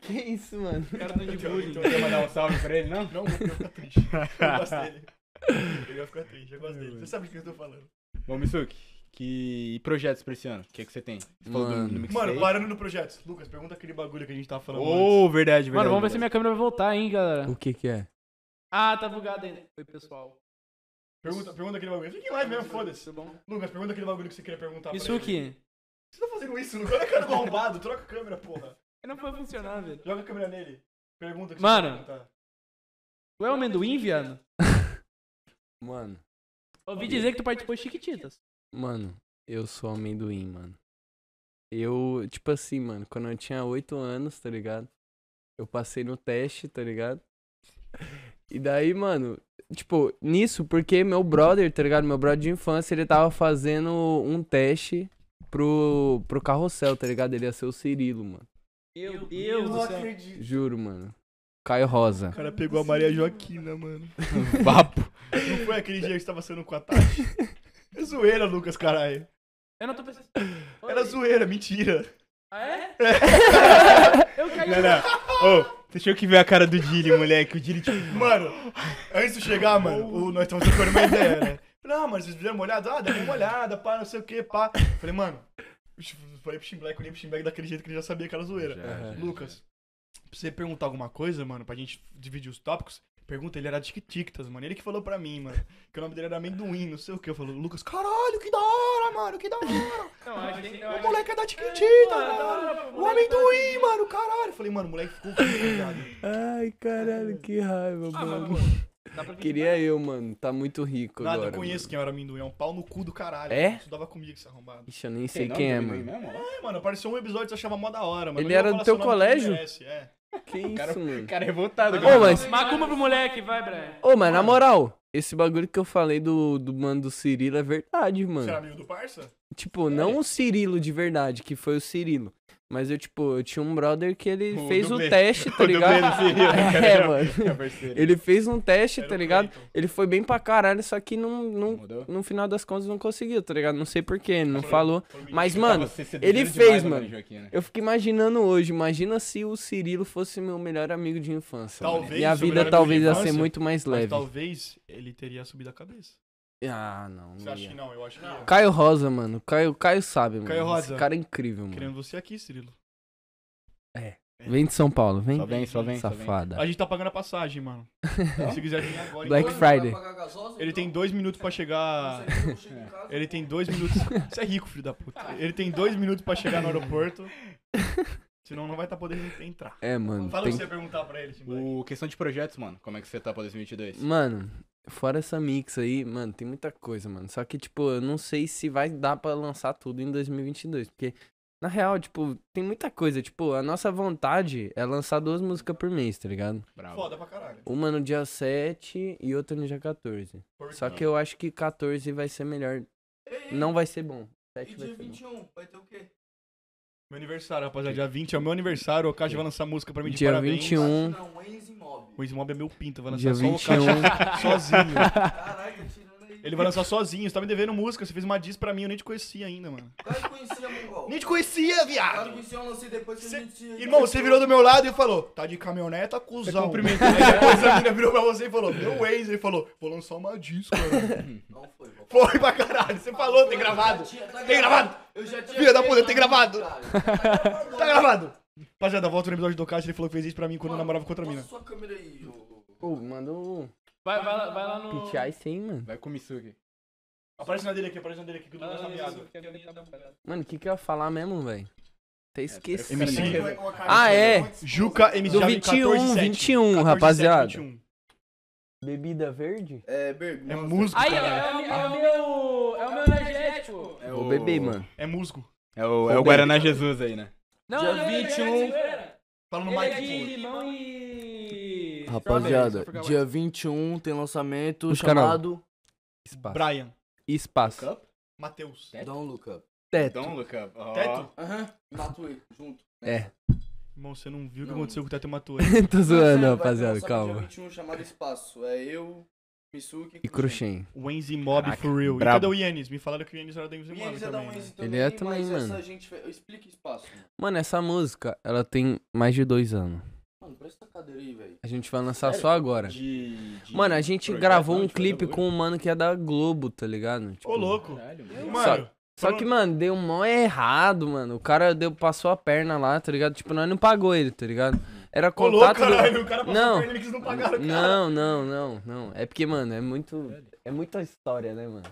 Speaker 3: Que isso, mano?
Speaker 6: O cara tá de
Speaker 1: Então,
Speaker 6: bullying.
Speaker 1: então,
Speaker 2: Não quer mandar um salve pra ele, não?
Speaker 1: Não, eu ia ficar triste. Eu gosto dele.
Speaker 6: <laughs>
Speaker 1: Eu ia ficar triste, eu gosto dele. Você sabe do que eu tô falando.
Speaker 2: Bom, Mitsuki, que projetos pra esse ano? O que, é que você tem? Você falou do-
Speaker 3: Mano.
Speaker 2: do
Speaker 1: Mano,
Speaker 2: mixtape?
Speaker 1: parando no projeto. Lucas, pergunta aquele bagulho que a gente tava falando.
Speaker 2: Ô, verdade, verdade.
Speaker 6: Mano, vamos ver
Speaker 2: verdade.
Speaker 6: se minha câmera vai voltar, hein, galera.
Speaker 3: O que que é? <laughs>
Speaker 6: Ah, tá bugado ainda. Oi, pessoal.
Speaker 1: Pergunta, pergunta aquele bagulho. Fica em live mesmo, foda-se.
Speaker 6: Tudo bom?
Speaker 1: Lucas, pergunta aquele bagulho que você queria perguntar pra
Speaker 6: Isso
Speaker 1: ele.
Speaker 6: aqui.
Speaker 1: Você tá fazendo isso? Lucas? Olha a cara do arrombado. Troca a câmera, porra.
Speaker 6: Não foi funcionar, velho.
Speaker 1: Joga a câmera nele. Pergunta o que
Speaker 6: Mano.
Speaker 1: você quer perguntar.
Speaker 6: Tu é o amendoim, viado?
Speaker 3: Mano,
Speaker 6: Ouvi dizer que tu participou de Chiquititas.
Speaker 3: mano, eu sou amendoim, mano. Eu, tipo assim, mano, quando eu tinha 8 anos, tá ligado? Eu passei no teste, tá ligado? E daí, mano, tipo, nisso, porque meu brother, tá ligado? Meu brother de infância, ele tava fazendo um teste pro, pro carrossel, tá ligado? Ele ia ser o Cirilo, mano.
Speaker 6: Meu Deus do céu.
Speaker 3: Juro, mano. Caio Rosa.
Speaker 1: O cara pegou a Maria Joaquina, mano.
Speaker 2: Vapo.
Speaker 1: Não foi aquele dia que você tava sendo com a Tati? É zoeira, Lucas, caralho.
Speaker 6: Eu não tô pensando.
Speaker 1: Era zoeira, mentira.
Speaker 6: Ah, é? Eu
Speaker 2: Não,
Speaker 6: caí.
Speaker 2: não. Ô, você achou que ver a cara do Dilly, moleque? O Dilly tipo.
Speaker 1: Mano, antes de chegar, mano, o- nós estamos trocando uma ideia, né? Não, mano, vocês viram uma olhada? Ah, deu uma olhada, pá, não sei o que, pá. Falei, mano, eu falei pro Shimbleck, olhei pro Shimbleck daquele jeito que ele já sabia que era zoeira.
Speaker 2: Já, já,
Speaker 1: Lucas, pra você perguntar alguma coisa, mano, pra gente dividir os tópicos, pergunta, ele era de Tictas, mano. Ele que falou pra mim, mano, que o nome dele era amendoim, não sei o que. Eu falo, Lucas, caralho, que da hora, mano, que da hora.
Speaker 6: Não, acho que
Speaker 1: O moleque é da Tiquitita,
Speaker 6: da hora,
Speaker 1: mano. é
Speaker 6: pô,
Speaker 1: O
Speaker 6: moleque
Speaker 1: amendoim, mano, caralho. Eu Falei, mano, o moleque ficou tá
Speaker 3: <laughs>
Speaker 1: viado.
Speaker 3: Ai, caralho, que raiva,
Speaker 1: Ah,
Speaker 3: mano.
Speaker 6: Dá pra
Speaker 3: Queria eu, mano. Tá muito rico
Speaker 1: Nada,
Speaker 3: agora.
Speaker 1: eu conheço quem era amendoim, é um pau no cu do caralho.
Speaker 3: É?
Speaker 1: Eu estudava comigo esse arrombado.
Speaker 3: mano. Ixi, eu nem sei quem é, mano.
Speaker 1: né? É, mano, apareceu um episódio que você achava mó da hora, mano.
Speaker 3: Ele
Speaker 1: Eu não
Speaker 3: era
Speaker 1: vou falar
Speaker 3: do teu
Speaker 1: seu nome que ele
Speaker 3: colégio?
Speaker 1: merece, é.
Speaker 3: Que isso,
Speaker 1: cara-
Speaker 3: mano.
Speaker 1: Cara, é revoltado,
Speaker 3: Ô,
Speaker 1: cara.
Speaker 3: mas,
Speaker 6: Macumba pro moleque, vai, Brian.
Speaker 3: ô, mas na moral, esse bagulho que eu falei do, do mano do Cirilo é
Speaker 1: Você
Speaker 3: verdade,
Speaker 1: era
Speaker 3: mano.
Speaker 1: amigo do parça?
Speaker 3: Tipo, não o Cirilo de verdade, que foi o Cirilo. Mas eu, tipo, eu tinha um brother que ele
Speaker 1: O
Speaker 3: fez
Speaker 1: dublê.
Speaker 3: o teste, tá
Speaker 1: O dublê <laughs> do
Speaker 3: ligado?
Speaker 1: Cirilo, cara,
Speaker 3: <laughs> É,
Speaker 1: era-
Speaker 3: mano.
Speaker 1: era parceiro.
Speaker 3: Ele fez um teste,
Speaker 1: Era
Speaker 3: tá
Speaker 1: o
Speaker 3: ligado?
Speaker 1: Cleiton.
Speaker 3: Ele foi bem pra caralho, só que não, não,
Speaker 2: Mudou?
Speaker 3: no final das contas não conseguiu, tá ligado? Não sei porquê, ele não falou. Mas, mano,
Speaker 2: Tava se
Speaker 3: ele
Speaker 2: seduzindo
Speaker 3: fez,
Speaker 2: demais na
Speaker 3: mano.
Speaker 2: Joaquim, né?
Speaker 3: eu fico imaginando hoje, imagina se o Cirilo fosse meu melhor amigo de infância. mano.
Speaker 1: Talvez
Speaker 3: Minha
Speaker 1: seu melhor
Speaker 3: vida
Speaker 1: amigo
Speaker 3: talvez
Speaker 1: de
Speaker 3: ia ser
Speaker 1: infância,
Speaker 3: muito mais
Speaker 1: Mas
Speaker 3: leve.
Speaker 1: talvez ele teria subido a cabeça.
Speaker 3: Ah, não.
Speaker 1: Você
Speaker 3: não
Speaker 1: acha
Speaker 3: ia.
Speaker 1: que não? Eu acho que não.
Speaker 3: Caio Rosa, mano. Caio, Caio sabe, mano.
Speaker 1: Caio
Speaker 3: Esse
Speaker 1: Rosa.
Speaker 3: cara é incrível, mano.
Speaker 1: Querendo você aqui, Cirilo.
Speaker 3: Vem de São Paulo, vem.
Speaker 2: Só vem, só vem, só vem.
Speaker 3: Safada.
Speaker 1: A gente tá pagando a passagem,
Speaker 3: <laughs>
Speaker 1: mano. Se quiser vir agora,
Speaker 3: Black
Speaker 1: então.
Speaker 3: Friday.
Speaker 1: Ele tem dois minutos pra chegar. Ele tem dois minutos. Você é rico, filho da puta. Ele tem dois minutos pra chegar no aeroporto. Senão não vai estar podendo entrar.
Speaker 3: É, mano.
Speaker 1: Fala o
Speaker 3: tem-
Speaker 1: que você ia perguntar pra ele, Tim Black.
Speaker 2: O questão de projetos, mano. Como é que você tá pra 2022?
Speaker 3: Mano, fora essa mix aí, mano, tem muita coisa, mano. Só que, tipo, eu não sei se vai dar pra lançar tudo em 2022. Porque, na real, tipo, tem muita coisa. Tipo, a nossa vontade é lançar duas músicas por mês, tá ligado?
Speaker 2: Bravo.
Speaker 1: Foda pra caralho.
Speaker 3: Uma no dia 7 e outra no dia 14.
Speaker 1: Por
Speaker 3: Só que eu acho que 14 vai ser melhor. Não vai ser bom.
Speaker 4: E um.
Speaker 3: 7 vai
Speaker 4: dia
Speaker 3: ser bom.
Speaker 4: 21, vai ter o quê?
Speaker 1: Meu aniversário, rapaziada. Dia 20 é o meu aniversário. O Cássio vai lançar música pra mim de
Speaker 3: Dia
Speaker 1: parabéns.
Speaker 3: 21. Um.
Speaker 4: Não, Enzo Mob.
Speaker 1: O Ismob é meu pinto, vai lançar
Speaker 3: Dia
Speaker 1: só o
Speaker 3: 21.
Speaker 1: Cássio sozinho.
Speaker 4: Caralho, tá tirando aí.
Speaker 1: Ele vai lançar sozinho, você tá me devendo música, você fez uma diz pra mim, eu nem te conhecia ainda, mano.
Speaker 4: O cara conhecia Mongol.
Speaker 1: te conhecia,
Speaker 4: O cara conhecia eu lancei depois que
Speaker 1: Cê-
Speaker 4: a gente.
Speaker 1: Irmão, você virou do meu lado e falou, tá de caminhoneta, cuzão. <laughs>
Speaker 2: cumprimentou.
Speaker 1: Aí depois a mina virou pra você e falou, meu ex, ele falou, vou lançar uma diz, cara.
Speaker 4: Não foi, vou-
Speaker 1: Foi pra caralho, você falou, tem gravado.
Speaker 4: Eu já tinha- tá
Speaker 1: Tem gravado?
Speaker 4: Eu já tinha.
Speaker 1: Filha da
Speaker 4: feito
Speaker 1: puta, tem
Speaker 4: na minha
Speaker 1: gravado?
Speaker 4: cara.
Speaker 1: Tá gravado. Rapaziada, volta no episódio do Cássio, ele falou que fez isso pra mim quando eu namorava com outra
Speaker 4: Mostra
Speaker 1: mina.
Speaker 4: sua câmera aí, ô.
Speaker 3: Pô, manda um o
Speaker 6: Vai, vai, lá, vai lá no.
Speaker 3: Pitch Ice aí, mano.
Speaker 2: Vai com o Misugi.
Speaker 1: Aparece na dele aqui, aparece na dele aqui, que eu tô
Speaker 4: Ah,
Speaker 6: Vai lá no-
Speaker 1: miado.
Speaker 6: que a minha tá bugada.
Speaker 3: Mano, o que que eu ia falar mesmo, velho? Até esqueci.
Speaker 2: Esse cara
Speaker 1: MC.
Speaker 2: nem-
Speaker 3: Ah, é.
Speaker 1: Juca, MC,
Speaker 3: Do
Speaker 1: Javi,
Speaker 3: 21,
Speaker 1: 14, 7.
Speaker 3: 21,
Speaker 1: 14, 7,
Speaker 3: rapaziada.
Speaker 1: 21.
Speaker 3: Bebida verde?
Speaker 4: É,
Speaker 1: É
Speaker 4: bergunha.
Speaker 1: musgo,
Speaker 6: Aí, ó,
Speaker 1: cara.
Speaker 6: é, o- é o meu. É o meu energético.
Speaker 2: É
Speaker 3: Vou beber, mano.
Speaker 1: É musgo.
Speaker 2: É o, é
Speaker 3: Vou
Speaker 2: o
Speaker 3: beber.
Speaker 2: Guaraná Jesus aí, né?
Speaker 6: Não,
Speaker 4: Dia
Speaker 6: não,
Speaker 3: um.
Speaker 6: não, não,
Speaker 4: 21.
Speaker 6: não, não, não.
Speaker 1: Fala no
Speaker 6: é Ele é
Speaker 1: mic,
Speaker 6: de
Speaker 1: por favor.
Speaker 6: limão e.
Speaker 4: Rapaziada, dia 21 tem lançamento
Speaker 3: Os
Speaker 4: chamado
Speaker 3: Espaço.
Speaker 1: Brian,
Speaker 3: Espaço.
Speaker 2: Cup?
Speaker 1: Matheus.
Speaker 4: Don't Look Up.
Speaker 3: Teto.
Speaker 2: Don't look up. Ó.
Speaker 1: Teto?
Speaker 4: Aham. Matue, junto.
Speaker 3: É. <laughs>
Speaker 1: Irmão, você não viu o que
Speaker 4: Não.
Speaker 1: aconteceu com o Teto Matou.
Speaker 3: Tô zoando,
Speaker 4: Vai ter
Speaker 3: rapaziada,
Speaker 4: lançamento Dia
Speaker 6: um.
Speaker 3: calma.
Speaker 4: 21 chamado Espaço. É eu, Misuki
Speaker 3: E Cruxem.
Speaker 1: O Enzy Mob
Speaker 2: Caraca,
Speaker 1: for real.
Speaker 2: brabo.
Speaker 1: E cadê o Yannis? Me falaram que o Yannis era da Enzy
Speaker 4: E
Speaker 1: Mob
Speaker 4: eles é da
Speaker 2: um
Speaker 1: também. né?
Speaker 4: Waze também.
Speaker 3: Ele é também,
Speaker 4: mas
Speaker 3: mano.
Speaker 4: Essa gente... fe- Explica Espaço. mano.
Speaker 3: Mano, essa música, ela tem mais de dois anos.
Speaker 4: Mano, presta a cadeira aí, velho.
Speaker 3: A gente vai lançar
Speaker 2: Sério?
Speaker 3: só agora.
Speaker 2: De, de
Speaker 3: É. Mano, a gente
Speaker 2: projeto,
Speaker 3: gravou
Speaker 2: não,
Speaker 3: um
Speaker 2: de fazer
Speaker 3: clipe
Speaker 2: bagulho.
Speaker 3: com um mano que é da Globo, tá ligado? Tipo,
Speaker 1: Ô, louco.
Speaker 2: Caralho, mano.
Speaker 1: Mano,
Speaker 3: Só que, mano, deu mó errado, mano. O cara deu, passou a perna lá, tá ligado? Tipo, nós não pagou ele, tá ligado? Era
Speaker 1: ô, louco,
Speaker 3: contato do-
Speaker 1: caralho. O cara passou
Speaker 3: Não.
Speaker 1: perna e eles não pagaram, cara.
Speaker 3: Não, não, não, não. É porque, mano, é muito. É muita história, né, mano?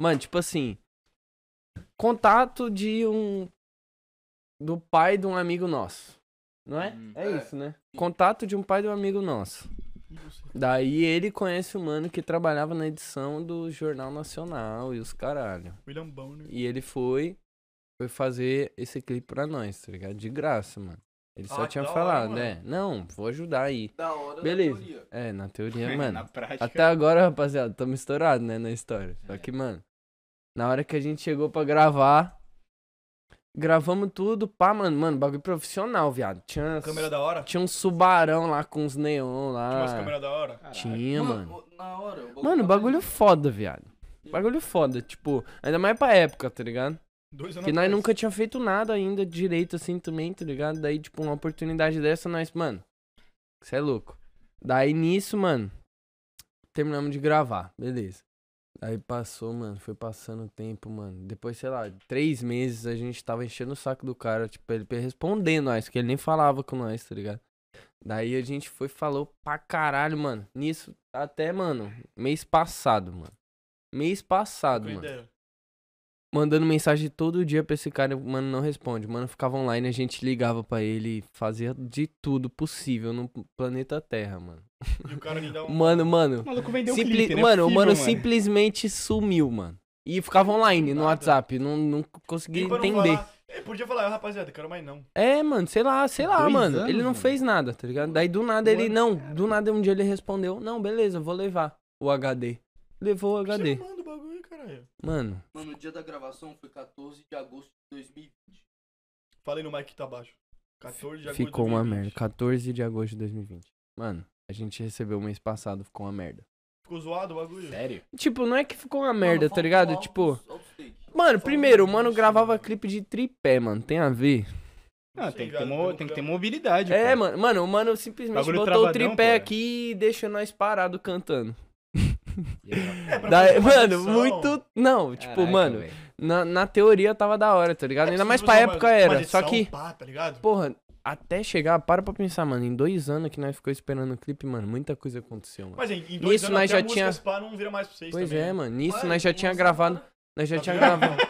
Speaker 3: Mano, tipo assim. Contato de um. Do pai de um amigo nosso. Não é?
Speaker 2: Hum.
Speaker 3: É
Speaker 4: É.
Speaker 3: isso, né? Contato de um pai de um amigo nosso. Daí ele conhece o mano que trabalhava na edição do Jornal Nacional e os caralho.
Speaker 1: William Bonner.
Speaker 3: E ele foi. Foi fazer esse clipe pra nós, tá ligado? De graça, mano. Ele só
Speaker 1: Ah, que
Speaker 3: tinha
Speaker 1: da hora,
Speaker 3: falado,
Speaker 1: mano.
Speaker 3: né? Não, vou ajudar aí.
Speaker 4: Da hora da
Speaker 3: Beleza.
Speaker 4: teoria.
Speaker 3: É,
Speaker 1: <laughs>
Speaker 3: na teoria,
Speaker 2: Na
Speaker 3: mano.
Speaker 2: prática.
Speaker 3: Até agora, rapaziada, tamo estourado, né, na história. Só que, mano, na hora que a gente chegou pra gravar, gravamos tudo, pá, mano, mano, bagulho profissional, viado. Tinha,
Speaker 1: Câmera da hora.
Speaker 3: tinha um subarão lá com uns
Speaker 1: Tinha
Speaker 3: neon
Speaker 1: umas
Speaker 3: lá.
Speaker 1: câmeras da hora.
Speaker 3: Tinha, mano.
Speaker 4: o- Na hora. o tá
Speaker 3: Mano, bagulho foda, viado.
Speaker 4: Sim.
Speaker 3: Bagulho foda, tipo, ainda mais pra época, tá ligado?
Speaker 1: Dois anos
Speaker 3: Porque nós
Speaker 1: atrás.
Speaker 3: nunca tinha feito nada ainda direito assim também, tá ligado? Daí, tipo, uma oportunidade dessa, nós, mano, você é louco. Daí nisso, mano, terminamos de gravar, beleza. Aí passou, mano, foi passando o tempo, mano. Depois, sei lá, três meses a gente tava enchendo o saco do cara, tipo, ele respondendo nós, que ele nem falava com nós, tá ligado? Daí a gente foi e falou pra caralho, mano. Nisso, até, mano, mês passado, mano. Mês passado,
Speaker 1: Trocou
Speaker 3: mano
Speaker 1: ideia.
Speaker 3: mandando mensagem todo dia pra esse cara, o mano, não responde. O Mano, ficava online, a gente ligava pra ele, fazia de tudo possível no planeta Terra, mano.
Speaker 1: E o cara me
Speaker 3: <laughs>
Speaker 1: dá um...
Speaker 3: Mano, mano,
Speaker 2: O maluco vendeu
Speaker 3: simpli-
Speaker 2: o clipe, né?
Speaker 3: mano, o
Speaker 2: Possível,
Speaker 3: mano, simplesmente sumiu, mano. E ficava online no
Speaker 1: Nada.
Speaker 3: WhatsApp, não, não consegui
Speaker 1: E pra não
Speaker 3: entender.
Speaker 1: falar, É Ele podia falar, rapaziada, quero mais não.
Speaker 3: É, mano, sei lá, sei lá,
Speaker 2: Dois
Speaker 3: mano.
Speaker 2: anos,
Speaker 3: ele não
Speaker 2: mano.
Speaker 3: fez nada, tá ligado? Daí do nada ele, não, do nada um dia ele respondeu, não, beleza, vou levar o HD. Levou o
Speaker 1: Você
Speaker 3: HD.
Speaker 1: não manda o bagulho, caralho.
Speaker 3: Mano,
Speaker 4: Mano, o dia da gravação foi 14 de agosto de 2020.
Speaker 1: Falei no mic que tá baixo. 14 de agosto. de
Speaker 3: ficou uma
Speaker 1: 2020.
Speaker 3: merda. 14 de agosto de 2020. Mano, a gente recebeu mês passado, ficou uma merda.
Speaker 1: Ficou zoado o bagulho.
Speaker 2: Sério?
Speaker 3: Tipo, não é que ficou uma merda,
Speaker 1: um
Speaker 3: tá ligado? Tipo,
Speaker 4: Outtake.
Speaker 3: mano, primeiro, o mano
Speaker 1: Nossa,
Speaker 3: gravava
Speaker 1: mano.
Speaker 3: clipe de tripé, mano, tem a ver?
Speaker 2: Não,
Speaker 1: Não sei,
Speaker 2: Ah, tem, que ter
Speaker 1: viado,
Speaker 2: mo-
Speaker 1: pelo
Speaker 2: tem que ter
Speaker 1: programa.
Speaker 2: mobilidade.
Speaker 3: É,
Speaker 2: pô.
Speaker 3: mano, mano, o mano simplesmente
Speaker 2: Bagulho
Speaker 3: botou o
Speaker 2: travadão,
Speaker 3: tripé
Speaker 2: pô.
Speaker 3: aqui e deixou nós parado cantando.
Speaker 1: É, pra
Speaker 3: Daí,
Speaker 1: fazer uma
Speaker 3: mano,
Speaker 1: edição.
Speaker 3: muito. Não, tipo,
Speaker 2: Caraca,
Speaker 3: mano,
Speaker 2: velho.
Speaker 3: Na, na teoria tava da hora, tá ligado?
Speaker 1: É,
Speaker 3: Ainda
Speaker 1: se
Speaker 3: mais
Speaker 1: você
Speaker 3: pra
Speaker 1: fizer uma-
Speaker 3: época
Speaker 1: uma
Speaker 3: era.
Speaker 1: edição,
Speaker 3: Só que,
Speaker 1: pá, tá ligado?
Speaker 3: porra, até chegar, para pra pensar, mano. Em dois anos que nós ficou esperando o clipe, mano, muita coisa aconteceu, mano.
Speaker 1: Mas em, em dois
Speaker 3: Nisso
Speaker 1: anos
Speaker 3: nós
Speaker 1: até
Speaker 3: já
Speaker 1: músicas
Speaker 3: tinha-
Speaker 1: pá não vira mais pra vocês
Speaker 3: Pois
Speaker 1: também.
Speaker 3: é,
Speaker 1: né?
Speaker 3: mano. Nisso
Speaker 4: Olha,
Speaker 3: nós já
Speaker 4: uma
Speaker 3: tinha
Speaker 4: semana.
Speaker 3: gravado. Nós já
Speaker 1: Tá
Speaker 3: tinha
Speaker 1: ligado? <laughs>
Speaker 3: gravado.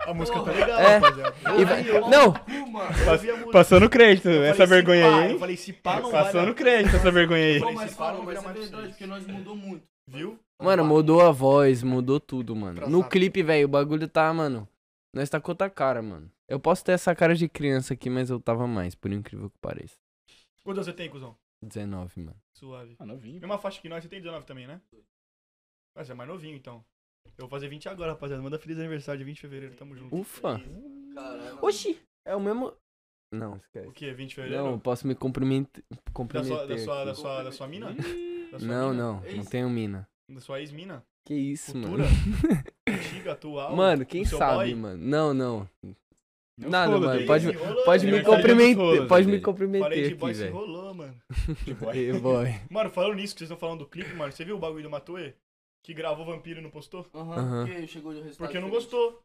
Speaker 1: A música tá legal,
Speaker 3: É.
Speaker 1: rapaziada.
Speaker 3: E vai- Não,
Speaker 4: Pô,
Speaker 1: <laughs>
Speaker 4: mano.
Speaker 1: Eu ouvi a música.
Speaker 2: Passando crédito,
Speaker 1: Eu falei,
Speaker 2: essa
Speaker 1: se
Speaker 2: vergonha
Speaker 1: pá,
Speaker 2: aí,
Speaker 1: Eu
Speaker 2: hein?
Speaker 1: falei, se pá, não vai
Speaker 2: Passando
Speaker 1: dar.
Speaker 2: crédito, essa vergonha
Speaker 4: Pô,
Speaker 2: aí.
Speaker 4: mas
Speaker 1: Esse fala
Speaker 4: fala,
Speaker 1: não
Speaker 4: mas
Speaker 1: vira
Speaker 4: é
Speaker 1: mais pra
Speaker 4: verdade,
Speaker 1: vocês.
Speaker 4: porque nós mudou muito.
Speaker 1: Viu?
Speaker 3: mano, mudou a voz, mudou tudo, mano. No
Speaker 1: Engraçado.
Speaker 3: clipe, velho, o bagulho tá, mano. Nós tá com outra cara, mano. Eu posso ter essa cara de criança aqui, mas eu tava mais, por incrível que pareça.
Speaker 1: Quantos você tem, cuzão?
Speaker 3: 19, mano.
Speaker 1: Suave.
Speaker 2: Ah, novinho.
Speaker 1: Mesma faixa que nós, você tem 19 também, né? Mas você é mais novinho, então. Eu vou fazer 20 agora, rapaziada. Manda feliz aniversário de 20 de fevereiro, tamo junto.
Speaker 3: Ufa.
Speaker 4: Caralho.
Speaker 3: Oxi, é o mesmo. Não,
Speaker 1: O
Speaker 3: esquece.
Speaker 1: que? 20 de fevereiro?
Speaker 3: Não, eu posso me cumprimentar.
Speaker 1: da, sua, da,
Speaker 3: comprometer
Speaker 1: sua,
Speaker 3: aqui.
Speaker 1: da, sua, da sua mina? Da sua
Speaker 3: Não,
Speaker 1: mina?
Speaker 3: não,
Speaker 4: É
Speaker 3: não
Speaker 4: isso.
Speaker 3: tenho mina.
Speaker 1: Da sua ex-mina?
Speaker 3: Que isso,
Speaker 1: Futura?
Speaker 3: mano.
Speaker 1: Antiga, atual?
Speaker 3: Mano, quem
Speaker 1: do seu
Speaker 3: sabe,
Speaker 1: boy?
Speaker 3: mano. Não, não.
Speaker 2: Não
Speaker 3: Nada,
Speaker 2: foda,
Speaker 3: mano,
Speaker 2: velho.
Speaker 3: pode-
Speaker 1: Ih, rolou,
Speaker 3: Pode
Speaker 1: né?
Speaker 3: me
Speaker 2: Aniversário dos
Speaker 3: comprometer,
Speaker 2: tolos,
Speaker 3: pode me
Speaker 1: Parei
Speaker 2: velho.
Speaker 3: comprometer
Speaker 1: de boy
Speaker 3: aqui,
Speaker 1: se
Speaker 3: velho.
Speaker 1: enrolou, mano.
Speaker 3: Ei, Tipo, <laughs> boy.
Speaker 1: Mano, falando nisso que vocês estão falando do clipe, mano, você viu o bagulho do Matue? Que gravou Vampiro e não postou?
Speaker 4: Aham,
Speaker 3: Aham.
Speaker 4: porque chegou de resultado.
Speaker 1: Porque não
Speaker 4: diferente.
Speaker 1: gostou.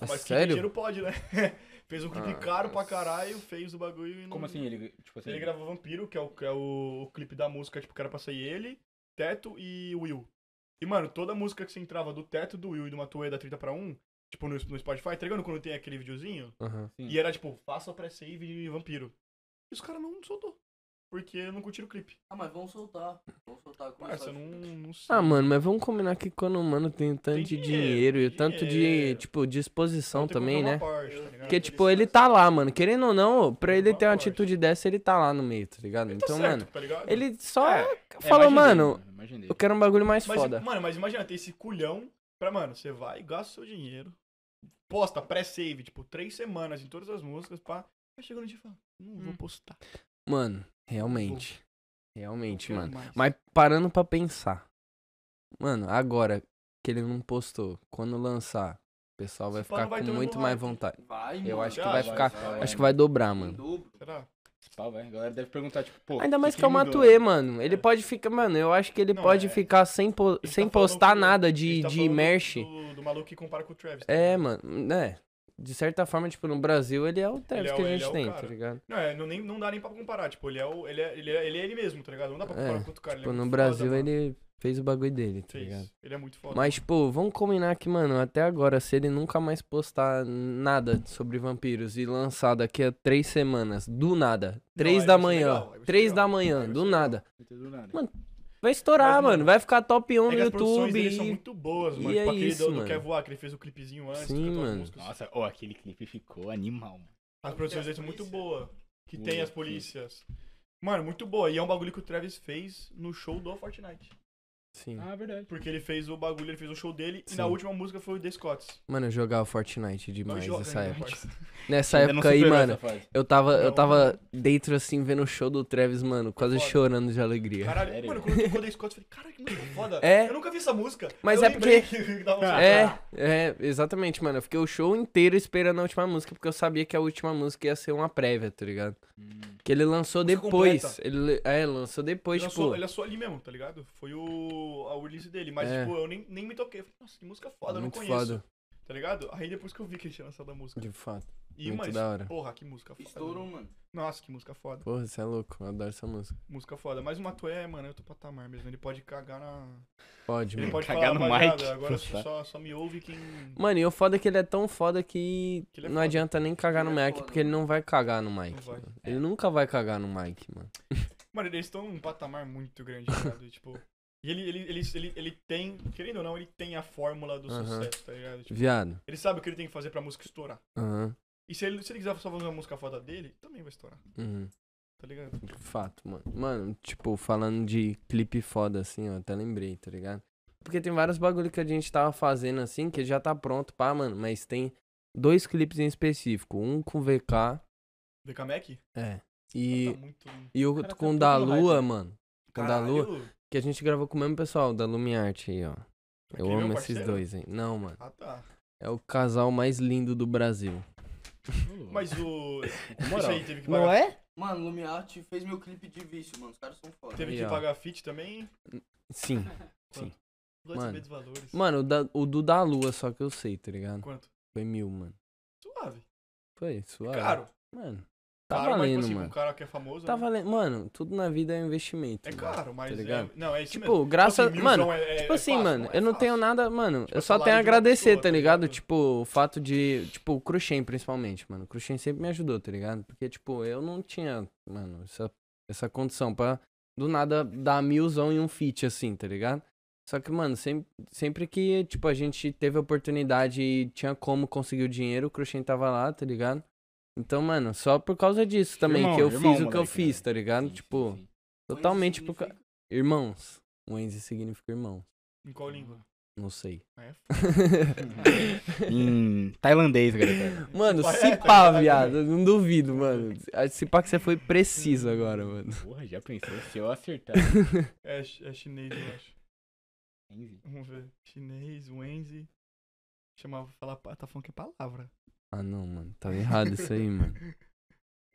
Speaker 3: Tá
Speaker 1: mas quem tem
Speaker 3: sério?
Speaker 1: dinheiro pode, né? <laughs> Fez um clipe
Speaker 3: Ah,
Speaker 1: caro pra
Speaker 3: mas-
Speaker 1: caralho, fez o bagulho e não...
Speaker 2: Como assim? Ele, tipo assim,
Speaker 1: Ele gravou Vampiro, que é o, que é o, o clipe da música, tipo, que era pra sair ele, Teto e Will. E, mano, toda música que você entrava do Teto, do Will e do Matuê da 30 pra 1, tipo, no, no Spotify, tá ligado quando tem aquele videozinho?
Speaker 3: Aham.
Speaker 2: Sim.
Speaker 1: E era, tipo, faça pré-save e Vampiro. E os caras não soltou. Porque não curtiram o clipe.
Speaker 4: Ah, mas vamos soltar. Vamos soltar.
Speaker 1: Mas
Speaker 4: começar
Speaker 1: eu Ah, não, não sei.
Speaker 3: Ah, mano, mas vamos combinar que quando o mano tem tanto
Speaker 1: Tem
Speaker 3: de
Speaker 1: dinheiro,
Speaker 3: dinheiro e
Speaker 1: tem
Speaker 3: tanto de,
Speaker 1: dinheiro.
Speaker 3: tipo, disposição
Speaker 1: Vou ter que
Speaker 3: também,
Speaker 1: comprar
Speaker 3: né?
Speaker 1: uma Porsche, tá ligado?
Speaker 3: Porque, tipo, ele tá lá, mano. Querendo ou não, pra ele
Speaker 1: Uma
Speaker 3: ter uma
Speaker 1: Porsche.
Speaker 3: atitude dessa, ele tá lá no meio, tá ligado?
Speaker 1: Tá
Speaker 3: Então,
Speaker 1: certo,
Speaker 3: mano,
Speaker 1: tá ligado?
Speaker 3: ele só
Speaker 2: É,
Speaker 3: falou, mano,
Speaker 2: Imagina
Speaker 3: eu quero um bagulho mais
Speaker 1: Mas,
Speaker 3: foda.
Speaker 1: Mano, mas imagina ter esse culhão pra, mano, você vai, gasta o seu dinheiro, posta pré-save, tipo, três semanas em todas as músicas, pá. Aí chega no dia e fala, não
Speaker 3: Hum.
Speaker 1: vou postar.
Speaker 3: Mano, realmente. Realmente,
Speaker 1: Tipo, quero
Speaker 3: mano.
Speaker 1: mais.
Speaker 3: Mas parando pra pensar. Mano, agora que ele não postou, quando lançar, o pessoal vai
Speaker 1: Se pá, não
Speaker 3: ficar
Speaker 1: vai
Speaker 3: com
Speaker 1: ter
Speaker 3: muito
Speaker 1: um
Speaker 3: mais
Speaker 1: hype.
Speaker 3: vontade.
Speaker 4: Vai,
Speaker 3: Eu
Speaker 4: mano.
Speaker 3: acho que
Speaker 1: já
Speaker 3: vai
Speaker 1: Ah, vai,
Speaker 3: ficar.
Speaker 2: vai.
Speaker 3: Acho que vai dobrar,
Speaker 4: Em
Speaker 3: mano.
Speaker 4: dobro.
Speaker 1: Será?
Speaker 2: Pau, velho. A galera deve perguntar, tipo, pô.
Speaker 3: Ainda mais que é o
Speaker 2: quem mudou?
Speaker 3: Matuê, mano. Ele pode ficar. Mano, eu acho que ele
Speaker 1: É. Não,
Speaker 3: pode
Speaker 1: é.
Speaker 3: ficar sem, po-
Speaker 1: tá falando
Speaker 3: sem postar
Speaker 1: do-
Speaker 3: nada
Speaker 1: A
Speaker 3: de,
Speaker 1: gente tá
Speaker 3: de
Speaker 1: falando
Speaker 3: merch.
Speaker 1: Do, do maluco que compara com o Travis. tá
Speaker 3: É,
Speaker 1: ligado?
Speaker 3: mano. É. De certa forma, tipo, no Brasil ele é o Travis
Speaker 1: é
Speaker 3: que
Speaker 1: o-
Speaker 3: a
Speaker 1: ele
Speaker 3: gente
Speaker 1: é o
Speaker 3: tem,
Speaker 1: cara.
Speaker 3: tá ligado?
Speaker 1: Não, é, não, nem, não dá nem pra comparar, tipo, ele é, o, ele, é, ele, é, ele é ele mesmo, tá ligado? Não dá pra comparar
Speaker 3: É,
Speaker 1: com outro cara.
Speaker 3: Tipo,
Speaker 1: ele é
Speaker 3: no
Speaker 1: muito
Speaker 3: Brasil
Speaker 1: foda, mano.
Speaker 3: ele fez o bagulho dele, tá
Speaker 1: Fez.
Speaker 3: ligado?
Speaker 1: Ele é muito foda.
Speaker 3: Mas, tipo, vamos combinar que, mano, até agora, se ele nunca mais postar nada sobre vampiros e lançar daqui a três semanas, do nada, três
Speaker 1: aí
Speaker 3: da
Speaker 1: vai ser
Speaker 3: manhã,
Speaker 1: legal, aí vai ser
Speaker 3: três
Speaker 1: legal,
Speaker 3: da
Speaker 1: aí
Speaker 3: manhã,
Speaker 1: vai
Speaker 3: do
Speaker 1: ser legal.
Speaker 3: nada,
Speaker 2: Não entendeu nada.
Speaker 3: Mano, vai estourar,
Speaker 1: Mas,
Speaker 3: mano,
Speaker 1: mano,
Speaker 3: vai ficar top 1
Speaker 1: É
Speaker 3: no
Speaker 1: que as produções
Speaker 3: YouTube.
Speaker 1: dele são
Speaker 3: e-
Speaker 1: muito boas,
Speaker 3: e
Speaker 1: mano.
Speaker 3: é
Speaker 1: tipo, aquele
Speaker 3: isso,
Speaker 1: do, do
Speaker 3: mano.
Speaker 1: Quer Voar, que ele fez o clipezinho antes.
Speaker 3: Sim,
Speaker 1: cantou as
Speaker 3: mano.
Speaker 1: músicas.
Speaker 2: Nossa, ó, aquele clipe ficou animal, mano.
Speaker 1: As produções dele são muito boas. Que tem
Speaker 2: Boa,
Speaker 1: as
Speaker 2: sim.
Speaker 1: polícias. Mano, muito boa. E é um bagulho que o Travis fez no show do Fortnite.
Speaker 3: Sim.
Speaker 2: Ah, verdade.
Speaker 1: Porque ele fez o bagulho, ele fez o show dele e
Speaker 3: Sim.
Speaker 1: na última música foi o The Scots.
Speaker 3: Mano, eu jogava Fortnite
Speaker 1: Não
Speaker 3: demais
Speaker 1: joga né,
Speaker 3: nessa
Speaker 1: ainda,
Speaker 3: época.
Speaker 1: parça.
Speaker 3: Nessa
Speaker 2: Ainda não
Speaker 3: época aí,
Speaker 2: superou
Speaker 3: mano,
Speaker 2: essa fase.
Speaker 3: eu tava, eu
Speaker 1: Não.
Speaker 3: tava dentro assim, vendo o show do Travis, mano, quase
Speaker 1: foda.
Speaker 3: chorando de alegria.
Speaker 1: Caralho,
Speaker 2: Sério?
Speaker 1: mano, quando eu tocou The Scots, eu falei, caralho, que música foda.
Speaker 3: É.
Speaker 1: Eu nunca vi essa música.
Speaker 3: Mas
Speaker 1: Eu
Speaker 3: é
Speaker 1: lembrei <laughs> que dava um-
Speaker 3: É, é, exatamente, mano. Eu fiquei o show inteiro esperando a última música, porque eu sabia que a última música ia ser uma prévia, tá ligado? Que ele lançou
Speaker 1: Hum. Música
Speaker 3: depois.
Speaker 1: completa.
Speaker 3: Ele, le- é, lançou depois,
Speaker 1: Ele
Speaker 3: tipo.
Speaker 1: lançou, ele lançou ali mesmo, tá ligado? Foi o, a release dele. Mas,
Speaker 3: É.
Speaker 1: tipo, eu nem, nem me toquei. Eu falei, nossa, que música foda, eu não
Speaker 3: muito
Speaker 1: conheço.
Speaker 3: foda,
Speaker 1: Tá ligado? Aí depois que eu vi que ele tinha lançado a música.
Speaker 3: de fato.
Speaker 1: E,
Speaker 3: muito
Speaker 1: mas,
Speaker 3: da hora.
Speaker 1: porra, que música foda.
Speaker 4: Estourou, um- mano.
Speaker 1: Nossa, que música foda.
Speaker 3: Porra, você é louco, eu adoro essa música.
Speaker 1: Música foda. Mas o Matué, mano, é outro patamar mesmo. Ele pode cagar na.
Speaker 3: Pode,
Speaker 1: Ele
Speaker 3: mano.
Speaker 1: pode
Speaker 2: Cagar
Speaker 1: falar,
Speaker 2: no
Speaker 1: rapaziada,
Speaker 2: mic.
Speaker 1: Agora
Speaker 2: Puta.
Speaker 1: só, só me ouve quem.
Speaker 3: Mano, e o foda é que ele é tão foda que,
Speaker 1: Que ele é
Speaker 3: não
Speaker 1: foda.
Speaker 3: adianta nem cagar
Speaker 4: Ele
Speaker 3: no
Speaker 4: é
Speaker 3: mic,
Speaker 4: foda,
Speaker 3: porque ele não vai cagar no mic.
Speaker 1: Não vai.
Speaker 3: mano. Ele nunca vai cagar no mic, mano.
Speaker 1: Mano, eles estão num patamar muito grande, tá ligado? E, tipo. E ele, ele, ele, ele, ele tem, querendo ou não, ele tem a fórmula do
Speaker 3: Aham.
Speaker 1: sucesso, tá ligado? Tipo,
Speaker 3: Viado.
Speaker 1: ele sabe o que ele tem que fazer pra música estourar.
Speaker 3: Aham.
Speaker 1: E se ele, se ele quiser só fazer uma música foda dele, também vai estourar,
Speaker 3: Uhum.
Speaker 1: tá ligado?
Speaker 3: Fato, mano. Mano, tipo, falando de clipe foda, assim, eu até lembrei, tá ligado? Porque tem vários bagulho que a gente tava fazendo, assim, que já tá pronto, pá, mano. Mas tem dois clipes em específico. Um com VK,
Speaker 1: VK Mac?
Speaker 3: é.
Speaker 1: Tá
Speaker 3: E,
Speaker 1: muito lindo.
Speaker 3: e outro
Speaker 6: Cara, tá
Speaker 3: com o
Speaker 6: tudo
Speaker 3: da
Speaker 6: no
Speaker 3: Lua, mano. Com o da
Speaker 1: né? Caralho,
Speaker 3: Lua, que a gente gravou com o mesmo pessoal, da Lumiarte aí, ó. Eu
Speaker 1: Aquele é meu
Speaker 3: amo esses
Speaker 1: parceiro?
Speaker 3: dois, hein? Não, mano.
Speaker 1: Ah, tá.
Speaker 3: É o casal mais lindo do Brasil.
Speaker 1: Mas o... Isso
Speaker 2: moral.
Speaker 1: aí, teve que pagar,
Speaker 3: é?
Speaker 4: Mano, Lumiarte fez meu clipe de vício, mano. Os caras são foda. <laughs>
Speaker 1: teve
Speaker 3: Aí,
Speaker 1: que
Speaker 3: ó.
Speaker 1: pagar fit também.
Speaker 3: Sim.
Speaker 1: Não vai saber
Speaker 3: Mano.
Speaker 1: dos valores.
Speaker 3: Mano, o, da- o do da Lua só que eu sei, tá ligado?
Speaker 1: Quanto?
Speaker 3: Foi mil, mano.
Speaker 1: Suave.
Speaker 3: Foi, suave.
Speaker 1: Caro.
Speaker 3: Mano, tá
Speaker 1: caro, mas,
Speaker 3: valendo,
Speaker 1: tipo, assim,
Speaker 3: mano.
Speaker 1: um cara que é famoso...
Speaker 3: Tá
Speaker 1: né?
Speaker 3: valendo. Mano, tudo na vida é um investimento.
Speaker 1: É
Speaker 3: mano,
Speaker 1: caro, mas...
Speaker 3: Tá
Speaker 1: é-
Speaker 3: ligado?
Speaker 1: Não, é isso mesmo.
Speaker 3: Tipo, graças.
Speaker 1: Assim,
Speaker 3: mano,
Speaker 1: milzão é- é-
Speaker 3: tipo
Speaker 1: é
Speaker 3: assim,
Speaker 1: fácil,
Speaker 3: mano,
Speaker 1: é
Speaker 3: eu não
Speaker 1: fácil.
Speaker 3: tenho nada, mano.
Speaker 1: Tipo, é
Speaker 3: eu só
Speaker 1: salário
Speaker 3: tenho a
Speaker 1: de uma
Speaker 3: agradecer,
Speaker 1: pessoa,
Speaker 3: tá
Speaker 1: tá
Speaker 3: ligado?
Speaker 1: ligado?
Speaker 3: Tipo, o fato de. Tipo, o Cruxem, principalmente, mano. O Cruxem sempre me ajudou, tá ligado? Porque, tipo, eu não tinha, mano, essa, essa condição pra do nada dar milzão em um feat, assim, tá ligado? Só que, mano, sempre, sempre que, tipo, a gente teve a oportunidade e tinha como conseguir o dinheiro, o Cruxem tava lá, tá ligado? Então, mano, só por causa disso também
Speaker 2: Irmão,
Speaker 3: que eu
Speaker 2: irmão,
Speaker 3: fiz o que eu
Speaker 2: moleque, né?
Speaker 3: fiz, tá ligado? tipo, totalmente por causa. Irmãos. Wenzi significa irmão.
Speaker 1: Em qual língua?
Speaker 3: Não sei. <laughs>
Speaker 1: É,
Speaker 2: Em tailandês, galera.
Speaker 3: mano,
Speaker 1: Vai,
Speaker 3: se
Speaker 1: é,
Speaker 3: pá,
Speaker 1: vai,
Speaker 3: viado. eu Não duvido, mano. Ah, Se pá que você foi
Speaker 1: Hum.
Speaker 3: preciso agora, mano.
Speaker 2: Porra, já pensou se eu acertar. <laughs>
Speaker 1: é, chi- é chinês, eu acho.
Speaker 2: Entendi.
Speaker 1: Vamos ver. Chinês, Wenzi. Chamava falar. pa- Tá falando que é palavra.
Speaker 3: Ah, não, mano. Tá errado isso
Speaker 1: <laughs>
Speaker 3: aí, mano.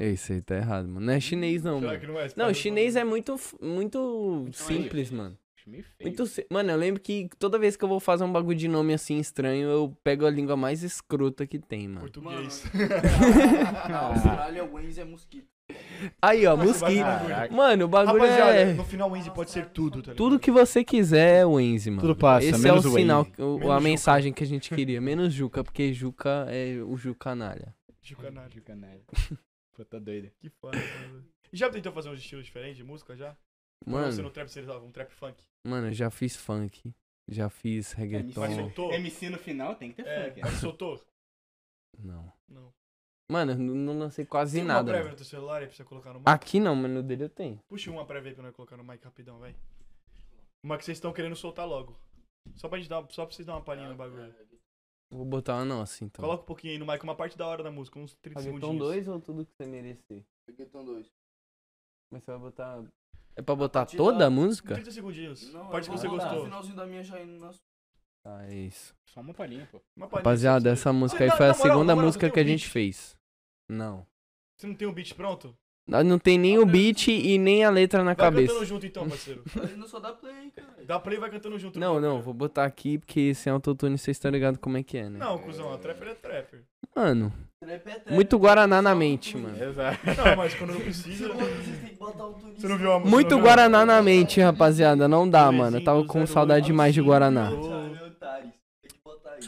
Speaker 3: É isso aí, tá errado, mano. Não é chinês, não,
Speaker 1: Será
Speaker 3: mano.
Speaker 1: que não Então é?
Speaker 3: Não, chinês é muito, f- muito simples, mano.
Speaker 2: Acho meio
Speaker 1: É
Speaker 2: feio.
Speaker 3: Muito si- Mano, eu lembro que toda vez que eu vou fazer um bagulho de nome assim estranho, eu pego a língua mais escrota que tem, mano.
Speaker 1: <laughs> Português. <laughs>
Speaker 4: Na Austrália, o Waze é mosquito.
Speaker 3: Aí, ó,
Speaker 1: Mas você vai
Speaker 3: mosquito.
Speaker 1: no bagulho.
Speaker 2: Caraca.
Speaker 3: Mano, o bagulho
Speaker 1: Rapaziada,
Speaker 3: é.
Speaker 1: no final Wenzi pode ser tudo, tá ligado?
Speaker 3: Tudo que você quiser é o Enzi, mano.
Speaker 2: Tudo passa,
Speaker 3: Esse
Speaker 2: menos
Speaker 3: é
Speaker 2: o
Speaker 3: o
Speaker 2: Waze.
Speaker 3: sinal, que- o-
Speaker 1: Menos
Speaker 3: a
Speaker 1: Juca.
Speaker 3: mensagem que a gente queria. Menos Juca, porque Juca é o Ju canalha.
Speaker 1: De canário.
Speaker 2: Canalha. <laughs> Pô, tá doido.
Speaker 1: Que foda, mano. E já tentou fazer uns estilos diferentes de música já? Ou Você
Speaker 3: Mano,
Speaker 1: no trap, você usava um trap funk.
Speaker 3: mano, eu já fiz funk, já fiz
Speaker 1: É, Mas
Speaker 3: reggaeton.
Speaker 1: soltou?
Speaker 2: MC no final tem que ter
Speaker 1: É,
Speaker 2: funk, né?
Speaker 1: mas soltou?
Speaker 3: Não.
Speaker 1: Não.
Speaker 3: Mano, eu não não lancei quase
Speaker 1: Tem uma né?
Speaker 3: nada.
Speaker 1: prévia
Speaker 3: mano. Ah.
Speaker 1: no teu celular aí pra você colocar no mic?
Speaker 3: Aqui não, mas no dele eu tenho.
Speaker 1: Puxa uma prévia aí pra nós colocar no mic rapidão, vai. Uma que vocês estão querendo soltar logo. Só pra, gente dar, só pra vocês dar uma palhinha no bagulho.
Speaker 3: Vou botar uma não assim, então.
Speaker 1: Coloca um pouquinho aí no mic, uma parte da hora da música, uns 30
Speaker 3: reggaeton
Speaker 1: segundinhos.
Speaker 3: 2 ou tudo que você merecer?
Speaker 4: Reggaeton 2.
Speaker 3: Mas você vai botar... É pra botar
Speaker 4: partir
Speaker 3: toda
Speaker 4: da-
Speaker 3: a música?
Speaker 1: 30 segundinhos.
Speaker 4: Não,
Speaker 1: parte que
Speaker 4: eu
Speaker 1: você
Speaker 4: vou botar
Speaker 1: gostou.
Speaker 4: O finalzinho da minha já indo na sua.
Speaker 3: Ah, é isso.
Speaker 2: Só uma palhinha, pô.
Speaker 1: Uma palhinha,
Speaker 3: Rapaziada,
Speaker 1: assim, pra
Speaker 3: essa música aí
Speaker 1: Não,
Speaker 3: foi
Speaker 1: na
Speaker 3: a
Speaker 1: moral, na moral,
Speaker 3: segunda
Speaker 1: você
Speaker 3: música
Speaker 1: tem
Speaker 3: que a
Speaker 1: um
Speaker 3: gente
Speaker 1: beat?
Speaker 3: fez. Não.
Speaker 1: você- Você não tem um beat pronto?
Speaker 3: Nós Não tem nem o beat e nem a letra na
Speaker 1: Vai
Speaker 3: cabeça.
Speaker 1: cantando junto então, parceiro.
Speaker 4: Mas não só dá play, cara.
Speaker 1: Dá play e vai cantando junto.
Speaker 3: Não, não, vou botar aqui porque sem autotune vocês estão ligados como é que é, né?
Speaker 1: Não, cuzão, a trapper é trapper.
Speaker 3: Mano,
Speaker 4: Trap é trap.
Speaker 3: muito Guaraná na mente, mano.
Speaker 2: Exato.
Speaker 1: Não, mas quando não
Speaker 4: Se
Speaker 1: <laughs> precisa.
Speaker 4: não, vocês têm que botar um o turismo.
Speaker 1: Você não viu a música?
Speaker 3: Muito Guaraná na mente, rapaziada. Não dá, mano. Eu tava com saudade demais de Guaraná.
Speaker 4: né, Tem que botar aí.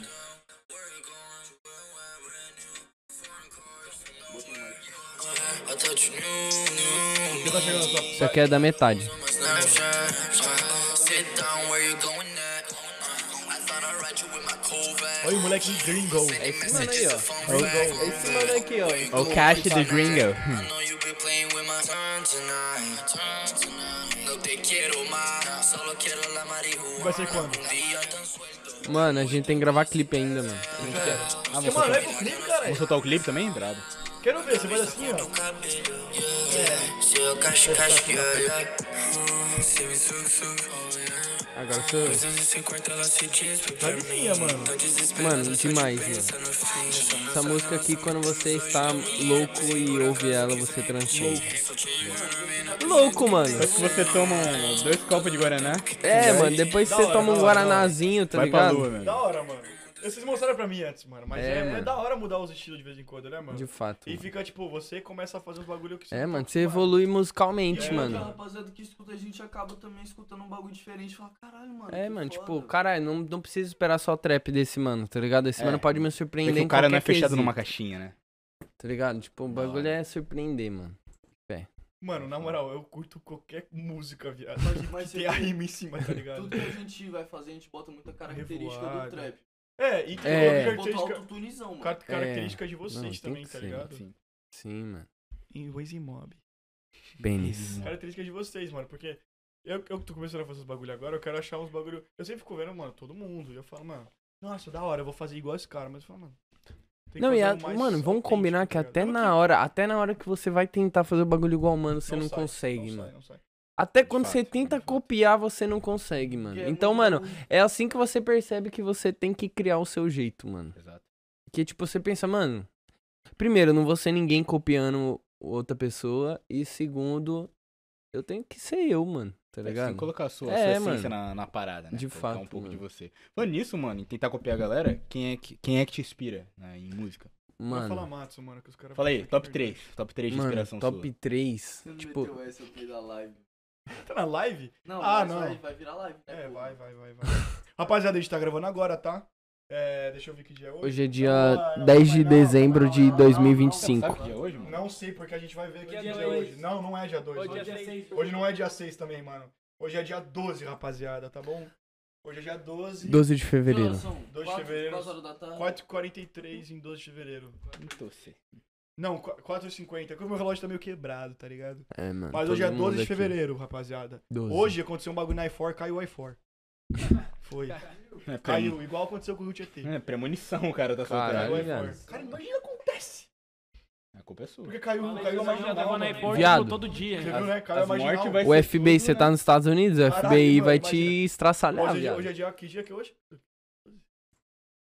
Speaker 1: Você tá chegando na
Speaker 3: Isso
Speaker 1: sua.
Speaker 3: aqui é da metade.
Speaker 1: Olha o moleque gringo.
Speaker 3: É esse mano aí, ó. É esse mano aqui, ó. O Cash do Gringo.
Speaker 1: Vai ser quando?
Speaker 3: Mano, a gente tem que gravar clipe ainda, mano. A gente quer-
Speaker 2: Ah, vou
Speaker 1: Mano,
Speaker 2: soltar,
Speaker 1: é pro clipe, cara.
Speaker 2: vou soltar o clipe também? Brabo.
Speaker 1: Quero ver, você faz assim, ó.
Speaker 3: Agora sou
Speaker 1: Tá de linha, mano.
Speaker 3: eu. Mano, demais, mano. Essa música aqui, quando você está louco e ouve ela, você transforma. Louco, mano.
Speaker 2: Só que você toma um- dois copos de Guaraná,
Speaker 3: É, mano, depois
Speaker 1: Da
Speaker 3: você
Speaker 1: hora, da
Speaker 3: toma um
Speaker 1: hora, da
Speaker 3: guaranazinho, tá
Speaker 2: vai pra
Speaker 3: ligado?
Speaker 2: lua, mano.
Speaker 1: Da hora, mano. Vocês mostraram pra mim antes, mano. Mas
Speaker 3: É,
Speaker 1: é, é
Speaker 3: mano.
Speaker 1: da hora mudar os estilos de vez em quando, né, mano?
Speaker 3: De fato.
Speaker 1: E
Speaker 3: mano.
Speaker 1: fica, tipo, você começa a fazer uns bagulho que você
Speaker 3: É,
Speaker 1: não tá
Speaker 3: mano, você
Speaker 1: acostumado.
Speaker 3: evolui musicalmente,
Speaker 1: É,
Speaker 4: E a
Speaker 3: mano.
Speaker 4: rapaziada que escuta a gente acaba também escutando um bagulho diferente. Fala, caralho, mano.
Speaker 3: É,
Speaker 4: que
Speaker 3: mano,
Speaker 4: foda."
Speaker 3: tipo, caralho, não, não precisa esperar só o trap desse mano, tá ligado? Esse
Speaker 2: É.
Speaker 3: mano pode me
Speaker 2: É
Speaker 3: surpreender
Speaker 2: que
Speaker 3: em
Speaker 2: o cara não é
Speaker 3: qualquer
Speaker 2: fechado
Speaker 3: quesito,
Speaker 2: numa caixinha, né?
Speaker 3: Tá ligado? Tipo, o
Speaker 2: Da
Speaker 3: bagulho
Speaker 2: hora.
Speaker 3: é surpreender, mano.
Speaker 1: Mano, na moral, eu curto qualquer música, viado.
Speaker 4: Mas- mas
Speaker 1: Tem a
Speaker 4: você-
Speaker 1: rima em cima, tá ligado? <laughs>
Speaker 4: Tudo que a gente vai fazer, a gente bota muita característica
Speaker 1: Revoada.
Speaker 4: do trap.
Speaker 1: É, e que
Speaker 3: É.
Speaker 1: coloca
Speaker 4: Botar
Speaker 1: característica-
Speaker 4: autotunizão, mano.
Speaker 1: car- características de
Speaker 3: Não,
Speaker 1: vocês
Speaker 3: tem
Speaker 1: também,
Speaker 3: que
Speaker 1: tá
Speaker 3: ser,
Speaker 1: ligado?
Speaker 2: Sim.
Speaker 3: Sim, mano.
Speaker 1: Em Waze Mob.
Speaker 3: Pênis.
Speaker 1: Características de vocês, mano, porque eu, eu tô começando a fazer os bagulho agora, eu quero achar uns bagulho. Eu sempre fico vendo, mano, todo mundo. E eu falo, mano, nossa, da hora, eu vou fazer igual esse cara, mas eu falo, mano. tem que
Speaker 3: Não, e
Speaker 1: fazer
Speaker 3: a-
Speaker 1: um mais
Speaker 3: mano, vamos
Speaker 1: autêntico,
Speaker 3: combinar que
Speaker 1: tá ligado?
Speaker 3: até
Speaker 1: Não
Speaker 3: na hora, até na hora que você vai tentar fazer o bagulho igual, mano, você não,
Speaker 1: sai,
Speaker 3: consegue,
Speaker 1: não
Speaker 3: mano.
Speaker 1: sai, não sai.
Speaker 3: Até
Speaker 2: De
Speaker 3: quando
Speaker 2: fato,
Speaker 3: você
Speaker 2: de
Speaker 3: tenta
Speaker 2: fato.
Speaker 3: copiar, você não consegue, mano.
Speaker 4: Porque é
Speaker 3: então,
Speaker 4: muito
Speaker 3: mano,
Speaker 4: bagulho.
Speaker 3: é assim que você percebe que você tem que criar o seu jeito, mano.
Speaker 2: Exato.
Speaker 3: Que tipo, você pensa, mano. Primeiro, eu não vou ser ninguém copiando outra pessoa. E segundo, eu tenho que ser eu, mano. Tá
Speaker 2: Você tem
Speaker 3: ligado?
Speaker 2: que colocar a sua, a
Speaker 3: É,
Speaker 2: sua
Speaker 3: mano.
Speaker 2: essência na, na parada, né?
Speaker 3: De
Speaker 2: colocar um
Speaker 3: fato,
Speaker 2: pouco de
Speaker 3: mano.
Speaker 2: você. Falando nisso, mano, em tentar copiar a galera, quem é que, quem é que te inspira né, em música?
Speaker 1: Mano. Vai
Speaker 3: Mano,
Speaker 1: falar Matsu, mano, que os caras.
Speaker 2: Fala aí,
Speaker 1: Puta que
Speaker 2: top
Speaker 1: merda.
Speaker 2: 3. Top 3 de
Speaker 3: mano,
Speaker 2: inspiração
Speaker 3: top
Speaker 2: sua.
Speaker 3: 3.
Speaker 4: Você não
Speaker 3: Tipo,
Speaker 4: meteu essa no meio da live.
Speaker 1: Tá na live?
Speaker 4: Não,
Speaker 1: Ah,
Speaker 4: mas
Speaker 1: não.
Speaker 4: Vai, vai virar live. né,
Speaker 1: É,
Speaker 4: pô?
Speaker 1: vai, vai, vai, <laughs> vai. Rapaziada, a gente tá gravando agora, tá? É, deixa eu ver que dia é hoje.
Speaker 3: hoje é
Speaker 1: Não,
Speaker 3: dia
Speaker 1: não, não,
Speaker 3: 10 de
Speaker 1: não,
Speaker 3: dezembro de
Speaker 1: não, não, não,
Speaker 2: Sabe
Speaker 3: 2025.
Speaker 2: o que é hoje, mano?
Speaker 1: Não sei, porque a gente vai ver que dia,
Speaker 6: Dia
Speaker 1: é
Speaker 6: dois.
Speaker 1: hoje. Não, não é dia 2.
Speaker 6: Hoje é
Speaker 1: Hoje,
Speaker 6: dia 6.
Speaker 1: hoje não é dia 6 também, mano. Hoje é dia 12, rapaziada, tá bom? Hoje é dia 12.
Speaker 3: 12 de
Speaker 4: Que horas
Speaker 3: fevereiro.
Speaker 4: são?
Speaker 1: Dois de
Speaker 4: Quatro-
Speaker 1: fevereiro.
Speaker 4: quatro horas da tarde.
Speaker 1: 4h43 em 12 de fevereiro.
Speaker 2: Não sei.
Speaker 1: Não, 4h50. Porque o meu relógio tá meio quebrado, tá ligado?
Speaker 3: É, mano.
Speaker 1: Mas
Speaker 3: todo
Speaker 1: hoje é
Speaker 3: mundo
Speaker 1: 12 de
Speaker 3: aqui.
Speaker 1: fevereiro, rapaziada.
Speaker 3: 12.
Speaker 1: Hoje aconteceu um bagulho na i4, caiu o
Speaker 3: <laughs>
Speaker 1: i4. Foi.
Speaker 2: É, premo...
Speaker 1: Caiu, igual aconteceu com o Rio Tietê.
Speaker 2: é premonição, cara, tá
Speaker 1: Caiu o
Speaker 2: soltando.
Speaker 3: Caralho.
Speaker 1: i4. Cara, imagina acontece.
Speaker 2: A culpa é sua. <laughs>
Speaker 1: Porque caiu, caiu a
Speaker 6: Eu tava
Speaker 1: marginal.
Speaker 6: na
Speaker 1: mano.
Speaker 6: iPort
Speaker 3: Viado.
Speaker 6: tipo, todo dia.
Speaker 1: Você
Speaker 6: né?
Speaker 1: viu, né? Caiu a
Speaker 2: As
Speaker 1: marginal.
Speaker 2: mortes vai
Speaker 3: O
Speaker 2: ser
Speaker 3: FBI,
Speaker 2: tudo,
Speaker 3: você
Speaker 2: né?
Speaker 3: tá nos Estados Unidos, o
Speaker 1: Caralho,
Speaker 3: FBI vai
Speaker 1: mano,
Speaker 3: te
Speaker 1: imagina.
Speaker 3: estraçalhar,
Speaker 1: Hoje, é dia-
Speaker 3: viado.
Speaker 1: hoje é dia, que dia que é hoje?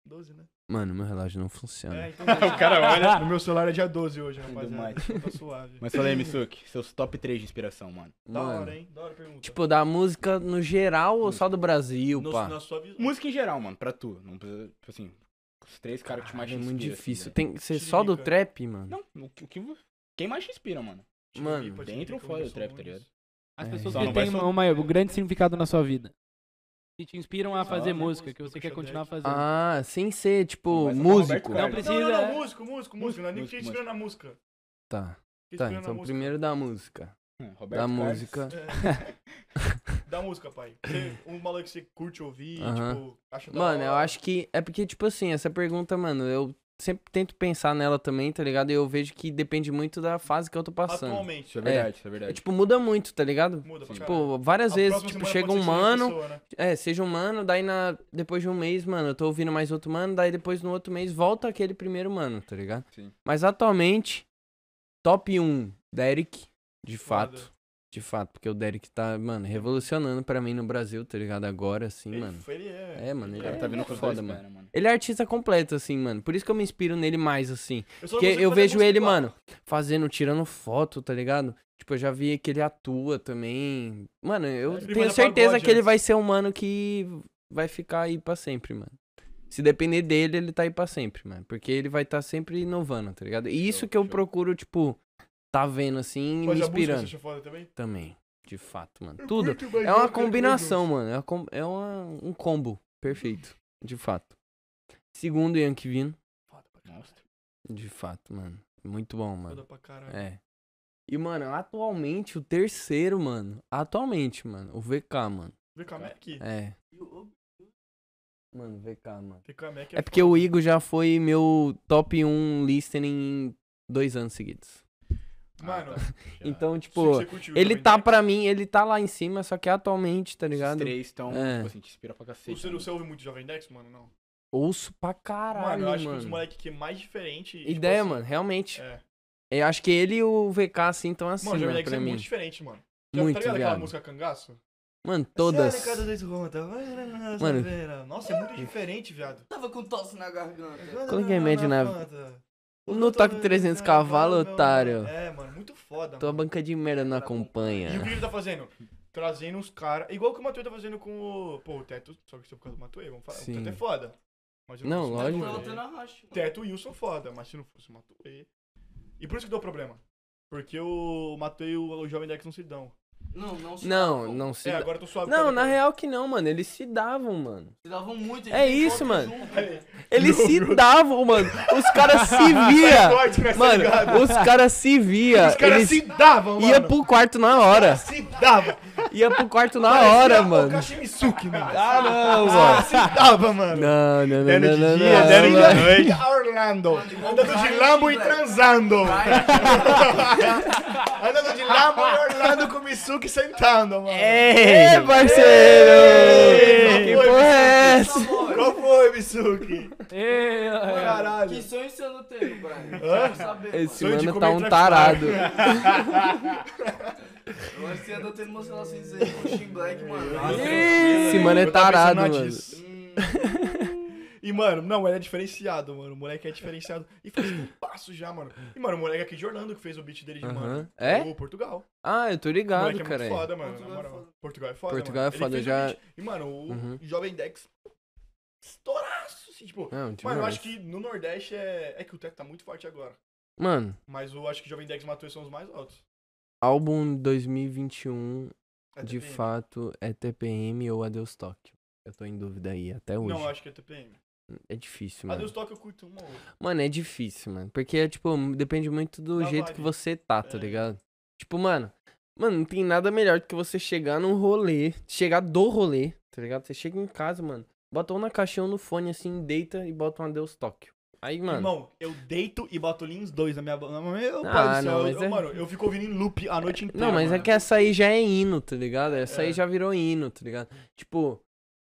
Speaker 1: 12, né?
Speaker 3: Mano, meu relógio não funciona.
Speaker 1: É, então.
Speaker 3: <laughs>
Speaker 2: O cara olha.
Speaker 1: No meu celular é dia 12 hoje,
Speaker 2: Tudo
Speaker 1: rapaziada.
Speaker 2: mais.
Speaker 1: Então tá suave. <laughs>
Speaker 2: Mas fala aí, Mitsuki, seus top 3 de inspiração, mano.
Speaker 1: Da
Speaker 3: Mano,
Speaker 1: hora, hein? Hum. Da hora pergunta.
Speaker 3: tipo, da música no geral ou só do Brasil,
Speaker 1: No-
Speaker 3: pá?
Speaker 1: na sua visão.
Speaker 2: Música em geral, mano, pra tu. Não precisa, tipo assim, os três caras que te mais
Speaker 3: Caralho, é
Speaker 2: te
Speaker 3: muito
Speaker 2: inspira, assim,
Speaker 3: difícil.
Speaker 2: velho.
Speaker 3: Tem que ser só do
Speaker 1: Tiririca.
Speaker 3: trap, mano.
Speaker 2: Não, o que, o que vo- quem mais te inspira, mano?
Speaker 3: mano,
Speaker 1: Tipo,
Speaker 2: dentro ou
Speaker 1: tipo,
Speaker 2: fora do
Speaker 1: Whindersson
Speaker 2: trap, tá
Speaker 1: Nunes.
Speaker 2: ligado?
Speaker 6: As
Speaker 3: É.
Speaker 6: pessoas
Speaker 2: Só
Speaker 6: que
Speaker 2: não vai
Speaker 6: têm
Speaker 2: só-
Speaker 6: uma, um grande significado na sua vida. Que te inspiram a
Speaker 1: Só
Speaker 6: fazer
Speaker 1: depois
Speaker 6: música,
Speaker 1: que
Speaker 6: que você
Speaker 1: puxa
Speaker 6: quer
Speaker 1: o
Speaker 6: continuar fazendo.
Speaker 3: Ah, sem ser, tipo,
Speaker 2: Mas é
Speaker 3: músico.
Speaker 2: Roberto Carlos.
Speaker 6: Não
Speaker 1: Não,
Speaker 6: precisa.
Speaker 1: não, não,
Speaker 6: é.
Speaker 1: músico, músico, músico. Não é nem
Speaker 2: músico,
Speaker 1: fiquei inspirando na música.
Speaker 3: Tá,
Speaker 1: Fiquei
Speaker 3: tá.
Speaker 1: inspirando na
Speaker 3: Então,
Speaker 1: música.
Speaker 3: primeiro da música.
Speaker 2: Hum, Roberto
Speaker 3: Da
Speaker 2: Carlos.
Speaker 3: música.
Speaker 1: É. Da música, pai. Tem um maluco que você curte ouvir,
Speaker 3: Aham.
Speaker 1: tipo, acha da
Speaker 3: Mano, eu
Speaker 1: hora.
Speaker 3: acho que. É porque, tipo assim, essa pergunta, mano, eu sempre tento pensar nela também, tá ligado? E eu vejo que depende muito da fase que eu tô passando.
Speaker 1: Atualmente.
Speaker 2: Isso é verdade, isso é
Speaker 3: É,
Speaker 2: verdade.
Speaker 3: tipo, muda muito, tá ligado?
Speaker 1: Muda pra caralho.
Speaker 3: Tipo, várias
Speaker 1: A
Speaker 3: vezes,
Speaker 1: próxima
Speaker 3: tipo,
Speaker 1: semana
Speaker 3: chega
Speaker 1: pode
Speaker 3: um
Speaker 1: ser outra
Speaker 3: mano,
Speaker 1: pessoa, né?
Speaker 3: é, seja um mano, daí na, depois de um mês, mano, eu tô ouvindo mais outro mano, daí depois no outro mês volta aquele primeiro mano, tá ligado?
Speaker 2: Sim.
Speaker 3: Mas atualmente, top 1, Derek, de
Speaker 1: Foda.
Speaker 3: fato. De fato, porque o Derek tá, mano, revolucionando pra mim no Brasil, tá ligado? Agora, assim,
Speaker 1: Ele,
Speaker 3: mano.
Speaker 1: ele é.
Speaker 3: É, mano,
Speaker 2: o
Speaker 3: ele
Speaker 2: cara
Speaker 3: é
Speaker 2: tá vindo com os dois
Speaker 3: foda, mano.
Speaker 2: pés, né, mano.
Speaker 3: Ele é artista completo, assim, mano. Por isso que eu me inspiro nele mais, assim.
Speaker 1: Eu só não
Speaker 3: Porque
Speaker 1: consigo
Speaker 3: eu
Speaker 1: fazer
Speaker 3: vejo
Speaker 1: música
Speaker 3: ele,
Speaker 1: igual.
Speaker 3: mano, fazendo, tirando foto, tá ligado? Tipo, eu já vi que ele atua também. Mano, eu
Speaker 1: Ele
Speaker 3: tenho
Speaker 1: fazia
Speaker 3: certeza
Speaker 1: pagode
Speaker 3: que ele
Speaker 1: antes.
Speaker 3: vai ser um mano que vai ficar aí pra sempre, mano. Se depender dele, ele tá aí pra sempre, mano. Porque ele vai estar sempre inovando, tá ligado? E isso
Speaker 2: Show,
Speaker 3: que eu
Speaker 2: show.
Speaker 3: procuro, tipo, tá vendo assim
Speaker 1: Mas
Speaker 3: e me
Speaker 1: a música você
Speaker 3: inspirando.
Speaker 1: acha foda também?
Speaker 3: Também, de fato, mano.
Speaker 1: Eu
Speaker 3: Tudo.
Speaker 1: curto, mas
Speaker 3: É
Speaker 1: eu
Speaker 3: uma
Speaker 1: quero
Speaker 3: combinação, mano. É, uma com- é uma- um combo perfeito, de fato. Segundo Yankee Vino,
Speaker 1: Foda pra caralho.
Speaker 2: Monstro.
Speaker 3: de fato, mano. Muito bom, mano.
Speaker 1: Foda pra caralho.
Speaker 3: É. E, mano, atualmente, o terceiro, mano. Atualmente, mano. O VK, mano.
Speaker 1: Vem com a Mac.
Speaker 3: É.
Speaker 4: E o-
Speaker 3: Mano, VK, mano.
Speaker 1: Vem com a Mac.
Speaker 3: É porque o Igor já foi meu top 1 listening em dois anos seguidos.
Speaker 1: Mano,
Speaker 2: Ah, tá. Já.
Speaker 3: <laughs> Então,
Speaker 1: sei que
Speaker 3: tipo,
Speaker 1: você curtiu
Speaker 3: ele
Speaker 1: também,
Speaker 3: tá
Speaker 1: né?
Speaker 3: pra mim, ele tá lá em cima, só que atualmente, tá
Speaker 2: Os
Speaker 3: ligado?
Speaker 2: três estão,
Speaker 3: É.
Speaker 2: tipo assim, te inspira pra cacete.
Speaker 1: Você,
Speaker 2: mano.
Speaker 1: você ouve muito Jovem Dex, mano? Não.
Speaker 3: Ouço pra caralho,
Speaker 1: mano, eu
Speaker 3: mano.
Speaker 1: acho que os moleques que é mais diferente. tipo
Speaker 3: Ideia,
Speaker 1: assim,
Speaker 3: mano, realmente.
Speaker 1: É.
Speaker 3: Eu acho que ele e o VK, assim, estão acima
Speaker 1: Mano, Jovem Dex
Speaker 3: pra
Speaker 1: é
Speaker 3: mim.
Speaker 1: muito diferente, mano. Já
Speaker 3: Muito,
Speaker 1: tá ligado aquela
Speaker 3: viado.
Speaker 1: música é cangaço?
Speaker 3: Mano, todas.
Speaker 1: Sério, cada vez conta. Mano. Nossa, é muito diferente, viado.
Speaker 4: Tava com tosse na garganta.
Speaker 3: Coloquei média na-
Speaker 1: Fanta.
Speaker 3: No toque 300 cavalo, otário.
Speaker 1: É, mano, muito foda.
Speaker 3: Tua
Speaker 1: mano.
Speaker 3: banca de merda não acompanha.
Speaker 1: E o que ele tá fazendo? Trazendo os caras. Igual que o Matuê tá fazendo com o. Pô, o Teto. Só que isso é por causa do Matuê, vamos falar.
Speaker 3: Sim.
Speaker 1: O Teto é foda. Mas eu
Speaker 3: Não,
Speaker 1: gosto do
Speaker 3: lógico.
Speaker 1: Matuê.
Speaker 4: Tava tendo a racha. mano.
Speaker 1: Teto e Wilson é foda, mas se não fosse o Matuê. E por isso que deu problema. Porque o Matuê e o Jovem Dex não se dão.
Speaker 4: Não, não se
Speaker 3: Não,
Speaker 4: davam.
Speaker 3: não se.
Speaker 1: é,
Speaker 3: dá-
Speaker 1: agora eu tô suave.
Speaker 3: Não,
Speaker 1: com a
Speaker 3: na
Speaker 1: minha-
Speaker 3: real que não, mano. Eles se davam, mano.
Speaker 4: Se davam muito.
Speaker 3: É
Speaker 4: eles
Speaker 3: isso,
Speaker 4: foram
Speaker 3: mano.
Speaker 4: juntos.
Speaker 3: Eles
Speaker 1: Não,
Speaker 3: se
Speaker 1: viu?
Speaker 3: davam, mano. Os caras
Speaker 1: <laughs>
Speaker 3: se via.
Speaker 1: Corte, né, tá
Speaker 3: Mano,
Speaker 1: ligado?
Speaker 3: os caras se via.
Speaker 1: os caras
Speaker 3: Eles
Speaker 1: se davam, mano.
Speaker 3: iam pro quarto na hora.
Speaker 1: Se davam.
Speaker 3: Ia pro quarto na hora,
Speaker 1: O
Speaker 3: mano.
Speaker 1: Kashimisuki, mano.
Speaker 3: Ah, não,
Speaker 1: Ah,
Speaker 3: mano.
Speaker 1: se dava, mano.
Speaker 3: Não, não, não,
Speaker 1: Dando
Speaker 3: não,
Speaker 1: de
Speaker 3: não,
Speaker 1: dia,
Speaker 3: não,
Speaker 1: dando
Speaker 3: mano.
Speaker 1: de noite. Orlando. Andando de lambo e
Speaker 3: <laughs>
Speaker 1: transando. Andando de lambo e Orlando com o Misuki sentando, mano.
Speaker 3: É. Ei, parceiro!
Speaker 1: Ei,
Speaker 3: Que porra é essa?
Speaker 4: Tá
Speaker 3: <laughs>
Speaker 1: Qual foi, Misuki?
Speaker 6: Ei, é,
Speaker 4: Que
Speaker 1: Caralho.
Speaker 4: sonho você não teve, Brian?
Speaker 1: Hã?
Speaker 4: Quero saber,
Speaker 3: Esse
Speaker 1: Sonho de
Speaker 3: mano tá
Speaker 1: comer
Speaker 3: um
Speaker 1: trash
Speaker 3: tarado.
Speaker 1: <laughs>
Speaker 4: mano. Eu acho que você andou tendo umas relações aí com o Shin Black, mano. Nossa, hum,
Speaker 3: Esse mano é
Speaker 1: Eu tava pensando
Speaker 3: tarado,
Speaker 1: na
Speaker 3: mano.
Speaker 1: Diz. E, mano, não, ele é diferenciado, mano. O moleque é diferenciado. E faz um passo já, mano. E, mano, o moleque é aqui de Orlando que fez o beat dele de, mano.
Speaker 3: Aham. É?
Speaker 1: O Portugal.
Speaker 3: Ah, eu tô
Speaker 1: O
Speaker 3: ligado,
Speaker 1: moleque é
Speaker 3: cara.
Speaker 1: muito foda, mano.
Speaker 4: Portugal
Speaker 1: na
Speaker 4: é
Speaker 1: moral.
Speaker 4: foda.
Speaker 1: Portugal é foda.
Speaker 3: Portugal
Speaker 1: mano.
Speaker 3: é
Speaker 1: Ele
Speaker 3: foda,
Speaker 1: fez o
Speaker 3: já-
Speaker 1: beat. E, mano, o
Speaker 3: Uhum.
Speaker 1: Jovem Dex. Estouraço, assim, tipo.
Speaker 3: Não,
Speaker 1: Mano, eu
Speaker 3: demais.
Speaker 1: acho que no Nordeste é. É que o Tec tá muito forte agora.
Speaker 3: Mano,
Speaker 1: Mas eu acho que o Jovem Dex matou são os mais altos.
Speaker 3: álbum 2021,
Speaker 1: É
Speaker 3: de
Speaker 1: TPM.
Speaker 3: fato, é TPM ou Adeus Tóquio. Eu tô em dúvida aí até hoje.
Speaker 1: Não, eu acho que é TPM.
Speaker 3: É difícil,
Speaker 1: Mas
Speaker 3: mano.
Speaker 1: Deus toca, eu curto um uma ou outra.
Speaker 3: Mano, é difícil, mano. Porque, tipo, depende muito do
Speaker 1: Da
Speaker 3: jeito que
Speaker 1: vibe.
Speaker 3: você tá, tá
Speaker 1: É.
Speaker 3: ligado? Tipo, mano, mano, não tem nada melhor do que você chegar num rolê, chegar do rolê, tá ligado? Você chega em casa, mano, bota um na caixinha ou no fone, assim, deita e bota um Adeus Tóquio. Aí, mano,
Speaker 1: Irmão, eu deito e boto Lins 2 na minha banda. Meu
Speaker 3: Ah,
Speaker 1: pai do céu.
Speaker 3: não,
Speaker 1: eu-
Speaker 3: mas
Speaker 1: eu-
Speaker 3: é-
Speaker 1: Mano, eu fico ouvindo em loop a noite inteira.
Speaker 3: Não, mas é
Speaker 1: Tá, mano.
Speaker 3: que essa aí já é hino, tá ligado? Essa aí
Speaker 1: É.
Speaker 3: já virou hino, tá ligado? Tipo,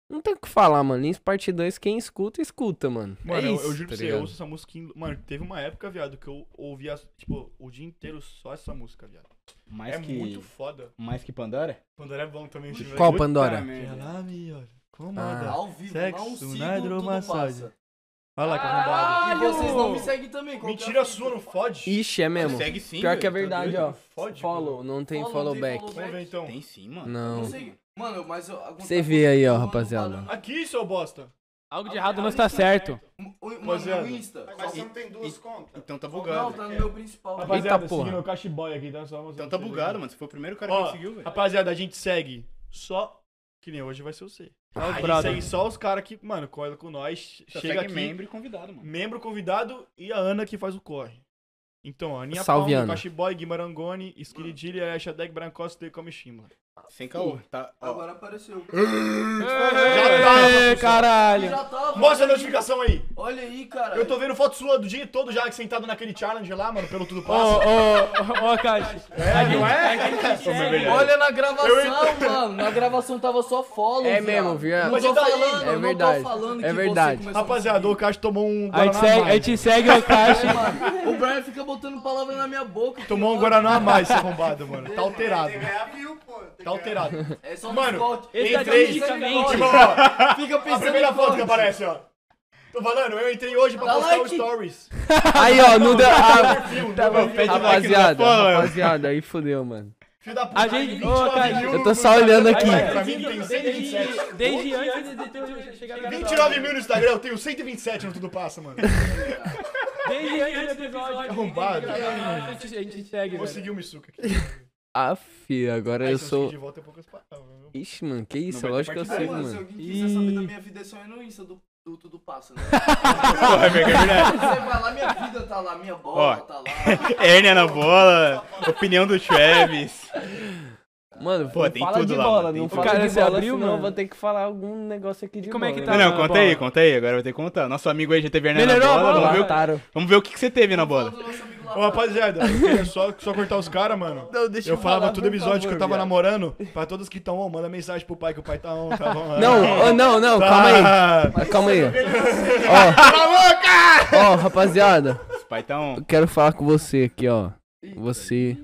Speaker 3: não tem o que falar, mano. Lins Parte 2, quem escuta, escuta, mano.
Speaker 1: Mano,
Speaker 3: é
Speaker 1: eu-
Speaker 3: isso,
Speaker 1: eu, juro
Speaker 3: tá
Speaker 1: pra você, eu
Speaker 3: ligado?
Speaker 1: ouço essa música em... Mano, teve uma época, viado, que eu ouvia, tipo, o dia inteiro só essa música, viado.
Speaker 2: Mais
Speaker 1: é
Speaker 2: que.
Speaker 1: muito foda.
Speaker 2: Mais que Pandora?
Speaker 1: Pandora é bom também, tipo,
Speaker 3: Qual
Speaker 1: é-
Speaker 3: Pandora?
Speaker 1: Ela me olha,
Speaker 3: Ah.
Speaker 1: comanda.
Speaker 4: Ao vivo,
Speaker 1: Sexo
Speaker 4: não sigo
Speaker 1: na
Speaker 4: tudo
Speaker 1: hidromassagem.
Speaker 4: passa.
Speaker 1: Olha lá que arrombado.
Speaker 4: E vocês não me seguem também. qual que é a
Speaker 1: Mentira
Speaker 4: fita?
Speaker 1: sua, não fode?
Speaker 3: Ixi, é mesmo.
Speaker 2: Segue sim.
Speaker 3: Pior
Speaker 2: velho,
Speaker 3: que é
Speaker 2: tá
Speaker 3: verdade,
Speaker 2: doido?
Speaker 3: ó.
Speaker 1: Fode,
Speaker 3: Follow, não tem
Speaker 4: Follow, não
Speaker 3: follow
Speaker 4: tem
Speaker 3: back.
Speaker 4: follow
Speaker 1: Vamos ver então.
Speaker 2: Tem sim, mano.
Speaker 3: Não.
Speaker 4: Não sei. Mano, mas eu- alguma
Speaker 3: Você
Speaker 4: coisa
Speaker 3: vê aí, ó,
Speaker 4: eu não
Speaker 3: rapaziada.
Speaker 4: falo.
Speaker 1: Aqui, seu bosta.
Speaker 6: Algo de errado não está certo.
Speaker 4: O- Mano,
Speaker 1: Rapaziada.
Speaker 4: no Insta.
Speaker 5: Mas você não
Speaker 1: tá
Speaker 5: tem duas contas.
Speaker 2: Então tá
Speaker 4: Não,
Speaker 2: bugado.
Speaker 4: tá no meu principal.
Speaker 1: Rapaziada,
Speaker 3: porra.
Speaker 1: seguindo o Cachiboy aqui, tá? Só
Speaker 2: Então tá
Speaker 4: né?
Speaker 2: bugado, mano. Você foi o primeiro cara que
Speaker 1: Ó,
Speaker 2: conseguiu, velho.
Speaker 1: Rapaziada, a gente segue só. Que nem hoje vai ser você.
Speaker 6: Olha o
Speaker 1: A gente
Speaker 6: brother.
Speaker 1: segue só os caras que, mano, cola com nós.
Speaker 2: Só
Speaker 1: chega
Speaker 2: segue
Speaker 1: aqui, membro.
Speaker 2: membro e convidado, mano.
Speaker 1: convidado e a Ana que faz o corre. Então, a Aninha
Speaker 3: Salve,
Speaker 1: Palma,
Speaker 3: Ana.
Speaker 1: Cachiboy, Guimarangoni, Skinny Dilly, Alexa Deck, Brancosta e Come Shimla.
Speaker 2: Sem caô. Tá, ó.
Speaker 4: Agora apareceu.
Speaker 1: Já tá,
Speaker 6: caralho.
Speaker 4: Já tava.
Speaker 1: Mostra a notificação aí.
Speaker 4: Olha aí, cara.
Speaker 1: Eu tô vendo foto sua do dia todo já, sentado naquele challenge lá, mano, pelo Tudo
Speaker 6: Ô,
Speaker 1: Passa.
Speaker 6: ô, ô, ô, Caixa.
Speaker 1: é, não é?
Speaker 4: Olha na gravação, mano. Na gravação tava só follow.
Speaker 3: É
Speaker 4: viado.
Speaker 3: mesmo, viado.
Speaker 4: Não
Speaker 1: Mas então, e
Speaker 4: tô
Speaker 1: daí?
Speaker 4: falando,
Speaker 3: É
Speaker 4: não
Speaker 3: verdade.
Speaker 4: tô falando que
Speaker 3: É
Speaker 4: você
Speaker 3: verdade.
Speaker 4: começou a
Speaker 1: Rapaziada, o Cacho tomou um
Speaker 6: A gente
Speaker 1: Guaraná a
Speaker 6: segue, a
Speaker 1: mais.
Speaker 6: gente segue o Caixa.
Speaker 4: seguir. O Brian fica botando palavra na minha boca.
Speaker 1: Tomou um Guaraná a mais, seu arrombado, mano. Tá alterado.
Speaker 5: viu, pô.
Speaker 1: Tá alterado.
Speaker 4: É só
Speaker 1: Mano,
Speaker 4: no corte.
Speaker 1: esse
Speaker 4: Fica
Speaker 1: tá
Speaker 4: pensando em
Speaker 6: medicamente.
Speaker 4: corte.
Speaker 1: Irmão, ó,
Speaker 4: <laughs> Fica pensando
Speaker 1: A primeira
Speaker 4: em
Speaker 1: foto que
Speaker 4: corte.
Speaker 1: aparece, ó. Tô falando, eu entrei hoje pra
Speaker 4: Dá
Speaker 1: postar o
Speaker 4: like.
Speaker 1: stories.
Speaker 3: Aí, ó, não deu. Ah,
Speaker 1: Perfil,
Speaker 6: Tá
Speaker 3: mano,
Speaker 1: meu perfil.
Speaker 3: rapaziada, rapaziada, aí fodeu, mano.
Speaker 1: Filho da puta,
Speaker 6: A gente-
Speaker 1: aí,
Speaker 6: Ô,
Speaker 1: 29
Speaker 6: cara,
Speaker 1: mil
Speaker 3: eu
Speaker 1: no-
Speaker 3: tô só olhando aqui.
Speaker 1: Pra mim tem 127.
Speaker 6: Desde antes de ter chegado
Speaker 1: 29 mil no Instagram, eu tenho 127 no Tudo Passa, mano.
Speaker 6: Desde antes do episódio.
Speaker 1: Arrombado.
Speaker 6: A gente, a gente segue, velho.
Speaker 1: Consegui o Misuka aqui.
Speaker 3: Aff, agora
Speaker 1: Aí,
Speaker 3: eu
Speaker 1: se
Speaker 3: sou.
Speaker 1: seguir de volta é poucas palavras, viu?
Speaker 3: Ixi, mano, que isso?
Speaker 2: vai ter
Speaker 3: Lógico que eu
Speaker 2: parte
Speaker 4: É,
Speaker 3: sigo,
Speaker 4: mano, se
Speaker 3: mano.
Speaker 4: alguém quiser saber da
Speaker 6: Ih.
Speaker 4: minha vida, é só ir no Insta do, do Tudo Passa, né?
Speaker 2: é Verdade. <laughs>
Speaker 4: Você vai lá, minha vida tá lá, minha bola
Speaker 2: Ó.
Speaker 4: tá lá.
Speaker 2: Hérnia na bola, opinião do Travis.
Speaker 3: Mano,
Speaker 2: Pô, tem
Speaker 3: fala
Speaker 2: tudo
Speaker 3: de
Speaker 2: lá,
Speaker 3: bola,
Speaker 2: mano, tem
Speaker 3: não
Speaker 2: tudo.
Speaker 3: fala
Speaker 6: O cara
Speaker 3: de
Speaker 6: se
Speaker 3: bola,
Speaker 6: abriu,
Speaker 3: senão eu
Speaker 6: mano.
Speaker 3: vou ter que falar algum negócio aqui de
Speaker 6: como é que
Speaker 3: bola,
Speaker 6: tá?
Speaker 2: Não,
Speaker 3: né?
Speaker 2: não, conta aí, conta aí. Agora eu vou ter que contar. Nosso amigo aí já teve hernia na
Speaker 6: Melhorou a
Speaker 2: bola.
Speaker 6: bola?
Speaker 3: ah,
Speaker 2: Vamos ver, o,
Speaker 3: Mataram.
Speaker 2: vamos ver o que, que você teve na bola.
Speaker 4: Do nosso amigo lá
Speaker 1: Ô,
Speaker 4: fora.
Speaker 1: rapaziada, eu queria só, só cortar os caras, mano.
Speaker 3: deixa
Speaker 1: Eu falava todo
Speaker 3: por
Speaker 1: episódio que eu
Speaker 3: favor,
Speaker 1: tava
Speaker 3: viado.
Speaker 1: namorando. Pra todos que estão on, manda mensagem pro pai que o pai tá on, tá bom? Tá.
Speaker 3: Não, ô, não, não, calma aí.
Speaker 1: aí.
Speaker 3: Mas calma aí. Ó, ó, rapaziada,
Speaker 2: Pai tá
Speaker 4: <laughs>
Speaker 2: um.
Speaker 3: eu quero falar com você aqui, ó. Você.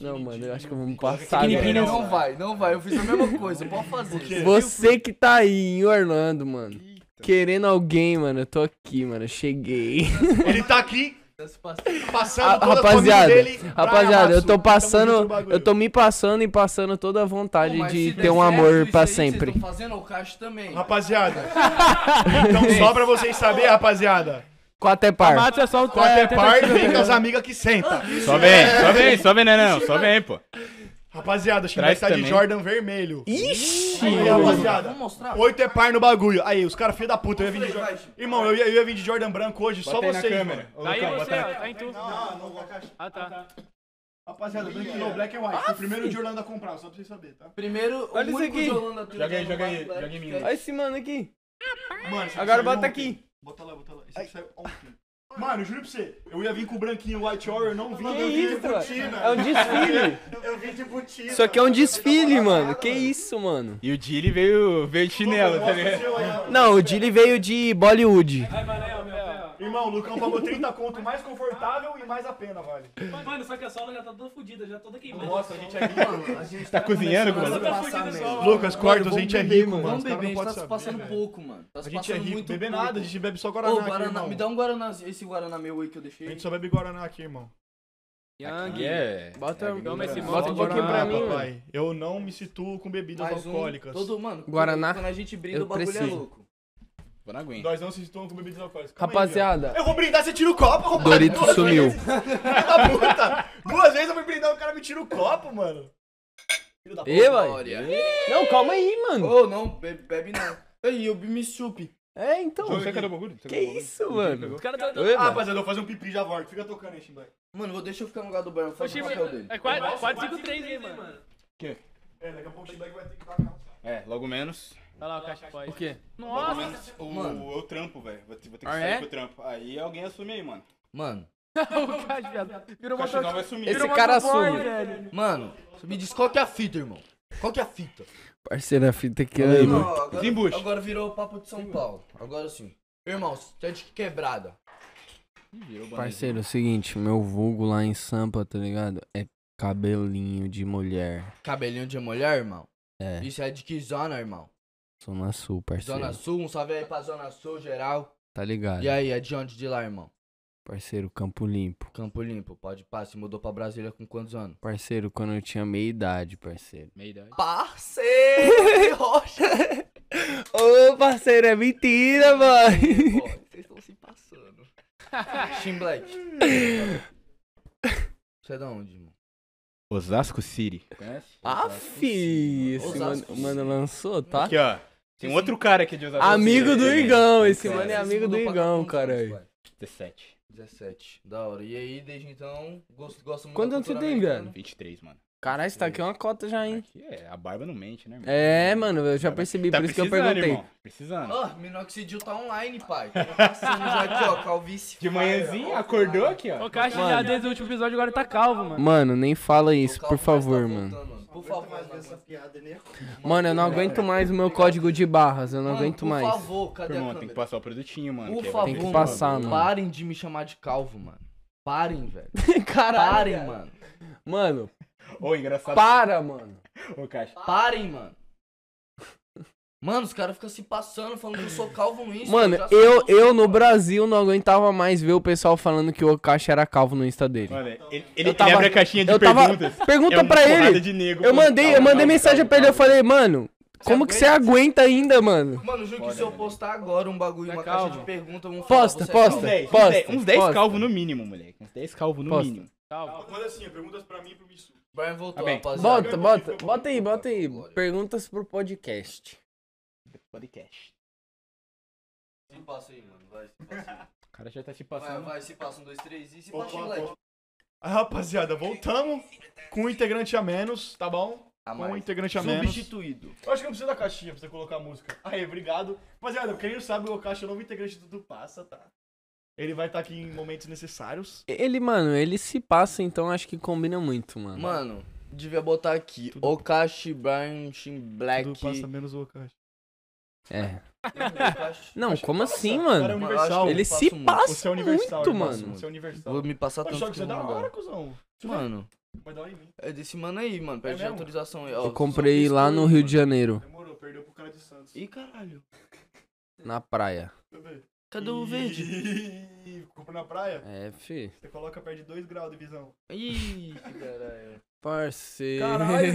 Speaker 3: Não, mano, eu acho que eu vou me passar.
Speaker 6: Skinny
Speaker 3: velho.
Speaker 4: Não, Não vai, não vai. Eu fiz a mesma coisa, pode fazer.
Speaker 1: quê?
Speaker 3: Você que tá aí em Orlando, mano. Querendo alguém, mano, eu tô aqui, mano. eu Cheguei.
Speaker 1: Ele tá aqui passando
Speaker 3: Ah,
Speaker 1: toda a
Speaker 3: rapaziada,
Speaker 1: família dele pra
Speaker 3: rapaziada, eu
Speaker 1: Yamatsu.
Speaker 3: tô
Speaker 1: Tamo junto no
Speaker 3: passando.
Speaker 1: bagulho.
Speaker 3: Eu tô me passando e passando toda a
Speaker 4: Pô,
Speaker 3: vontade
Speaker 4: mas
Speaker 3: de
Speaker 4: se
Speaker 3: ter
Speaker 4: der
Speaker 3: um
Speaker 4: certo
Speaker 3: amor
Speaker 4: isso
Speaker 3: pra
Speaker 4: aí, vocês
Speaker 3: sempre.
Speaker 4: tão fazendo o Cacho também.
Speaker 3: <laughs>
Speaker 1: Rapaziada. então, só pra vocês saberem, rapaziada.
Speaker 3: Quatro é par.
Speaker 6: Matos é só o
Speaker 1: Quando é
Speaker 6: tentativa,
Speaker 1: par, vem
Speaker 6: velho.
Speaker 3: né?
Speaker 1: com as amigas que senta.
Speaker 3: Ah.
Speaker 2: Só vem, só vem, só vem, né, não? Só vem, pô.
Speaker 1: Rapaziada, acho que vai
Speaker 2: Traz
Speaker 1: estar de
Speaker 2: também.
Speaker 1: Jordan vermelho.
Speaker 3: Ixi!
Speaker 1: Aí, rapaziada.
Speaker 4: Vamos mostrar?
Speaker 1: Oito é par no bagulho. Aí, os caras, filho da puta, eu ia vir de
Speaker 4: Vai,
Speaker 1: Jordan.
Speaker 4: vai.
Speaker 1: Irmão, eu ia, eu ia vir de Jordan branco hoje, só
Speaker 2: Bota aí
Speaker 1: vocês.
Speaker 4: é
Speaker 2: na câmera.
Speaker 1: mano.
Speaker 6: Aí você, ó, tá em tu.
Speaker 5: Não, não vou caixa.
Speaker 6: Ah, tá.
Speaker 1: Rapaziada, Black,
Speaker 4: Ih,
Speaker 1: não,
Speaker 4: é.
Speaker 1: Black and White. Foi o primeiro de Orlando a comprar, só pra vocês saberem, tá?
Speaker 4: Primeiro,
Speaker 3: Olha
Speaker 4: o
Speaker 3: isso
Speaker 4: único
Speaker 3: aqui.
Speaker 4: de Holanda teve
Speaker 1: Joga aí,
Speaker 4: tomado
Speaker 1: joga aí,
Speaker 4: Black
Speaker 1: joga em mim.
Speaker 4: Cat.
Speaker 3: Olha esse mano aqui.
Speaker 1: Mano, esse aqui
Speaker 3: Agora
Speaker 1: saiu
Speaker 3: bota
Speaker 1: ontem.
Speaker 3: aqui.
Speaker 1: Bota lá, bota lá. Esse aqui saiu ontem. Mano, eu juro pra você, eu ia vir com o branquinho White Warrior, não vim.
Speaker 3: Que
Speaker 1: eu vim de
Speaker 3: isso, mano?
Speaker 1: botina.
Speaker 3: É
Speaker 1: <laughs>
Speaker 3: um desfile.
Speaker 5: Eu vim de botina.
Speaker 3: Isso aqui é um desfile, mano. Que isso, mano.
Speaker 2: E o Dilly veio, veio de chinelo, tá ligado?
Speaker 3: Não, o Dilly veio de Bollywood.
Speaker 1: Irmão, o Lucão pagou 30 conto mais confortável e mais a pena, vale.
Speaker 7: Mano, só que a sola já tá toda fodida, já toda queimada.
Speaker 1: Nossa, a gente é rico.
Speaker 4: Mano, a gente
Speaker 2: Tá cozinhando,
Speaker 4: começando
Speaker 2: Guga?
Speaker 4: a se passar,
Speaker 7: Tá fugindo
Speaker 4: velho.
Speaker 7: só.
Speaker 1: Lucas, corta, a
Speaker 3: vamos
Speaker 1: gente é
Speaker 3: beber,
Speaker 1: rico,
Speaker 3: mano.
Speaker 1: mano.
Speaker 4: Vamos
Speaker 1: Os caras não
Speaker 4: beber, a gente
Speaker 1: podem
Speaker 4: tá se
Speaker 1: saber,
Speaker 4: passando
Speaker 1: velho.
Speaker 4: pouco, mano. Tá
Speaker 1: A
Speaker 4: se
Speaker 1: gente é
Speaker 4: passando
Speaker 1: rico,
Speaker 4: muito
Speaker 1: beber
Speaker 4: pouco.
Speaker 1: nada, a gente bebe só Guaraná.
Speaker 4: Ô,
Speaker 1: aqui,
Speaker 4: Guaraná,
Speaker 1: irmão.
Speaker 4: me dá um Guaraná, esse Guaraná meu aí que eu
Speaker 1: A
Speaker 4: deixei.
Speaker 1: gente só bebe Guaraná aqui, irmão.
Speaker 6: Yang.
Speaker 2: É.
Speaker 3: Bota,
Speaker 2: Toma esse
Speaker 3: bota um
Speaker 6: monte de
Speaker 3: pouquinho pra
Speaker 6: Guaraná,
Speaker 3: mim, mano.
Speaker 1: papai. Eu não me situo com bebidas
Speaker 4: Mais um,
Speaker 1: alcoólicas.
Speaker 4: Todo, mano, quando-
Speaker 3: Guaraná,
Speaker 4: Quando a gente brinda,
Speaker 3: eu
Speaker 4: o bagulho é
Speaker 3: preciso.
Speaker 4: louco.
Speaker 2: Vou na aguinha.
Speaker 1: Nós não se situamos com bebidas alcoólicas. Calma aí,
Speaker 3: Rapaziada,
Speaker 1: viado. eu vou brindar, você tira o copo, rapaz.
Speaker 3: Dorito
Speaker 1: Duas
Speaker 3: sumiu.
Speaker 1: vezes. Filho da puta. Duas vezes eu fui brindar, o cara me tira o copo, mano. Filho da puta.
Speaker 3: Ê, vai.
Speaker 4: Glória.
Speaker 3: Não, calma aí, mano.
Speaker 4: Ô, não, bebe, bebe não. Ei, eu me chupe.
Speaker 3: É, então. Que isso, mano?
Speaker 7: Os caras tá...
Speaker 4: É.
Speaker 3: Oi,
Speaker 1: Ah,
Speaker 3: mano.
Speaker 1: rapaziada, eu vou fazer um pipi já volto. Fica tocando aí, Chimbay.
Speaker 4: Mano, vou deixa eu ficar no lugar do Brian, faz o
Speaker 7: Oxi,
Speaker 4: papel dele.
Speaker 7: mano, É 453 aí, mano.
Speaker 1: É, daqui a pouco o Chimbay vai ter que tocar.
Speaker 2: É, logo menos.
Speaker 6: Olha lá o caixa faz.
Speaker 3: O quê?
Speaker 2: Logo
Speaker 7: Nossa,
Speaker 2: menos. O,
Speaker 4: Mano.
Speaker 2: Eu trampo, velho. Vou, ter- vou ter
Speaker 3: Ah,
Speaker 2: que sair
Speaker 3: é?
Speaker 2: pro trampo. Aí alguém assume aí, mano.
Speaker 4: Mano,
Speaker 6: o caixa, viado. Virou
Speaker 2: O cachorro vai sumir.
Speaker 3: Esse cara assume.
Speaker 6: velho.
Speaker 4: mano, me diz qual que é a fita, irmão. Qual que é a fita?
Speaker 3: Parceiro, a fita é que
Speaker 2: Aí,
Speaker 3: eu...
Speaker 2: mano.
Speaker 4: Não, agora,
Speaker 2: Desembucha.
Speaker 4: agora virou o papo de São Paulo. Agora sim. Irmãos, tá de quebrada.
Speaker 3: Parceiro, é o seguinte, meu vulgo lá em Sampa, tá ligado? É cabelinho de mulher.
Speaker 4: Cabelinho de mulher, irmão.
Speaker 3: É,
Speaker 4: Isso é de que zona, irmão?
Speaker 3: Zona Sul, parceiro.
Speaker 4: Zona Sul, um salve aí pra Zona Sul geral.
Speaker 3: Tá ligado?
Speaker 4: E aí, é de onde de lá, irmão?
Speaker 3: Parceiro, Campo Limpo.
Speaker 4: Campo Limpo, pode passar. Se mudou pra Brasília com quantos anos?
Speaker 3: Parceiro, quando eu tinha meia idade, parceiro.
Speaker 2: Meia idade.
Speaker 4: Parceiro! de <laughs> Rocha!
Speaker 3: Ô, parceiro, é mentira, mano.
Speaker 4: Ó, Vocês estão se passando.
Speaker 3: <laughs>
Speaker 4: Team Black. Você é da onde, irmão?
Speaker 2: Osasco City. Conhece?
Speaker 3: Afi, esse mano,
Speaker 4: Osasco.
Speaker 3: mano lançou, tá?
Speaker 2: Aqui, ó. Tem um outro cara aqui de Osasco
Speaker 3: Amigo
Speaker 2: City. um
Speaker 3: do Igão, esse mano é
Speaker 4: Vocês se
Speaker 3: amigo do
Speaker 4: mudou pra cá
Speaker 3: Igão,
Speaker 4: com quantos anos,
Speaker 3: caralho.
Speaker 4: pai?
Speaker 2: 17.
Speaker 4: 17. Da hora. E aí, desde então, gosto, gosto muito
Speaker 3: Quanto
Speaker 4: da
Speaker 3: anos você
Speaker 4: cultura
Speaker 3: tem,
Speaker 4: americana.
Speaker 2: 23, mano.
Speaker 3: Caralho, você tá aqui uma cota já, hein?
Speaker 2: Aqui é, a barba não mente, né, mano?
Speaker 3: É, mano, eu já percebi,
Speaker 2: Tá
Speaker 3: por isso que eu perguntei.
Speaker 2: Precisando.
Speaker 4: Ó, Minoxidil tá online, pai. Tá
Speaker 2: <laughs>
Speaker 4: passando já aqui, ó, calvície.
Speaker 2: De
Speaker 4: fire,
Speaker 2: manhãzinha,
Speaker 4: ó,
Speaker 2: acordou
Speaker 4: cara.
Speaker 2: aqui, ó.
Speaker 6: O caixa já desde o último episódio agora tá calvo, mano.
Speaker 3: Mano, nem fala
Speaker 4: O
Speaker 3: isso,
Speaker 4: calvo
Speaker 3: por
Speaker 4: tá
Speaker 3: favor,
Speaker 4: voltando,
Speaker 3: mano.
Speaker 4: Por favor,
Speaker 5: mais
Speaker 4: mano.
Speaker 5: essa piada, né?
Speaker 3: Mano, é. eu não aguento mais o meu código de barras, eu não
Speaker 4: Mano,
Speaker 3: aguento mais.
Speaker 4: Por favor, cadê a
Speaker 2: Irmão,
Speaker 4: câmera?
Speaker 2: tem que passar o produtinho, mano.
Speaker 4: Por
Speaker 2: que é-
Speaker 4: favor,
Speaker 3: é Tem que passar, mano.
Speaker 4: Parem de me chamar de calvo, mano. Parem, velho.
Speaker 3: <laughs> Caralho.
Speaker 4: Parem, mano.
Speaker 3: Mano,
Speaker 2: Ô, engraçado.
Speaker 3: para, mano.
Speaker 2: Ô, Caixa.
Speaker 4: Parem, mano. Mano, os caras ficam se passando falando que eu sou calvo no Insta.
Speaker 3: Mano,
Speaker 4: já sou
Speaker 3: eu,
Speaker 4: calvo,
Speaker 3: eu no
Speaker 4: mano.
Speaker 3: Brasil não aguentava mais ver o pessoal falando que o Okashi era calvo no Insta dele.
Speaker 2: Mano, ele, ele,
Speaker 3: tava-
Speaker 2: ele abre a caixinha de
Speaker 3: eu tava-
Speaker 2: perguntas.
Speaker 3: Pergunta
Speaker 2: é uma
Speaker 3: pra
Speaker 2: porrada
Speaker 3: ele.
Speaker 2: de Tá, nego
Speaker 3: Eu
Speaker 2: falando,
Speaker 3: mandei, eu
Speaker 2: calma,
Speaker 3: mandei
Speaker 2: calma,
Speaker 3: mensagem
Speaker 2: calma,
Speaker 3: pra ele, eu
Speaker 2: calma.
Speaker 3: falei, mano, como que você aguenta ainda, mano?
Speaker 4: Mano, juro que
Speaker 2: Foda,
Speaker 4: se eu
Speaker 2: mano.
Speaker 4: postar agora um bagulho,
Speaker 6: Tá
Speaker 4: uma
Speaker 6: calvo.
Speaker 4: caixa de pergunta, vão falar,
Speaker 3: Posta,
Speaker 4: "Você é
Speaker 2: Uns
Speaker 3: posta,
Speaker 4: calvo?"
Speaker 2: 10, uns
Speaker 3: posta,
Speaker 2: 10, uns 10
Speaker 3: posta.
Speaker 2: calvo no mínimo, moleque. Uns 10 calvo no
Speaker 3: Posta.
Speaker 2: mínimo.
Speaker 6: Calvo.
Speaker 1: Mas assim, perguntas pra mim e pro Missu.
Speaker 4: Brian voltou,
Speaker 2: Tá bem.
Speaker 4: rapaziada.
Speaker 3: Bota, bota, bota aí, bota aí. Perguntas pro podcast.
Speaker 2: Podcast.
Speaker 4: Se passa aí, mano. Vai, se passa. aí.
Speaker 2: O cara já tá se
Speaker 4: Vai,
Speaker 2: passando.
Speaker 4: vai, se passa. Um, dois, três e se
Speaker 1: Opa,
Speaker 4: passa, moleque.
Speaker 1: Ah, rapaziada, voltamos com um integrante a menos, tá bom?
Speaker 4: A
Speaker 1: Com um
Speaker 4: mais.
Speaker 1: integrante a menos.
Speaker 4: Ah, Substituído.
Speaker 1: Eu acho que não precisa da caixinha pra você colocar a música. Aí, obrigado. Rapaziada, quem não sabe, o Caixa é o novo integrante do Dudu Passa, tá? Ele vai estar aqui em momentos necessários.
Speaker 3: Ele, mano, ele se passa, então acho que combina muito, mano.
Speaker 4: Mano, devia botar aqui. Okashi, Brian, Shin Black.
Speaker 1: Dudu Passa menos o Caixa.
Speaker 3: É.
Speaker 4: Okashi.
Speaker 3: Não, como assim,
Speaker 1: Cara, é
Speaker 3: mano?
Speaker 1: universal.
Speaker 4: eu
Speaker 3: Ele
Speaker 4: faço
Speaker 3: se
Speaker 4: muito.
Speaker 3: passa
Speaker 1: Você é universal,
Speaker 3: muito,
Speaker 1: ele passa
Speaker 3: mano.
Speaker 1: Você é universal.
Speaker 4: Vou me passar
Speaker 1: Olha
Speaker 4: tanto
Speaker 1: só que você é da
Speaker 4: vou
Speaker 1: hora,
Speaker 4: mandar.
Speaker 1: cuzão.
Speaker 4: Mano,
Speaker 1: Vai dar hora em mim.
Speaker 4: é desse mano aí, mano.
Speaker 1: É
Speaker 4: Pede
Speaker 1: mesmo?
Speaker 4: autorização aí. ó.
Speaker 3: Eu comprei lá no Rio de Janeiro,
Speaker 1: Demorou, perdeu pro cara de Santos.
Speaker 4: Ih, caralho.
Speaker 3: na praia.
Speaker 1: Cadê?
Speaker 4: Cadê o verde?
Speaker 1: Ih, Compra na praia?
Speaker 3: É, fi.
Speaker 1: Você coloca perto de 2 graus de visão.
Speaker 4: Ih, que caralho.
Speaker 3: Parceiro.
Speaker 1: Caralho,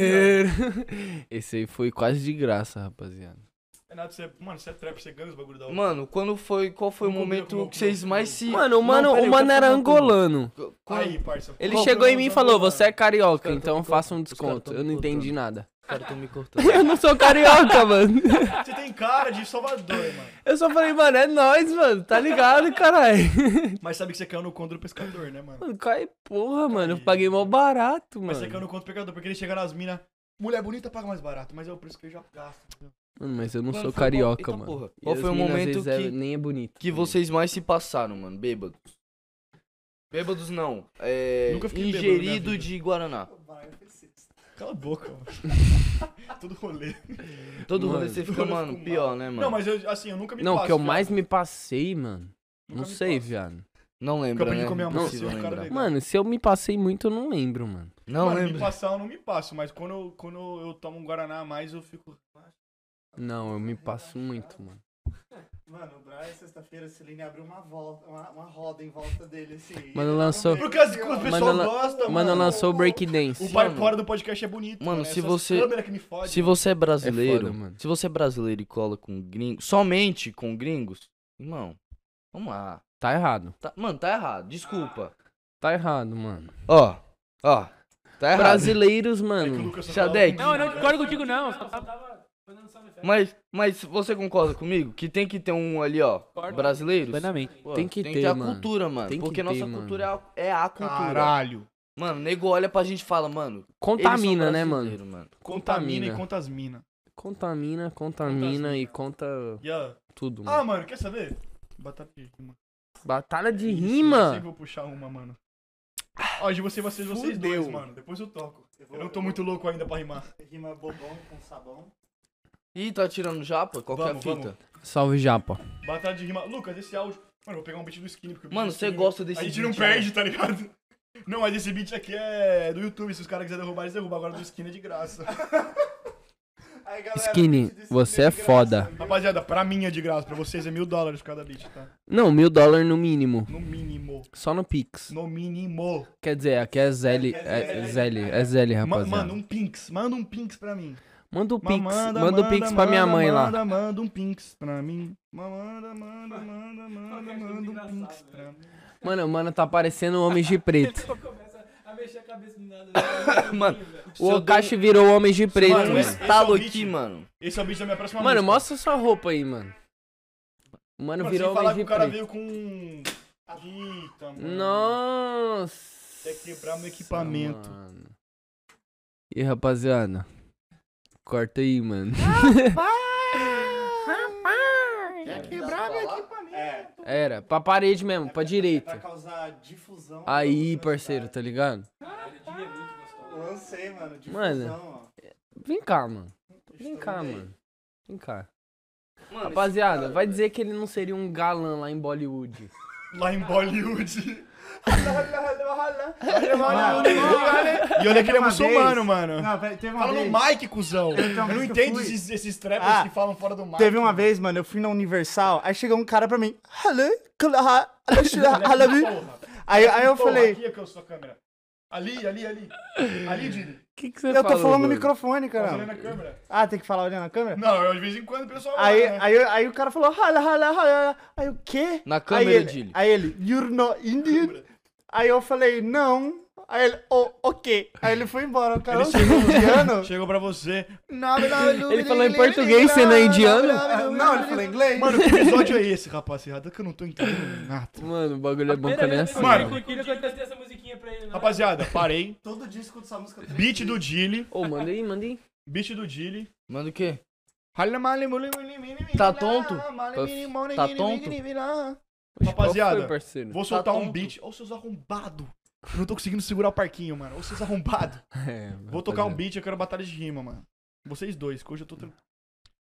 Speaker 3: Esse aí foi quase de graça, rapaziada.
Speaker 1: É nada, você, mano, você é trap, você ganha os bagulho da hora.
Speaker 4: Mano, quando foi. Qual foi o
Speaker 1: Não combina com o
Speaker 4: momento
Speaker 1: meu
Speaker 4: que vocês
Speaker 1: corpo,
Speaker 4: mais
Speaker 1: não.
Speaker 4: se.
Speaker 3: Mano, o
Speaker 4: Não,
Speaker 3: mano,
Speaker 4: pera aí,
Speaker 3: o
Speaker 4: eu
Speaker 3: mano
Speaker 4: quero
Speaker 3: era
Speaker 4: falar uma pergunta.
Speaker 3: angolano.
Speaker 4: Co- co-
Speaker 1: Aí, parça.
Speaker 3: Ele
Speaker 4: Qual
Speaker 3: chegou em mim e falou:
Speaker 1: Angolano?
Speaker 3: Você é carioca,
Speaker 4: Os caras tão
Speaker 3: então faça um
Speaker 4: os caras
Speaker 3: desconto.
Speaker 4: tão
Speaker 3: Eu não entendi
Speaker 4: voltando.
Speaker 3: nada.
Speaker 4: cara
Speaker 3: <laughs>
Speaker 4: tão me cortando.
Speaker 3: Eu não sou carioca, mano.
Speaker 4: <laughs>
Speaker 1: Você tem cara de Salvador, mano.
Speaker 3: Eu só falei, mano, é nóis, mano. Tá ligado, caralho.
Speaker 1: Mas sabe que você caiu no conto do pescador, né, mano?
Speaker 3: Mano, cai porra, mano. Eu paguei mó barato,
Speaker 1: Mas é você caiu
Speaker 3: mano.
Speaker 1: no conto do pescador, porque ele chega nas minas. Mulher bonita paga mais barato, mas é o preço que eu já gasto.
Speaker 3: Mano, mas eu não
Speaker 4: Mano,
Speaker 2: um
Speaker 3: sou
Speaker 4: foi qual-
Speaker 3: carioca,
Speaker 2: então,
Speaker 4: eita
Speaker 3: mano.
Speaker 4: porra,
Speaker 3: E
Speaker 4: Qual
Speaker 3: as
Speaker 4: foi o
Speaker 3: minas, às
Speaker 4: momento
Speaker 3: vezes, é-
Speaker 4: que,
Speaker 3: nem é bonito.
Speaker 1: Hum.
Speaker 4: que vocês mais se passaram, mano? Bêbados. Bêbados não. É.
Speaker 1: Nunca fiquei bêbado na minha
Speaker 4: ingerido
Speaker 1: vida.
Speaker 4: de Guaraná.
Speaker 1: Cala a boca, mano. <laughs> Tudo rolê.
Speaker 4: Todo
Speaker 3: Mano.
Speaker 4: rolê você fica,
Speaker 1: Eu fico
Speaker 4: mano,
Speaker 1: mal.
Speaker 4: pior, né, mano?
Speaker 1: Não, mas eu, assim, eu nunca me
Speaker 3: Não,
Speaker 1: passo,
Speaker 3: que eu
Speaker 1: viado.
Speaker 3: mais me passei, mano.
Speaker 1: Nunca
Speaker 3: não
Speaker 1: me
Speaker 3: sei,
Speaker 1: passo.
Speaker 3: viado.
Speaker 4: Não lembro.
Speaker 1: Nunca pedi
Speaker 4: né?
Speaker 1: com minha mãe,
Speaker 4: Impossível
Speaker 1: assim, o cara
Speaker 4: lembrar.
Speaker 1: legal.
Speaker 3: Mano, se eu me passei muito, eu não lembro, mano.
Speaker 4: Não
Speaker 1: mano, me
Speaker 4: lembro.
Speaker 1: passar eu não me passo, mas quando, eu- quando eu tomo um Guaraná a mais, eu fico.
Speaker 3: Não, eu me passo muito, mano.
Speaker 5: Mano, o Brian, sexta-feira, a Celine abriu uma, volta, uma, uma roda em volta dele, assim.
Speaker 3: Mano, lançou-
Speaker 1: Porque as, o pessoal
Speaker 3: lan-
Speaker 1: gosta, mano.
Speaker 3: Mano, lançou o
Speaker 1: O
Speaker 3: Breakdance.
Speaker 1: pai
Speaker 4: mano.
Speaker 1: fora do podcast é bonito.
Speaker 4: Mano,
Speaker 1: é
Speaker 4: se
Speaker 1: essas
Speaker 4: você-
Speaker 1: câmeras que me fode,
Speaker 4: Se você é
Speaker 3: É
Speaker 4: brasileiro,
Speaker 3: foda, mano.
Speaker 4: se você é brasileiro e cola com gringo, somente com gringos, irmão, vamos lá.
Speaker 3: Tá errado.
Speaker 4: Tá- mano, tá errado, desculpa.
Speaker 3: Tá errado, mano.
Speaker 4: Ó, ó, tá errado.
Speaker 3: Brasileiros,
Speaker 1: É que o
Speaker 3: mano.
Speaker 1: Lucas só
Speaker 4: Xadec.
Speaker 1: fala
Speaker 6: Não,
Speaker 1: com
Speaker 6: eu não
Speaker 1: gringo.
Speaker 6: concordo contigo, não.
Speaker 7: Não,
Speaker 6: Só
Speaker 7: eu só
Speaker 6: tava-
Speaker 7: tava fazendo sound effect.
Speaker 4: Mas, mas você concorda comigo que tem que ter um ali, ó, brasileiros?
Speaker 6: Plenamente.
Speaker 4: Pô,
Speaker 3: Tem que
Speaker 4: tem
Speaker 3: ter,
Speaker 4: a
Speaker 3: mano.
Speaker 4: cultura, mano.
Speaker 3: Tem que ter,
Speaker 4: porque nossa
Speaker 3: mano.
Speaker 4: cultura é a- é a cultura.
Speaker 1: Caralho.
Speaker 4: Mano, o nego olha pra gente e fala, mano. eles são
Speaker 3: Contamina, né, mano?
Speaker 4: brasileiro, mano?
Speaker 1: Contamina e
Speaker 3: Contamina.
Speaker 1: conta as minas.
Speaker 3: Contamina, contamina e conta tudo,
Speaker 1: Ah,
Speaker 3: mano.
Speaker 1: mano, quer saber? Batata de rima.
Speaker 3: Batalha
Speaker 1: Isso,
Speaker 3: de
Speaker 1: é Eu sempre
Speaker 3: rima.
Speaker 1: vou puxar uma, mano. Ó, de vocês, vocês, vocês dois, mano. Depois eu toco. Eu não tô muito louco ainda pra rimar.
Speaker 5: Rima bobão com sabão.
Speaker 4: Ih, tá tirando japa? Qual que é a
Speaker 1: Vamos, vamos.
Speaker 4: fita?
Speaker 3: Salve, Japa.
Speaker 1: Batata de rima. Lucas, esse áudio. Mano, eu vou pegar um beat do skinny. Porque o beat
Speaker 4: Mano,
Speaker 1: do
Speaker 4: você
Speaker 1: Skinny-
Speaker 4: gosta desse
Speaker 1: A gente
Speaker 4: beat,
Speaker 1: não
Speaker 4: né?
Speaker 1: perde, tá ligado? Não, mas esse beat aqui é do YouTube. Se os caras quiserem derrubar, eles derrubam. Agora do skinny é de graça.
Speaker 5: <laughs> Aí, galera,
Speaker 3: Skinny,
Speaker 5: vídeo do Skinny
Speaker 3: você é
Speaker 5: de graça, tá
Speaker 3: foda.
Speaker 5: viu?
Speaker 1: Rapaziada, pra mim é de graça. Pra vocês é mil dólares cada beat, tá?
Speaker 3: Não, mil dólares no mínimo.
Speaker 1: No mínimo.
Speaker 3: Só no Pix.
Speaker 1: No mínimo.
Speaker 3: Quer dizer, aqui é Zelle. É Zelle, é Zelle,
Speaker 1: Ma-
Speaker 3: rapaziada.
Speaker 1: manda um pinks. Manda um pinks pra mim.
Speaker 3: Manda o
Speaker 1: Ma-
Speaker 3: Pix. manda o Pix pra minha
Speaker 1: manda,
Speaker 3: mãe lá.
Speaker 1: Manda, manda um pinks pra mim. Ma- Manda,
Speaker 5: <laughs>
Speaker 1: manda, manda, manda, manda um
Speaker 5: né?
Speaker 1: pinks pra mim.
Speaker 3: Mano, mano, tá parecendo
Speaker 1: <laughs>
Speaker 3: o Homem de Preto.
Speaker 7: Começa a mexer a cabeça do nada. né?
Speaker 4: <coughs> Mano,
Speaker 3: O Okashi virou o Homem de Preto,
Speaker 1: Mano,
Speaker 4: um
Speaker 1: um esse-
Speaker 3: mano.
Speaker 4: estalo
Speaker 1: esse é o
Speaker 4: aqui,
Speaker 1: beat.
Speaker 4: mano.
Speaker 1: Esse é o vídeo da minha próxima
Speaker 3: Mano,
Speaker 1: música.
Speaker 3: mostra sua roupa aí, mano. Mano,
Speaker 1: Mano,
Speaker 3: virou
Speaker 1: sem
Speaker 3: o
Speaker 1: falar
Speaker 3: Homem
Speaker 1: que
Speaker 3: de
Speaker 1: o cara
Speaker 3: Preto.
Speaker 1: veio com... Eita, mano.
Speaker 3: Nossa.
Speaker 1: Quer quebrar meu equipamento.
Speaker 3: mano. E aí, rapaziada? Corta aí, mano.
Speaker 1: Quer quebrar meu equipamento.
Speaker 5: É,
Speaker 3: <laughs> Era, pra parede mesmo, pra
Speaker 5: pra
Speaker 3: direita.
Speaker 5: causar difusão.
Speaker 3: Aí,
Speaker 5: pela
Speaker 3: parceiro, tá ligado?
Speaker 5: velocidade. Lancei, mano, difusão,
Speaker 3: Mano.
Speaker 5: ó.
Speaker 3: Vem cá, mano. Vem cá, mano. Vem cá. Rapaziada, vai dizer que ele não seria um galã lá em Bollywood.
Speaker 1: Lá em Bollywood. E olha que ele é
Speaker 5: Uma
Speaker 1: muçulmano,
Speaker 5: vez-
Speaker 1: mano.
Speaker 5: Não, peraí, teve uma
Speaker 1: Fala
Speaker 5: vez...
Speaker 1: no mic, cuzão.
Speaker 5: Então,
Speaker 1: eu
Speaker 5: isso
Speaker 1: não
Speaker 5: que eu
Speaker 1: entendo
Speaker 5: fui.
Speaker 1: esses, esses trappers
Speaker 5: Ah,
Speaker 1: que falam fora do mic.
Speaker 5: Teve uma
Speaker 1: mano.
Speaker 5: vez, mano, eu fui na Universal, aí chegou um cara pra mim. Hello, Kulaha, Alashira, Halabi.
Speaker 1: Porra.
Speaker 5: Aí, aí eu
Speaker 1: Porra,
Speaker 5: falei,
Speaker 1: Aqui é que eu sou a câmera. Ali, ali, ali. Ali, Dini.
Speaker 3: <laughs> Que que você
Speaker 5: eu tô
Speaker 3: falou,
Speaker 5: falando no
Speaker 3: mano?
Speaker 5: microfone,
Speaker 1: Olhando
Speaker 5: cara.
Speaker 1: a câmera.
Speaker 5: Ah, tem que falar olhando na câmera?
Speaker 1: Não, eu de vez em quando o pessoal.
Speaker 5: Aí,
Speaker 1: olha, né?
Speaker 5: aí, aí o cara falou, hala, hala, hala. Aí o quê?
Speaker 4: Na
Speaker 5: aí
Speaker 4: câmera,
Speaker 5: ele,
Speaker 4: Dili.
Speaker 5: aí ele, you're not Indian? Aí eu falei, não. Aí ele, oh, ok. Aí ele foi embora. O cara
Speaker 1: Ele
Speaker 5: "Você é
Speaker 1: <laughs>
Speaker 5: indiano?
Speaker 1: Chegou pra você.
Speaker 5: Ele
Speaker 3: falou em português, você
Speaker 5: né?
Speaker 3: não é indiano?
Speaker 5: Não, ele falou em inglês.
Speaker 1: Mano, que episódio é esse, rapaziada? Que eu não tô entendendo nada.
Speaker 3: Mano, o bagulho é bom que nem assim.
Speaker 1: Mano.
Speaker 7: Eu queria que eu testasse essa musiquinha pra ele. né?
Speaker 1: Rapaziada, parei.
Speaker 5: <laughs> todo dia escuta essa música.
Speaker 1: Beat do Dilly.
Speaker 3: Ô, manda aí, manda aí.
Speaker 1: Beat do Dilly.
Speaker 4: Manda o quê?
Speaker 1: Tá
Speaker 4: Tá tonto? Tá tonto?
Speaker 1: Rapaziada,
Speaker 3: Qual foi, parceiro?
Speaker 5: Tá
Speaker 1: Vou soltar um
Speaker 4: tonto.
Speaker 1: beat. Ô, seus arrombados. Eu não tô conseguindo segurar o parquinho, mano. Ô, seus arrombados.
Speaker 3: É,
Speaker 1: Vou tocar um beat, eu quero batalha de rima, mano. Vocês dois, que hoje eu tô. tran-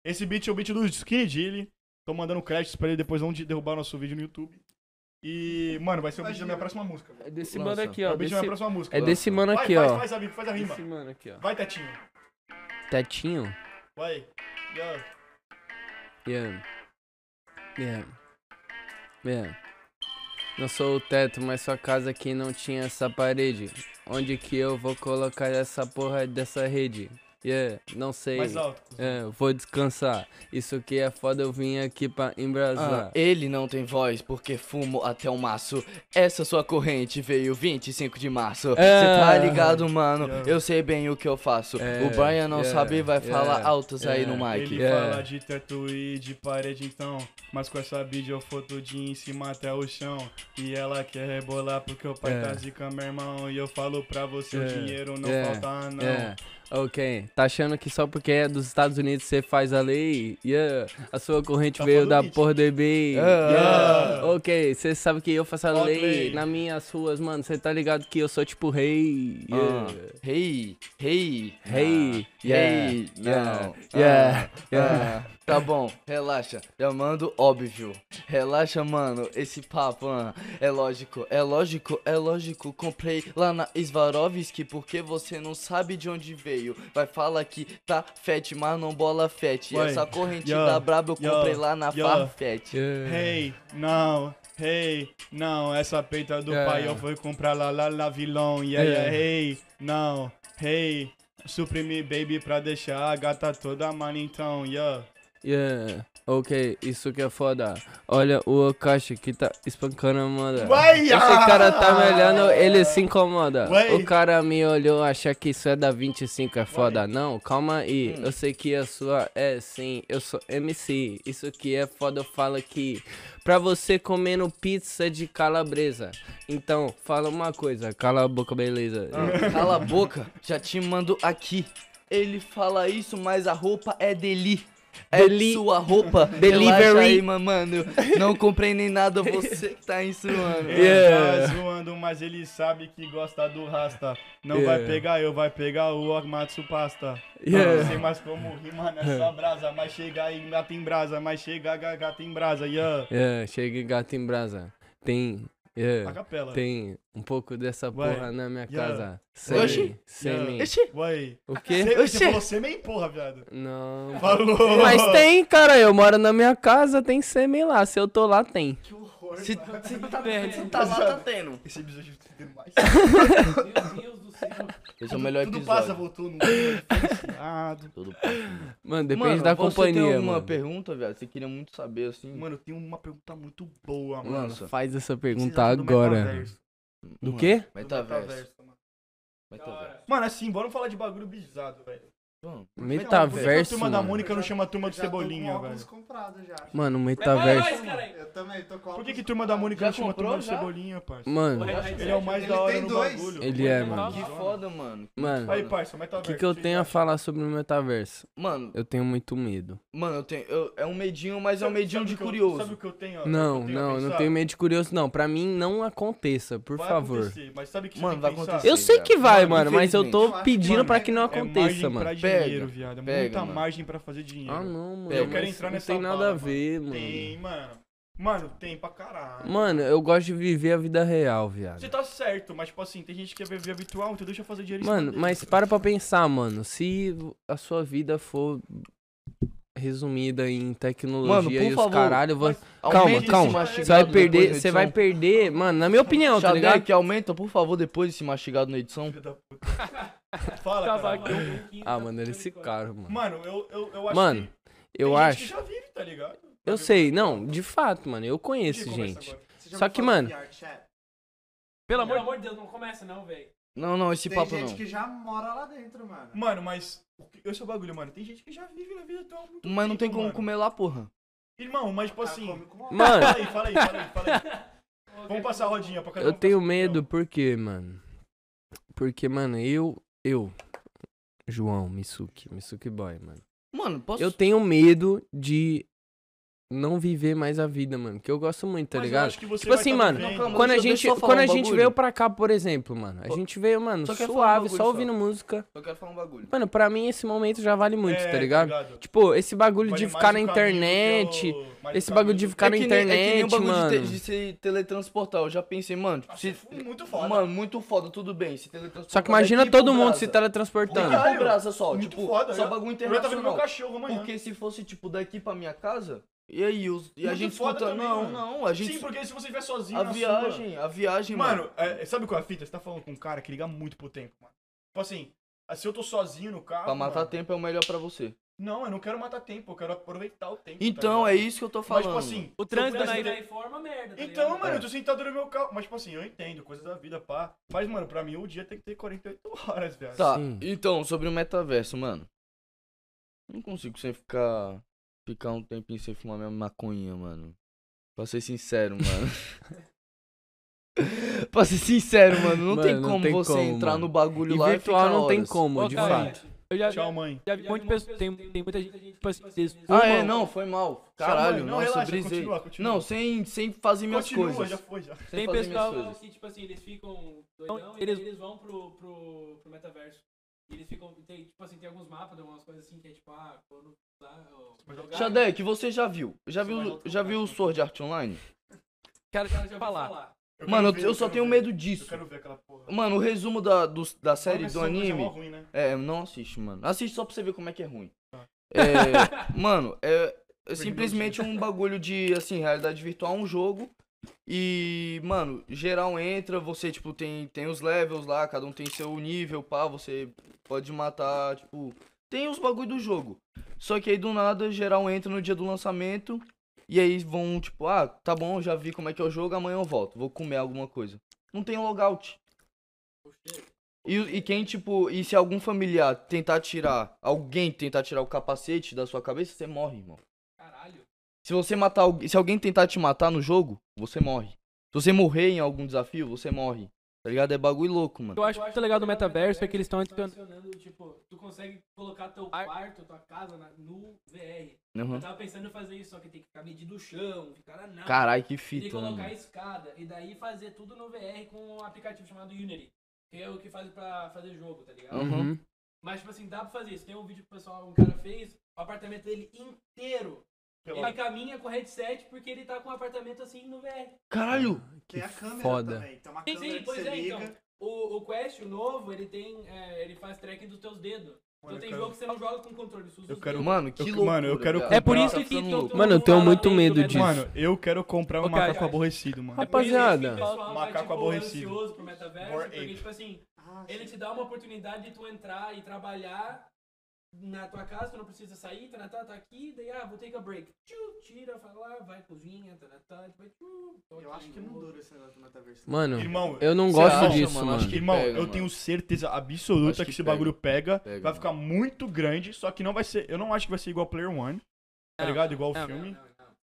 Speaker 1: Esse beat é o beat do Skinny Dilly. Tô mandando créditos pra ele depois não de derrubar nosso vídeo no YouTube. E, mano, vai ser o beat da minha próxima música. velho.
Speaker 3: É desse
Speaker 4: Lança.
Speaker 3: mano aqui,
Speaker 1: É
Speaker 3: ó.
Speaker 1: o beat
Speaker 3: desse-
Speaker 1: da minha próxima música.
Speaker 3: É desse mano
Speaker 1: vai,
Speaker 3: aqui,
Speaker 1: faz,
Speaker 3: ó.
Speaker 1: Faz, a, faz a rima.
Speaker 3: Desse mano aqui, ó.
Speaker 1: Vai, Tetinho.
Speaker 3: Tetinho.
Speaker 1: Vai. Yeah.
Speaker 3: Yeah. Yeah. Yeah. Não sou o teto, mas sua casa aqui não tinha essa parede. Onde que eu vou colocar essa porra dessa rede? Yeah, não sei.
Speaker 1: Mais alto.
Speaker 3: É, eu vou descansar. Isso aqui é foda, eu vim aqui pra
Speaker 4: Ah,
Speaker 3: embrasar.
Speaker 4: ele não tem voz porque fumo até o maço. Essa sua corrente veio 25 de março. Cê tá
Speaker 3: É.
Speaker 4: ligado, mano? Eu sei bem o que eu faço.
Speaker 3: É,
Speaker 4: o Brian não
Speaker 3: é,
Speaker 4: sabe e vai
Speaker 3: é,
Speaker 4: falar altas aí
Speaker 3: é.
Speaker 4: no mic.
Speaker 1: Ele
Speaker 3: É.
Speaker 1: fala de teto e de parede então Mas com essa videofoto de em cima até o chão E ela quer rebolar porque o pai
Speaker 3: É.
Speaker 1: tá zica, meu irmão E eu falo pra você,
Speaker 3: É.
Speaker 1: o dinheiro não
Speaker 3: É.
Speaker 1: falta não
Speaker 3: É, ok. Tá achando que só porque é dos Estados Unidos você faz a lei? Yeah. A sua corrente
Speaker 1: Tá
Speaker 3: veio
Speaker 1: falando
Speaker 3: da
Speaker 1: isso.
Speaker 3: porra do eBay.
Speaker 4: Ah.
Speaker 1: Yeah.
Speaker 3: Ok, você sabe que eu faço a
Speaker 1: Fuck
Speaker 3: lei,
Speaker 1: lei.
Speaker 3: na minhas ruas, mano. Você tá ligado que eu sou tipo rei. Yeah.
Speaker 4: Ah, Hey, hey,
Speaker 3: Rei.
Speaker 4: ah,
Speaker 3: yeah.
Speaker 4: hey,
Speaker 3: yeah,
Speaker 4: não,
Speaker 3: yeah,
Speaker 4: ah,
Speaker 3: yeah.
Speaker 4: ah. Tá bom, relaxa. Já mando óbvio. Relaxa, mano. Esse papo ah, é lógico, é lógico, é lógico. Comprei lá na Swarovski porque você não sabe de onde veio. Vai falar que tá fat, mas não bola fat. E
Speaker 1: Ué,
Speaker 4: Essa corrente
Speaker 1: yo,
Speaker 4: da braba eu
Speaker 1: yo,
Speaker 4: comprei lá na
Speaker 1: yo.
Speaker 4: Farfetch.
Speaker 3: Yeah.
Speaker 1: Hey, não, hey, não Essa peita do
Speaker 3: Yeah.
Speaker 1: pai eu fui comprar lá, lá, lá, vilão Yeah,
Speaker 3: Yeah.
Speaker 1: yeah, hey, não, hey Suprime baby pra deixar a gata toda mana então, yeah
Speaker 3: Yeah, ok, isso que é foda. Olha o Okashi que tá espancando a moda.
Speaker 1: Vai,
Speaker 3: Esse
Speaker 1: ah!
Speaker 3: cara tá me olhando, ele se incomoda.
Speaker 1: Vai.
Speaker 3: O cara me olhou, acha que isso é da 25, é foda. Não, calma aí, eu sei que a sua é sim, eu sou MC. Isso que é foda, eu falo aqui. Pra você comendo pizza de calabresa. Então, fala uma coisa, cala a boca, beleza.
Speaker 4: Cala a boca, já te mando aqui. Ele fala isso, mas a roupa é deli. É
Speaker 3: Deli-
Speaker 4: sua roupa.
Speaker 3: Delivery.
Speaker 4: Relaxa aí, mamando. Não comprei nem nada, você que tá insinuando.
Speaker 1: Ele
Speaker 3: Yeah.
Speaker 1: tá zoando, mas ele sabe que gosta do Rasta. Não
Speaker 3: Yeah.
Speaker 1: vai pegar eu, vai pegar o Amatsu Pasta.
Speaker 3: Yeah.
Speaker 1: Não sei mais como rimar nessa brasa, mas chega aí, gata em brasa, mas chega ga- gata em brasa, yeah.
Speaker 3: Yeah, chega em gato em brasa. Tem.
Speaker 1: A
Speaker 3: Yeah.
Speaker 1: capela.
Speaker 3: É. Tem um pouco dessa
Speaker 1: Ué,
Speaker 3: porra na minha
Speaker 1: yeah.
Speaker 3: casa. Sem,
Speaker 4: Oxi.
Speaker 3: sem
Speaker 1: Yeah.
Speaker 3: mim.
Speaker 4: Ixi,
Speaker 1: Ué.
Speaker 3: O quê?
Speaker 1: Você,
Speaker 4: Oxê.
Speaker 1: você falou semen, porra, viado.
Speaker 3: Não.
Speaker 1: Falou.
Speaker 3: Mas tem, cara. Eu moro na minha casa, tem sêmen lá. Se eu tô lá, tem.
Speaker 4: se, se tá, se tá lá, tá tendo.
Speaker 1: Esse é- episódio tá tendo mais.
Speaker 7: Meu Deus do céu.
Speaker 4: Esse é o melhor
Speaker 1: Tudo
Speaker 4: episódio.
Speaker 1: passa, voltou no diferenciado.
Speaker 4: Tudo passa.
Speaker 3: Mano, depende
Speaker 4: Mano,
Speaker 3: da
Speaker 4: você
Speaker 3: companhia.
Speaker 4: Tem alguma
Speaker 3: mano.
Speaker 4: pergunta, velho? Você queria muito saber, assim.
Speaker 1: Mano, tem uma pergunta muito boa, mano.
Speaker 4: Lança.
Speaker 3: Faz essa
Speaker 1: Vocês
Speaker 3: pergunta
Speaker 1: acham do
Speaker 3: agora.
Speaker 1: metaverso?
Speaker 3: Do
Speaker 4: Mano,
Speaker 3: quê?
Speaker 1: Do
Speaker 4: Metaverso.
Speaker 1: metaverso, mano.
Speaker 4: Metaverso.
Speaker 1: Mano, assim, bora falar de bagulho bizado, velho.
Speaker 4: Bom,
Speaker 1: Por que que
Speaker 3: Metaverso.
Speaker 1: a turma da
Speaker 3: Mano,
Speaker 1: Mônica não chama a turma do
Speaker 5: Já tô com
Speaker 1: Cebolinha,
Speaker 5: óculos
Speaker 1: velho?
Speaker 5: comprado já.
Speaker 3: mano
Speaker 7: Prepara
Speaker 3: metaverso.
Speaker 7: nós, caralho.
Speaker 5: Eu também tô com
Speaker 1: Por que
Speaker 5: óculos
Speaker 1: que turma da Mônica
Speaker 4: Já
Speaker 1: não chama a turma
Speaker 4: comprou,
Speaker 1: do
Speaker 4: já?
Speaker 1: Cebolinha, parça?
Speaker 3: Mano,
Speaker 1: Ele é o mais
Speaker 5: Ele
Speaker 1: da hora
Speaker 5: tem
Speaker 1: no
Speaker 5: dois.
Speaker 1: bagulho.
Speaker 3: ele é, mano.
Speaker 4: Que foda, mano.
Speaker 3: Mano,
Speaker 1: Aí, parça, mas tá
Speaker 3: o que, que eu tenho a falar sobre o metaverso?
Speaker 4: Mano,
Speaker 3: Eu tenho muito medo.
Speaker 4: mano, eu tenho. eu- é um medinho, mas é um medinho de curioso.
Speaker 1: Sabe o que eu tenho? ó, o
Speaker 3: Não,
Speaker 1: que eu tenho a
Speaker 3: não, não
Speaker 1: pensar?
Speaker 3: tenho medo de curioso, não. Pra mim, não aconteça, por
Speaker 1: Vai
Speaker 3: favor.
Speaker 1: acontecer, Mas sabe o que você
Speaker 4: Mano,
Speaker 1: tem
Speaker 4: vai
Speaker 1: que pensar?
Speaker 4: acontecer.
Speaker 3: Eu sei que vai,
Speaker 4: Mano,
Speaker 3: mano, mas eu
Speaker 4: infelizmente.
Speaker 3: tô pedindo
Speaker 5: Mano,
Speaker 3: pra que não
Speaker 1: É margem
Speaker 3: aconteça,
Speaker 1: pra
Speaker 3: mano.
Speaker 1: dinheiro,
Speaker 4: Pega,
Speaker 1: viado. É muita
Speaker 4: pega, mano.
Speaker 1: margem pra fazer dinheiro. É,
Speaker 3: Ah, não, mano.
Speaker 4: Eu
Speaker 3: mas
Speaker 1: quero entrar
Speaker 3: não
Speaker 1: nessa
Speaker 3: tem nada
Speaker 1: bala,
Speaker 3: a ver, mano.
Speaker 1: Tem, mano. Mano, tem pra caralho.
Speaker 3: Mano, eu gosto de viver a vida real, viado.
Speaker 1: Você tá certo, mas tipo assim, tem gente que quer viver habitual, então deixa eu fazer dinheiro em cima
Speaker 3: Mano,
Speaker 1: dele.
Speaker 3: mas para pra pensar, mano. Se a sua vida for resumida em tecnologia
Speaker 4: Mano, por
Speaker 3: e os
Speaker 4: favor,
Speaker 3: caralho,
Speaker 1: mas
Speaker 3: você calma,
Speaker 4: esse
Speaker 3: calma.
Speaker 4: mastigado
Speaker 3: Você vai
Speaker 4: depois né, da
Speaker 3: perder, você
Speaker 4: edição.
Speaker 3: vai perder, mano, na minha opinião, tá
Speaker 4: Xavier,
Speaker 3: ligado?
Speaker 4: que aumenta, por favor, depois desse mastigado na edição.
Speaker 1: Filho da puta. Fala,
Speaker 7: Tá
Speaker 1: cara.
Speaker 7: um
Speaker 3: Ah, mano, ele se caro, mano.
Speaker 1: tá Mano, eu, eu, eu acho
Speaker 3: Mano,
Speaker 1: que tem
Speaker 3: Eu
Speaker 1: gente que
Speaker 3: acho.
Speaker 1: já vive, tá ligado? Tipo,
Speaker 3: Eu sei, não, de fato, mano, eu conheço gente.
Speaker 5: Você já
Speaker 3: Só
Speaker 5: ouviu
Speaker 3: que,
Speaker 5: falar
Speaker 3: mano,
Speaker 5: de VR
Speaker 8: é.
Speaker 5: chat?
Speaker 7: Pelo amor, de Deus, não começa não, velho.
Speaker 4: Não, não, esse
Speaker 5: Tem
Speaker 4: papo
Speaker 5: gente
Speaker 4: não.
Speaker 5: que já mora lá dentro, mano.
Speaker 3: Hum,
Speaker 1: Mano, mas o que- esse é o bagulho, mano. Tem gente que já vive na vida atual há muito
Speaker 4: Mas não
Speaker 1: tempo,
Speaker 4: tem como
Speaker 1: mano.
Speaker 4: comer Ah, lá, porra.
Speaker 1: Irmão, mas tipo
Speaker 5: O cara
Speaker 1: assim.
Speaker 5: come com óculos.
Speaker 3: Mano,
Speaker 1: Fala aí, fala aí, fala aí, fala aí.
Speaker 4: <laughs>
Speaker 1: Vamos passar a rodinha pra cada um
Speaker 3: eu tenho
Speaker 1: passar a
Speaker 3: medo porque, mano. Porque, mano, eu eu João Misuki, Misuki boy, mano.
Speaker 4: Mano, posso.
Speaker 3: Eu tenho medo de não viver mais a vida, mano. Que eu gosto muito, tá
Speaker 1: Mas eu
Speaker 3: ligado?
Speaker 1: acho que você
Speaker 3: Tipo
Speaker 1: vai
Speaker 3: assim,
Speaker 1: tá
Speaker 3: mano,
Speaker 1: vivendo.
Speaker 4: Não, calma.
Speaker 3: Quando a
Speaker 4: Deixa-
Speaker 3: gente,
Speaker 4: deixa eu falar
Speaker 3: quando a
Speaker 4: um
Speaker 3: gente
Speaker 4: bagulho.
Speaker 3: veio pra cá, por exemplo, mano, a
Speaker 4: Ô,
Speaker 3: gente veio, mano,
Speaker 4: só quero falar um
Speaker 3: suave,
Speaker 4: bagulho
Speaker 3: só
Speaker 4: só.
Speaker 3: ouvindo música.
Speaker 4: Eu quero falar um bagulho.
Speaker 3: Mano, pra mim esse momento já vale muito,
Speaker 1: É,
Speaker 3: tá ligado? Tipo, esse bagulho
Speaker 1: Vale
Speaker 3: de
Speaker 1: mais
Speaker 3: ficar na
Speaker 1: o caminho do que é
Speaker 3: internet,
Speaker 1: o- mais o
Speaker 3: esse bagulho de
Speaker 1: caminho do-
Speaker 3: ficar na
Speaker 4: que nem- é que nem o
Speaker 3: internet,
Speaker 4: bagulho
Speaker 3: mano.
Speaker 4: De, te- de se teletransportar. Eu já pensei, mano. tipo, se-
Speaker 1: Isso é Muito foda.
Speaker 4: Mano, muito foda, tudo bem. Se teletransportar.
Speaker 3: Só que imagina
Speaker 4: daqui pro
Speaker 3: todo mundo
Speaker 4: Brasa.
Speaker 3: se
Speaker 4: Daqui
Speaker 3: teletransportando.
Speaker 4: pro Brasa só.
Speaker 1: muito
Speaker 4: tipo,
Speaker 1: foda.
Speaker 4: só
Speaker 1: eu-
Speaker 4: bagulho
Speaker 1: Eu já tava vendo meu
Speaker 4: internacional.
Speaker 1: cachorro amanhã.
Speaker 4: Porque se fosse, tipo, daqui pra minha casa, e aí, os, e a
Speaker 1: Muito
Speaker 4: gente
Speaker 1: foda
Speaker 4: escuta.
Speaker 1: também,
Speaker 4: não,
Speaker 1: mano.
Speaker 4: não, a
Speaker 1: Sim,
Speaker 4: gente.
Speaker 1: porque se você estiver sozinho
Speaker 4: a
Speaker 1: na sua-
Speaker 4: viagem, a viagem, mano.
Speaker 1: é Mano, é, sabe qual é a fita? Você tá falando com um cara que liga muito pro tempo, mano. Tipo assim, Ah, Se eu tô sozinho no carro.
Speaker 4: Pra matar
Speaker 1: ah, mano, Tá
Speaker 4: tempo é o melhor pra você.
Speaker 1: Não, eu não quero matar tempo, eu quero aproveitar o tempo. tá
Speaker 4: Então,
Speaker 1: ligado?
Speaker 4: é isso que eu tô
Speaker 1: Mas,
Speaker 4: falando.
Speaker 1: tipo assim.
Speaker 9: O
Speaker 1: se eu
Speaker 9: trânsito
Speaker 1: pudesse
Speaker 9: na
Speaker 1: ter-
Speaker 9: ida.
Speaker 6: Daí forma merda. tá
Speaker 1: Então,
Speaker 6: ligado?
Speaker 1: mano, eu tô sentado no meu carro. Mas, tipo assim, eu entendo, coisa da vida, pá. Mas, mano, pra mim o dia tem que ter 48 <laughs> horas, viado.
Speaker 4: Tá,
Speaker 3: Sim.
Speaker 4: então, sobre o metaverso, mano. Não consigo sem ficar. Ficar um tempinho sem fumar minha maconha, mano. Pra ser sincero,
Speaker 3: <laughs>
Speaker 4: mano. pra ser sincero, mano, não
Speaker 3: Mano,
Speaker 4: tem
Speaker 3: não
Speaker 4: como
Speaker 3: tem
Speaker 4: você
Speaker 3: como,
Speaker 4: entrar
Speaker 3: mano.
Speaker 4: no bagulho
Speaker 3: E
Speaker 4: lá e
Speaker 3: virtual
Speaker 4: ficar
Speaker 3: não tem
Speaker 4: horas.
Speaker 3: como,
Speaker 9: Ô,
Speaker 3: de
Speaker 9: cara,
Speaker 3: fato.
Speaker 9: Eu já,
Speaker 1: Tchau, mãe.
Speaker 9: já vi um monte de pessoas. Tem, tem muita gente que, tipo assim, diz,
Speaker 4: Ah,
Speaker 9: "Ô,
Speaker 4: é,
Speaker 9: mano,
Speaker 4: não, foi mal.
Speaker 1: Tchau,
Speaker 4: Carelaxa,
Speaker 1: mãe.
Speaker 4: Caralho,
Speaker 1: Não,
Speaker 4: nossa,
Speaker 1: relaxa,
Speaker 4: brisei.
Speaker 1: continua, continua.
Speaker 4: Não, sem, sem fazer minhas
Speaker 1: continua,
Speaker 4: coisas.
Speaker 1: já foi, já.
Speaker 4: Sem
Speaker 9: Tem
Speaker 4: fazer
Speaker 9: pessoal-
Speaker 4: minhas coisas.
Speaker 6: que, tipo assim, eles ficam doidão e
Speaker 9: Então, eles-
Speaker 6: eles, vão pro, pro, pro metaverso. E eles ficam. Tem, tipo assim, tem alguns mapas, algumas coisas assim que é tipo, ah, quando usar. ó, jogar,
Speaker 4: Xadek, você já viu?
Speaker 6: Você
Speaker 4: Já
Speaker 6: vai
Speaker 4: viu,
Speaker 1: um
Speaker 6: voltar
Speaker 4: já
Speaker 6: pra
Speaker 4: viu o
Speaker 6: cá.
Speaker 4: Sword Art Online?
Speaker 9: Cara,
Speaker 6: o cara
Speaker 9: deixa
Speaker 6: já
Speaker 9: eu
Speaker 6: ouviu
Speaker 9: falar.
Speaker 6: falar.
Speaker 1: Eu
Speaker 4: Mano,
Speaker 1: quero
Speaker 4: eu,
Speaker 1: ver,
Speaker 4: só
Speaker 1: quero
Speaker 4: tenho
Speaker 1: ver.
Speaker 4: medo
Speaker 1: Eu
Speaker 4: disso.
Speaker 1: quero ver aquela porra.
Speaker 4: Mano, o resumo da, do- da série,
Speaker 1: Mas
Speaker 4: do
Speaker 1: essa coisa é mó
Speaker 4: anime.
Speaker 1: ruim, né?
Speaker 4: É, não assiste, mano. Assiste só pra você ver como é que é ruim.
Speaker 1: Tá.
Speaker 4: É, mano, é, é
Speaker 1: Perdi
Speaker 4: simplesmente um bagulho de, assim, realidade virtual, um jogo. E, mano, geral entra, você, tipo, tem, tem os levels lá, cada um tem seu nível, pá, você pode matar, tipo. Tem os bagulho do jogo. Só que aí do nada, geral entra no dia do lançamento. E aí vão, tipo, ah, tá bom, já vi como é que é o jogo, amanhã eu volto, vou comer alguma coisa. Não tem logout. E, e quem, tipo, e se algum familiar tentar tirar, alguém tentar tirar o capacete da sua cabeça, você morre, irmão.
Speaker 6: Caralho.
Speaker 4: Se você matar alguém, se alguém tentar te matar no jogo, você morre. Se você morrer em algum desafio, você morre. Tá ligado? É bagulho louco, mano.
Speaker 9: Eu acho muito legal do metaverso é que eles estão adicionando.
Speaker 6: tá adicionando. Tipo, tu consegue colocar teu
Speaker 9: Ar-
Speaker 6: quarto, tua casa na- no VR.
Speaker 4: Uhum.
Speaker 6: Eu tava pensando em fazer isso, só que tem que ficar medindo o chão, ficar na nave.
Speaker 4: Caralho, que
Speaker 6: E
Speaker 4: fita, né,
Speaker 6: colocar a
Speaker 4: mano.
Speaker 6: escada e daí fazer tudo no VR com um aplicativo chamado Unity. Que é o que faz pra fazer jogo, tá ligado?
Speaker 4: Uhum.
Speaker 3: Uhum.
Speaker 6: Mas, tipo assim, dá pra fazer isso. Tem um vídeo que o pessoal, um cara fez, o apartamento dele inteiro.
Speaker 1: Pela-
Speaker 6: Ele caminha com headset porque ele tá com o apartamento assim no VR.
Speaker 4: Caralho!
Speaker 3: Que
Speaker 8: Tem a câmera
Speaker 3: foda.
Speaker 8: também. Tem uma
Speaker 6: Sim,
Speaker 8: câmera
Speaker 6: sim,
Speaker 8: que
Speaker 6: pois
Speaker 8: você
Speaker 6: é,
Speaker 8: liga.
Speaker 6: então. O, o Quest, o novo, ele tem. é, ele faz tracking dos teus dedos.
Speaker 1: Mano,
Speaker 6: Então
Speaker 1: eu
Speaker 6: tem
Speaker 1: quero-
Speaker 6: jogo que você não joga com controle, você usa
Speaker 1: Eu
Speaker 6: os
Speaker 1: quero-
Speaker 6: dedos.
Speaker 4: Mano, que
Speaker 1: eu-
Speaker 4: louco.
Speaker 1: mano, eu quero
Speaker 9: É por isso que.
Speaker 6: Mano,
Speaker 9: todo
Speaker 3: Mano, eu
Speaker 9: mundo
Speaker 3: tenho
Speaker 9: lá
Speaker 3: muito
Speaker 9: dentro
Speaker 3: medo
Speaker 9: do
Speaker 3: disso.
Speaker 9: metaverso-
Speaker 1: Mano, eu quero comprar um
Speaker 9: Ô, cara,
Speaker 1: macaco aborrecido, mano.
Speaker 6: Por isso que
Speaker 3: Rapaziada.
Speaker 6: O pessoal vai,
Speaker 1: Macaco
Speaker 6: tipo,
Speaker 1: aborrecido.
Speaker 6: ansioso pro metaverso,
Speaker 1: More
Speaker 6: porque,
Speaker 1: ape.
Speaker 6: tipo assim,
Speaker 8: Ah,
Speaker 6: ele te dá uma oportunidade de tu entrar e trabalhar na tua casa, tu não precisa sair, tá, tá, tá aqui, daí, ah, vou take a break. Tchu, tira, vai lá, vai, cozinha, tá, tá, tá, vai, tchu, tô
Speaker 8: Eu
Speaker 6: aqui, É
Speaker 8: acho que não
Speaker 6: vou-
Speaker 8: dura esse negócio do metaverso.
Speaker 3: Mano,
Speaker 1: Irmão,
Speaker 3: eu não
Speaker 1: Você
Speaker 3: gosto
Speaker 1: acha,
Speaker 3: disso,
Speaker 4: mano?
Speaker 3: mano.
Speaker 4: Acho que-
Speaker 1: Irmão,
Speaker 4: pega,
Speaker 1: eu
Speaker 4: mano.
Speaker 1: tenha tenho certeza
Speaker 4: Acho
Speaker 1: absoluta que,
Speaker 4: que
Speaker 1: esse
Speaker 4: pega.
Speaker 1: bagulho pega,
Speaker 4: Pega,
Speaker 1: vai
Speaker 4: mano.
Speaker 1: ficar muito grande, só que não vai ser, eu não acho que vai ser igual Player One, tá
Speaker 9: Não,
Speaker 1: ligado? Igual o
Speaker 9: não,
Speaker 1: filme.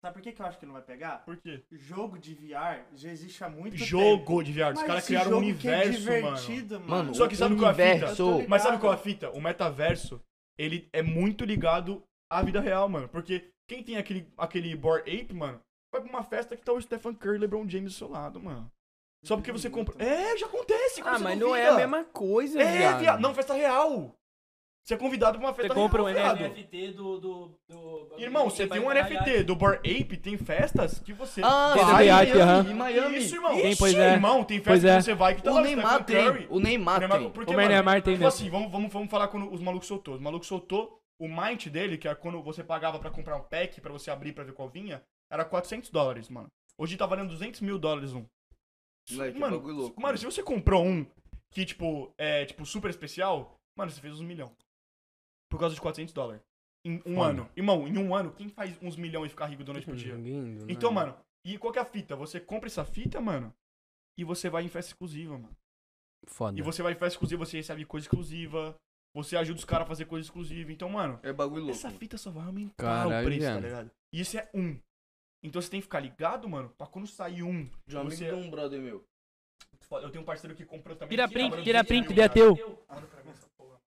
Speaker 8: Sabe por que, que eu acho que não vai pegar?
Speaker 1: Por quê?
Speaker 8: Jogo de VR já existe há muito tempo.
Speaker 1: Jogo de VR, os
Speaker 8: Mas
Speaker 1: caras
Speaker 8: esse
Speaker 1: criaram um
Speaker 8: jogo
Speaker 1: universo,
Speaker 8: que é
Speaker 1: mano.
Speaker 8: divertido, mano.
Speaker 4: Mano,
Speaker 1: Só que sabe qual é a fita?
Speaker 4: universo.
Speaker 8: Eu tô ligado.
Speaker 1: Mas sabe qual é a fita? O metaverso, ele é muito ligado à vida real, mano, porque quem tem aquele aquele Bored Ape, mano, vai pra uma festa que tá o Stephen Curry e LeBron James do seu lado, mano. Só porque você compra. É, já acontece, como
Speaker 3: Ah,
Speaker 1: você
Speaker 3: mas
Speaker 1: duvida?
Speaker 3: não é a mesma coisa,
Speaker 1: É,
Speaker 3: viado.
Speaker 1: viado. Não, festa real. Você é convidado pra uma festa
Speaker 9: compra um
Speaker 1: real,
Speaker 9: NFT.
Speaker 1: viado.
Speaker 6: NFT do... do, do-
Speaker 1: Irmão, você
Speaker 6: vai
Speaker 1: tem um
Speaker 6: trabalhar-
Speaker 1: NFT do Bar Ape, tem festas que você.
Speaker 4: Ah,
Speaker 9: Tem
Speaker 4: vai,
Speaker 9: Miami,
Speaker 4: Miami,
Speaker 9: aham.
Speaker 4: em Miami.
Speaker 1: Isso, irmão.
Speaker 9: Tem,
Speaker 1: Ixi,
Speaker 9: pois é.
Speaker 1: Irmão, tem
Speaker 9: Pois
Speaker 1: festa
Speaker 9: é.
Speaker 1: que você vai que tá
Speaker 4: O
Speaker 1: lá
Speaker 4: Neymar
Speaker 1: Stephen Curry.
Speaker 4: tem. O Neymar
Speaker 1: Neymar-
Speaker 4: Ah, tem.
Speaker 1: porque,
Speaker 9: O
Speaker 1: mano,
Speaker 9: Neymar tem
Speaker 1: Tipo
Speaker 9: mesmo.
Speaker 1: assim, vamos, vamos, vamos falar quando os malucos soltou. Os malucos soltou o Mint dele, que é quando você pagava pra comprar um pack pra você abrir pra ver qual vinha, era 400 dólares, mano. Hoje tá valendo 200 mil dólares um.
Speaker 4: Moleque, é
Speaker 1: mano,
Speaker 4: bagulho louco,
Speaker 1: mano, se você comprou um que, tipo, é, tipo, super especial, mano, você fez uns milhão. Por causa de 400 dólares. Em um
Speaker 3: Foda.
Speaker 1: ano. Irmão, em um ano, quem faz uns milhões e ficar rico do noite pro
Speaker 9: Uhum.
Speaker 1: dia?
Speaker 3: Lindo, né?
Speaker 1: tipo, Então, mano, e qual que é a fita? Você compra essa fita, mano, e você vai em festa exclusiva, mano.
Speaker 3: Foda.
Speaker 4: É.
Speaker 1: E você vai em festa exclusiva, você recebe coisa exclusiva, você ajuda os caras a fazer coisa exclusiva. Então, mano,
Speaker 4: É bagulho louco.
Speaker 1: essa
Speaker 4: mano.
Speaker 1: fita só vai aumentar o
Speaker 3: Caralho,
Speaker 1: preço, tá
Speaker 3: viado.
Speaker 1: ligado? E isso é um. Então você tem que ficar ligado, mano, pra quando sair um.
Speaker 4: De um amigo
Speaker 1: você-
Speaker 4: de um brother meu.
Speaker 1: Eu tenho um parceiro que comprou também.
Speaker 9: Tira
Speaker 1: que
Speaker 9: print,
Speaker 1: tava no
Speaker 9: tira
Speaker 1: 200
Speaker 9: print,
Speaker 1: mil,
Speaker 9: ele é
Speaker 6: um
Speaker 1: cara.
Speaker 9: teu.
Speaker 1: Manda pra mim essa porra.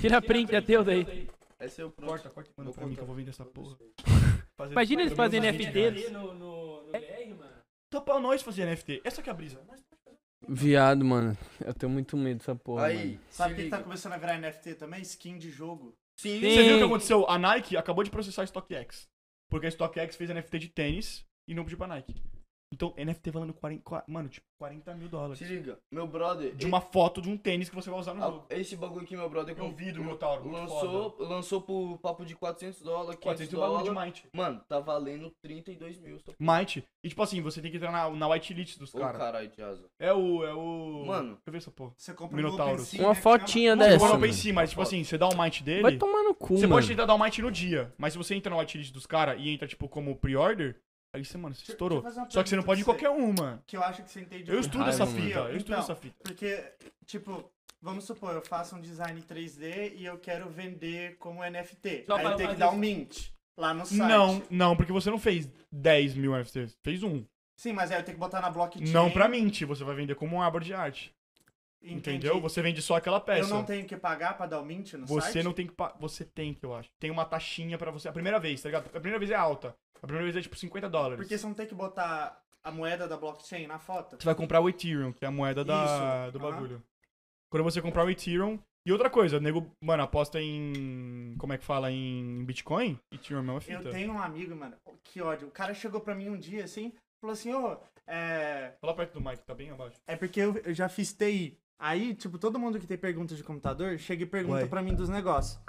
Speaker 9: Tira print, é teu daí.
Speaker 4: Essa é o pronto.
Speaker 1: Corta, corta e manda
Speaker 4: Vou
Speaker 1: pra mim que
Speaker 4: cortar.
Speaker 1: eu vou vender essa porra. Fazer-
Speaker 9: Imagina eles
Speaker 1: pelo menos
Speaker 6: um
Speaker 9: fazerem
Speaker 1: uns 20
Speaker 9: NFT.
Speaker 1: reais.
Speaker 6: No, no, no VR, mano.
Speaker 1: Tá pra nós fazer NFT. Essa que é a brisa.
Speaker 3: Viado, mano. Eu tenho muito medo dessa porra. mano.
Speaker 4: Aí,
Speaker 8: Sabe o
Speaker 4: se
Speaker 8: que, que tá
Speaker 4: liga.
Speaker 8: começando a virar NFT também? Skin de jogo.
Speaker 1: Você
Speaker 4: Sim,
Speaker 1: viu o
Speaker 9: Sim.
Speaker 1: que aconteceu? A Nike acabou de processar a StockX. Porque a StockX fez NFT de tênis e não pediu pra Nike. Então, NFT valendo 40, qua- mano, tipo, 40 mil dólares.
Speaker 4: Se liga, meu brother.
Speaker 1: De uma foto de um tênis que você vai usar
Speaker 8: Ah,
Speaker 1: no jogo.
Speaker 4: a- Esse bagulho que meu brother
Speaker 1: Eu vi do Minotauro, tá muito
Speaker 4: lançou, lançou por papo de 400 dólares, 500
Speaker 1: 400 mil um bagulho de
Speaker 4: dólares.
Speaker 1: Might.
Speaker 4: Mano, tá valendo 32 mil. tá Ô,
Speaker 1: Might. E tipo assim, você tem que entrar na, na whitelist dos caras.
Speaker 4: caralho, de asa.
Speaker 1: É o. É o.
Speaker 4: Mano.
Speaker 1: Deixa eu ver essa porra.
Speaker 8: Você compra
Speaker 1: Minotauros.
Speaker 8: no OpenSea,
Speaker 3: Uma
Speaker 8: né, que chama?
Speaker 3: fotinha
Speaker 1: Não, eu
Speaker 3: dessa.
Speaker 1: não
Speaker 3: é mano.
Speaker 1: pensei, mas tipo assim, você dá o Might dele.
Speaker 3: Vai tomar no cu,
Speaker 1: Você
Speaker 3: mano.
Speaker 1: pode tentar dar o Might no dia, mas se você entra na whitelist dos caras e entra, tipo, como pre-order, aí você, mano, você
Speaker 8: Deixa-
Speaker 1: estourou.
Speaker 8: deixa eu fazer uma
Speaker 1: Só que você não
Speaker 8: pergunta
Speaker 1: pode ir
Speaker 8: pra você,
Speaker 1: qualquer uma.
Speaker 8: Que eu acho que você entende.
Speaker 1: Eu estudo
Speaker 3: Raiva,
Speaker 1: essa
Speaker 3: mano.
Speaker 1: fita, eu estudo
Speaker 8: Então,
Speaker 1: essa fita.
Speaker 8: Porque, tipo, vamos supor, eu faço um design 3D e eu quero vender como NFT.
Speaker 7: Só
Speaker 8: Aí
Speaker 7: pra
Speaker 8: eu tenho que
Speaker 7: fazer
Speaker 8: dar um
Speaker 7: isso.
Speaker 8: mint lá no site.
Speaker 1: Não, não, porque você não fez 10 mil NFTs, fez um.
Speaker 8: Sim, mas aí eu tenho que botar na blockchain.
Speaker 1: Não pra mint, você vai vender como uma obra de arte.
Speaker 8: entendi.
Speaker 1: Entendeu? Você vende só aquela peça.
Speaker 8: Eu não tenho que pagar pra dar o mint no
Speaker 1: Você
Speaker 8: site?
Speaker 1: não tem que. pa- Você tem que, eu acho. Tem uma taxinha pra você. A primeira vez, tá ligado? A primeira vez é alta. A primeira vez é tipo 50 dólares.
Speaker 8: Porque você não tem que botar a moeda da blockchain na foto?
Speaker 1: Você vai comprar o Ethereum, que é a moeda da,
Speaker 8: Isso,
Speaker 1: do
Speaker 8: aham.
Speaker 1: bagulho. Quando você comprar o Ethereum. E outra coisa, nego, mano, aposta em. Como é que fala? Em Bitcoin? Ethereum é uma
Speaker 8: Eu
Speaker 1: fita.
Speaker 8: tenho um amigo, mano, que ódio. O cara chegou pra mim um dia assim, falou assim, ô, é.
Speaker 1: Fala perto do Mike, tá bem abaixo.
Speaker 8: É porque eu, eu já fiz TI. Aí, tipo, todo mundo que tem pergunta de computador chega e pergunta
Speaker 1: Ué.
Speaker 8: pra mim dos negócios.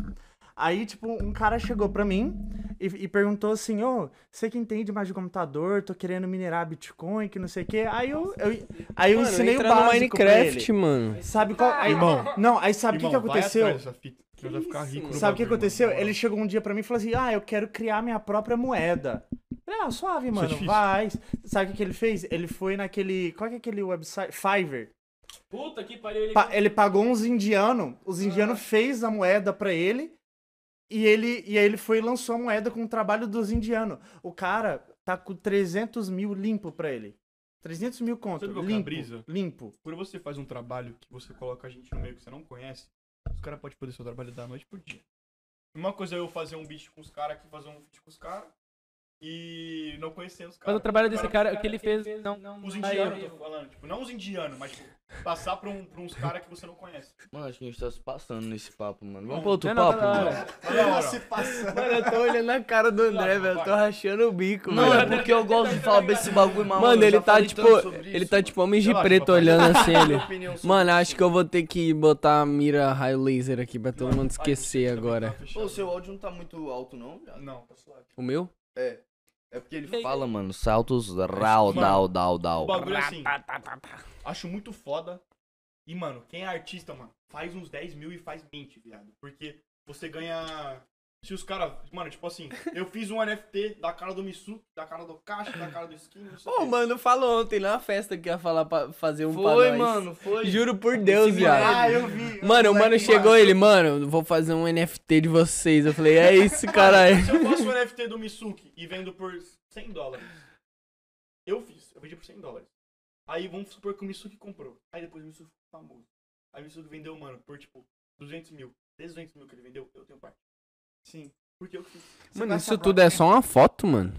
Speaker 8: Aí, tipo, um cara chegou pra mim e, e perguntou assim: Ô, você que entende mais de computador, tô querendo minerar Bitcoin, que não sei o quê. Aí eu, eu- aí eu
Speaker 3: Mano,
Speaker 8: um ensinei o
Speaker 3: entra no
Speaker 8: básico
Speaker 3: Minecraft,
Speaker 8: pra
Speaker 3: mano. Ah.
Speaker 8: ele. Sabe qual. aí-
Speaker 1: Irmão.
Speaker 8: Não, aí sabe o que,
Speaker 1: Irmão,
Speaker 8: que
Speaker 1: vai
Speaker 8: aconteceu?
Speaker 1: atrás dessa fita, que eu já ficar
Speaker 3: isso,
Speaker 1: rico no
Speaker 3: mano?
Speaker 8: Sabe o que
Speaker 1: bagulho, mano.
Speaker 8: aconteceu?
Speaker 1: Bora.
Speaker 8: Ele chegou um dia pra mim e falou assim: Ah, eu quero criar minha própria moeda. Eu falei, ah, suave,
Speaker 1: é
Speaker 8: mano,
Speaker 1: difícil.
Speaker 8: vai. Sabe o que, que ele fez? Ele foi naquele. Qual que é aquele website? Fiverr.
Speaker 7: Puta que pariu, ele.
Speaker 8: Pa- ele pagou uns indianos, os indianos fez a moeda pra ele e ele e aí ele foi e lançou a moeda com o trabalho dos indianos. O cara tá com 300 mil limpo pra ele. 300 mil conto,
Speaker 1: Sabe qual que é a
Speaker 8: limpo,
Speaker 1: brisa?
Speaker 8: limpo.
Speaker 1: Quando você faz um trabalho que você coloca a gente no meio que você não conhece, os caras podem fazer seu trabalho da noite pro dia. Uma coisa é eu fazer um bicho com os caras aqui, fazer um feat com os caras e não conhecer os
Speaker 6: Mas o
Speaker 1: caras.
Speaker 6: um trabalho desse
Speaker 1: Cara,
Speaker 6: cara, o que ele fez, não.
Speaker 1: Os
Speaker 7: Aí,
Speaker 1: indianos,
Speaker 7: ó.
Speaker 1: eu tô falando. Tipo, não os indianos, mas tipo, passar pra, um, pra uns caras que você não conhece.
Speaker 4: Mano, acho que a gente tá se passando nesse papo, mano. Vamos
Speaker 1: Não,
Speaker 4: pra outro
Speaker 6: não, não,
Speaker 4: papo,
Speaker 6: não, não,
Speaker 4: mano.
Speaker 1: Olha a hora.
Speaker 4: Mano, eu tô olhando a cara do
Speaker 1: André, velho, eu tô
Speaker 4: rachando o bico, Não, é porque eu
Speaker 1: tá
Speaker 4: gosto de falar desse bagulho, mas,
Speaker 3: Mano,
Speaker 4: eu já
Speaker 3: ele tá
Speaker 4: falei
Speaker 3: tipo.
Speaker 4: tanto sobre
Speaker 3: Ele
Speaker 4: isso,
Speaker 3: tá
Speaker 4: mano.
Speaker 3: tipo homem de
Speaker 1: Relaxa,
Speaker 3: preto
Speaker 1: papai.
Speaker 3: olhando assim ele.
Speaker 4: Minha opinião sobre
Speaker 3: Mano,
Speaker 4: isso.
Speaker 3: acho que eu vou ter que botar a mira raio laser aqui pra todo mundo esquecer agora.
Speaker 4: Ô, seu áudio não tá muito alto, não? viado?
Speaker 1: tá Não.
Speaker 3: O meu?
Speaker 4: É. É porque ele fala, mano, saltos rau,
Speaker 1: Mano,
Speaker 4: dau, dau,
Speaker 1: O
Speaker 4: dau.
Speaker 1: bagulho é assim. Acho muito foda. E, mano, quem é artista, mano, faz uns 10 mil e faz 20, viado. Porque você ganha. Se os caras. Mano, tipo assim, eu fiz um NFT da cara do Misu, da cara do Caixa, da cara do Skin, não sei o
Speaker 3: Ô,
Speaker 1: quê.
Speaker 3: mano, falou ontem na festa que ia falar pra fazer um pra
Speaker 4: Foi,
Speaker 3: nós.
Speaker 4: mano, foi.
Speaker 3: Juro por Deus, viado.
Speaker 8: Ah, eu vi.
Speaker 3: Mano, o mano chegou ele, mano, vou fazer um NFT de vocês. Eu falei, é isso, caralho.
Speaker 1: Se eu faço um NFT do Misuki e vendo por 100 dólares. Eu fiz, eu vendi por 100 dólares. Aí vamos supor que o Misuki comprou. Aí depois o Misuki ficou famoso. Aí o Misuki vendeu, mano, por tipo 200 mil. Desses 200 mil que ele vendeu, eu tenho parte.
Speaker 8: Sim.
Speaker 1: Porque eu fiz.
Speaker 3: Mano, isso tudo é só uma foto, mano.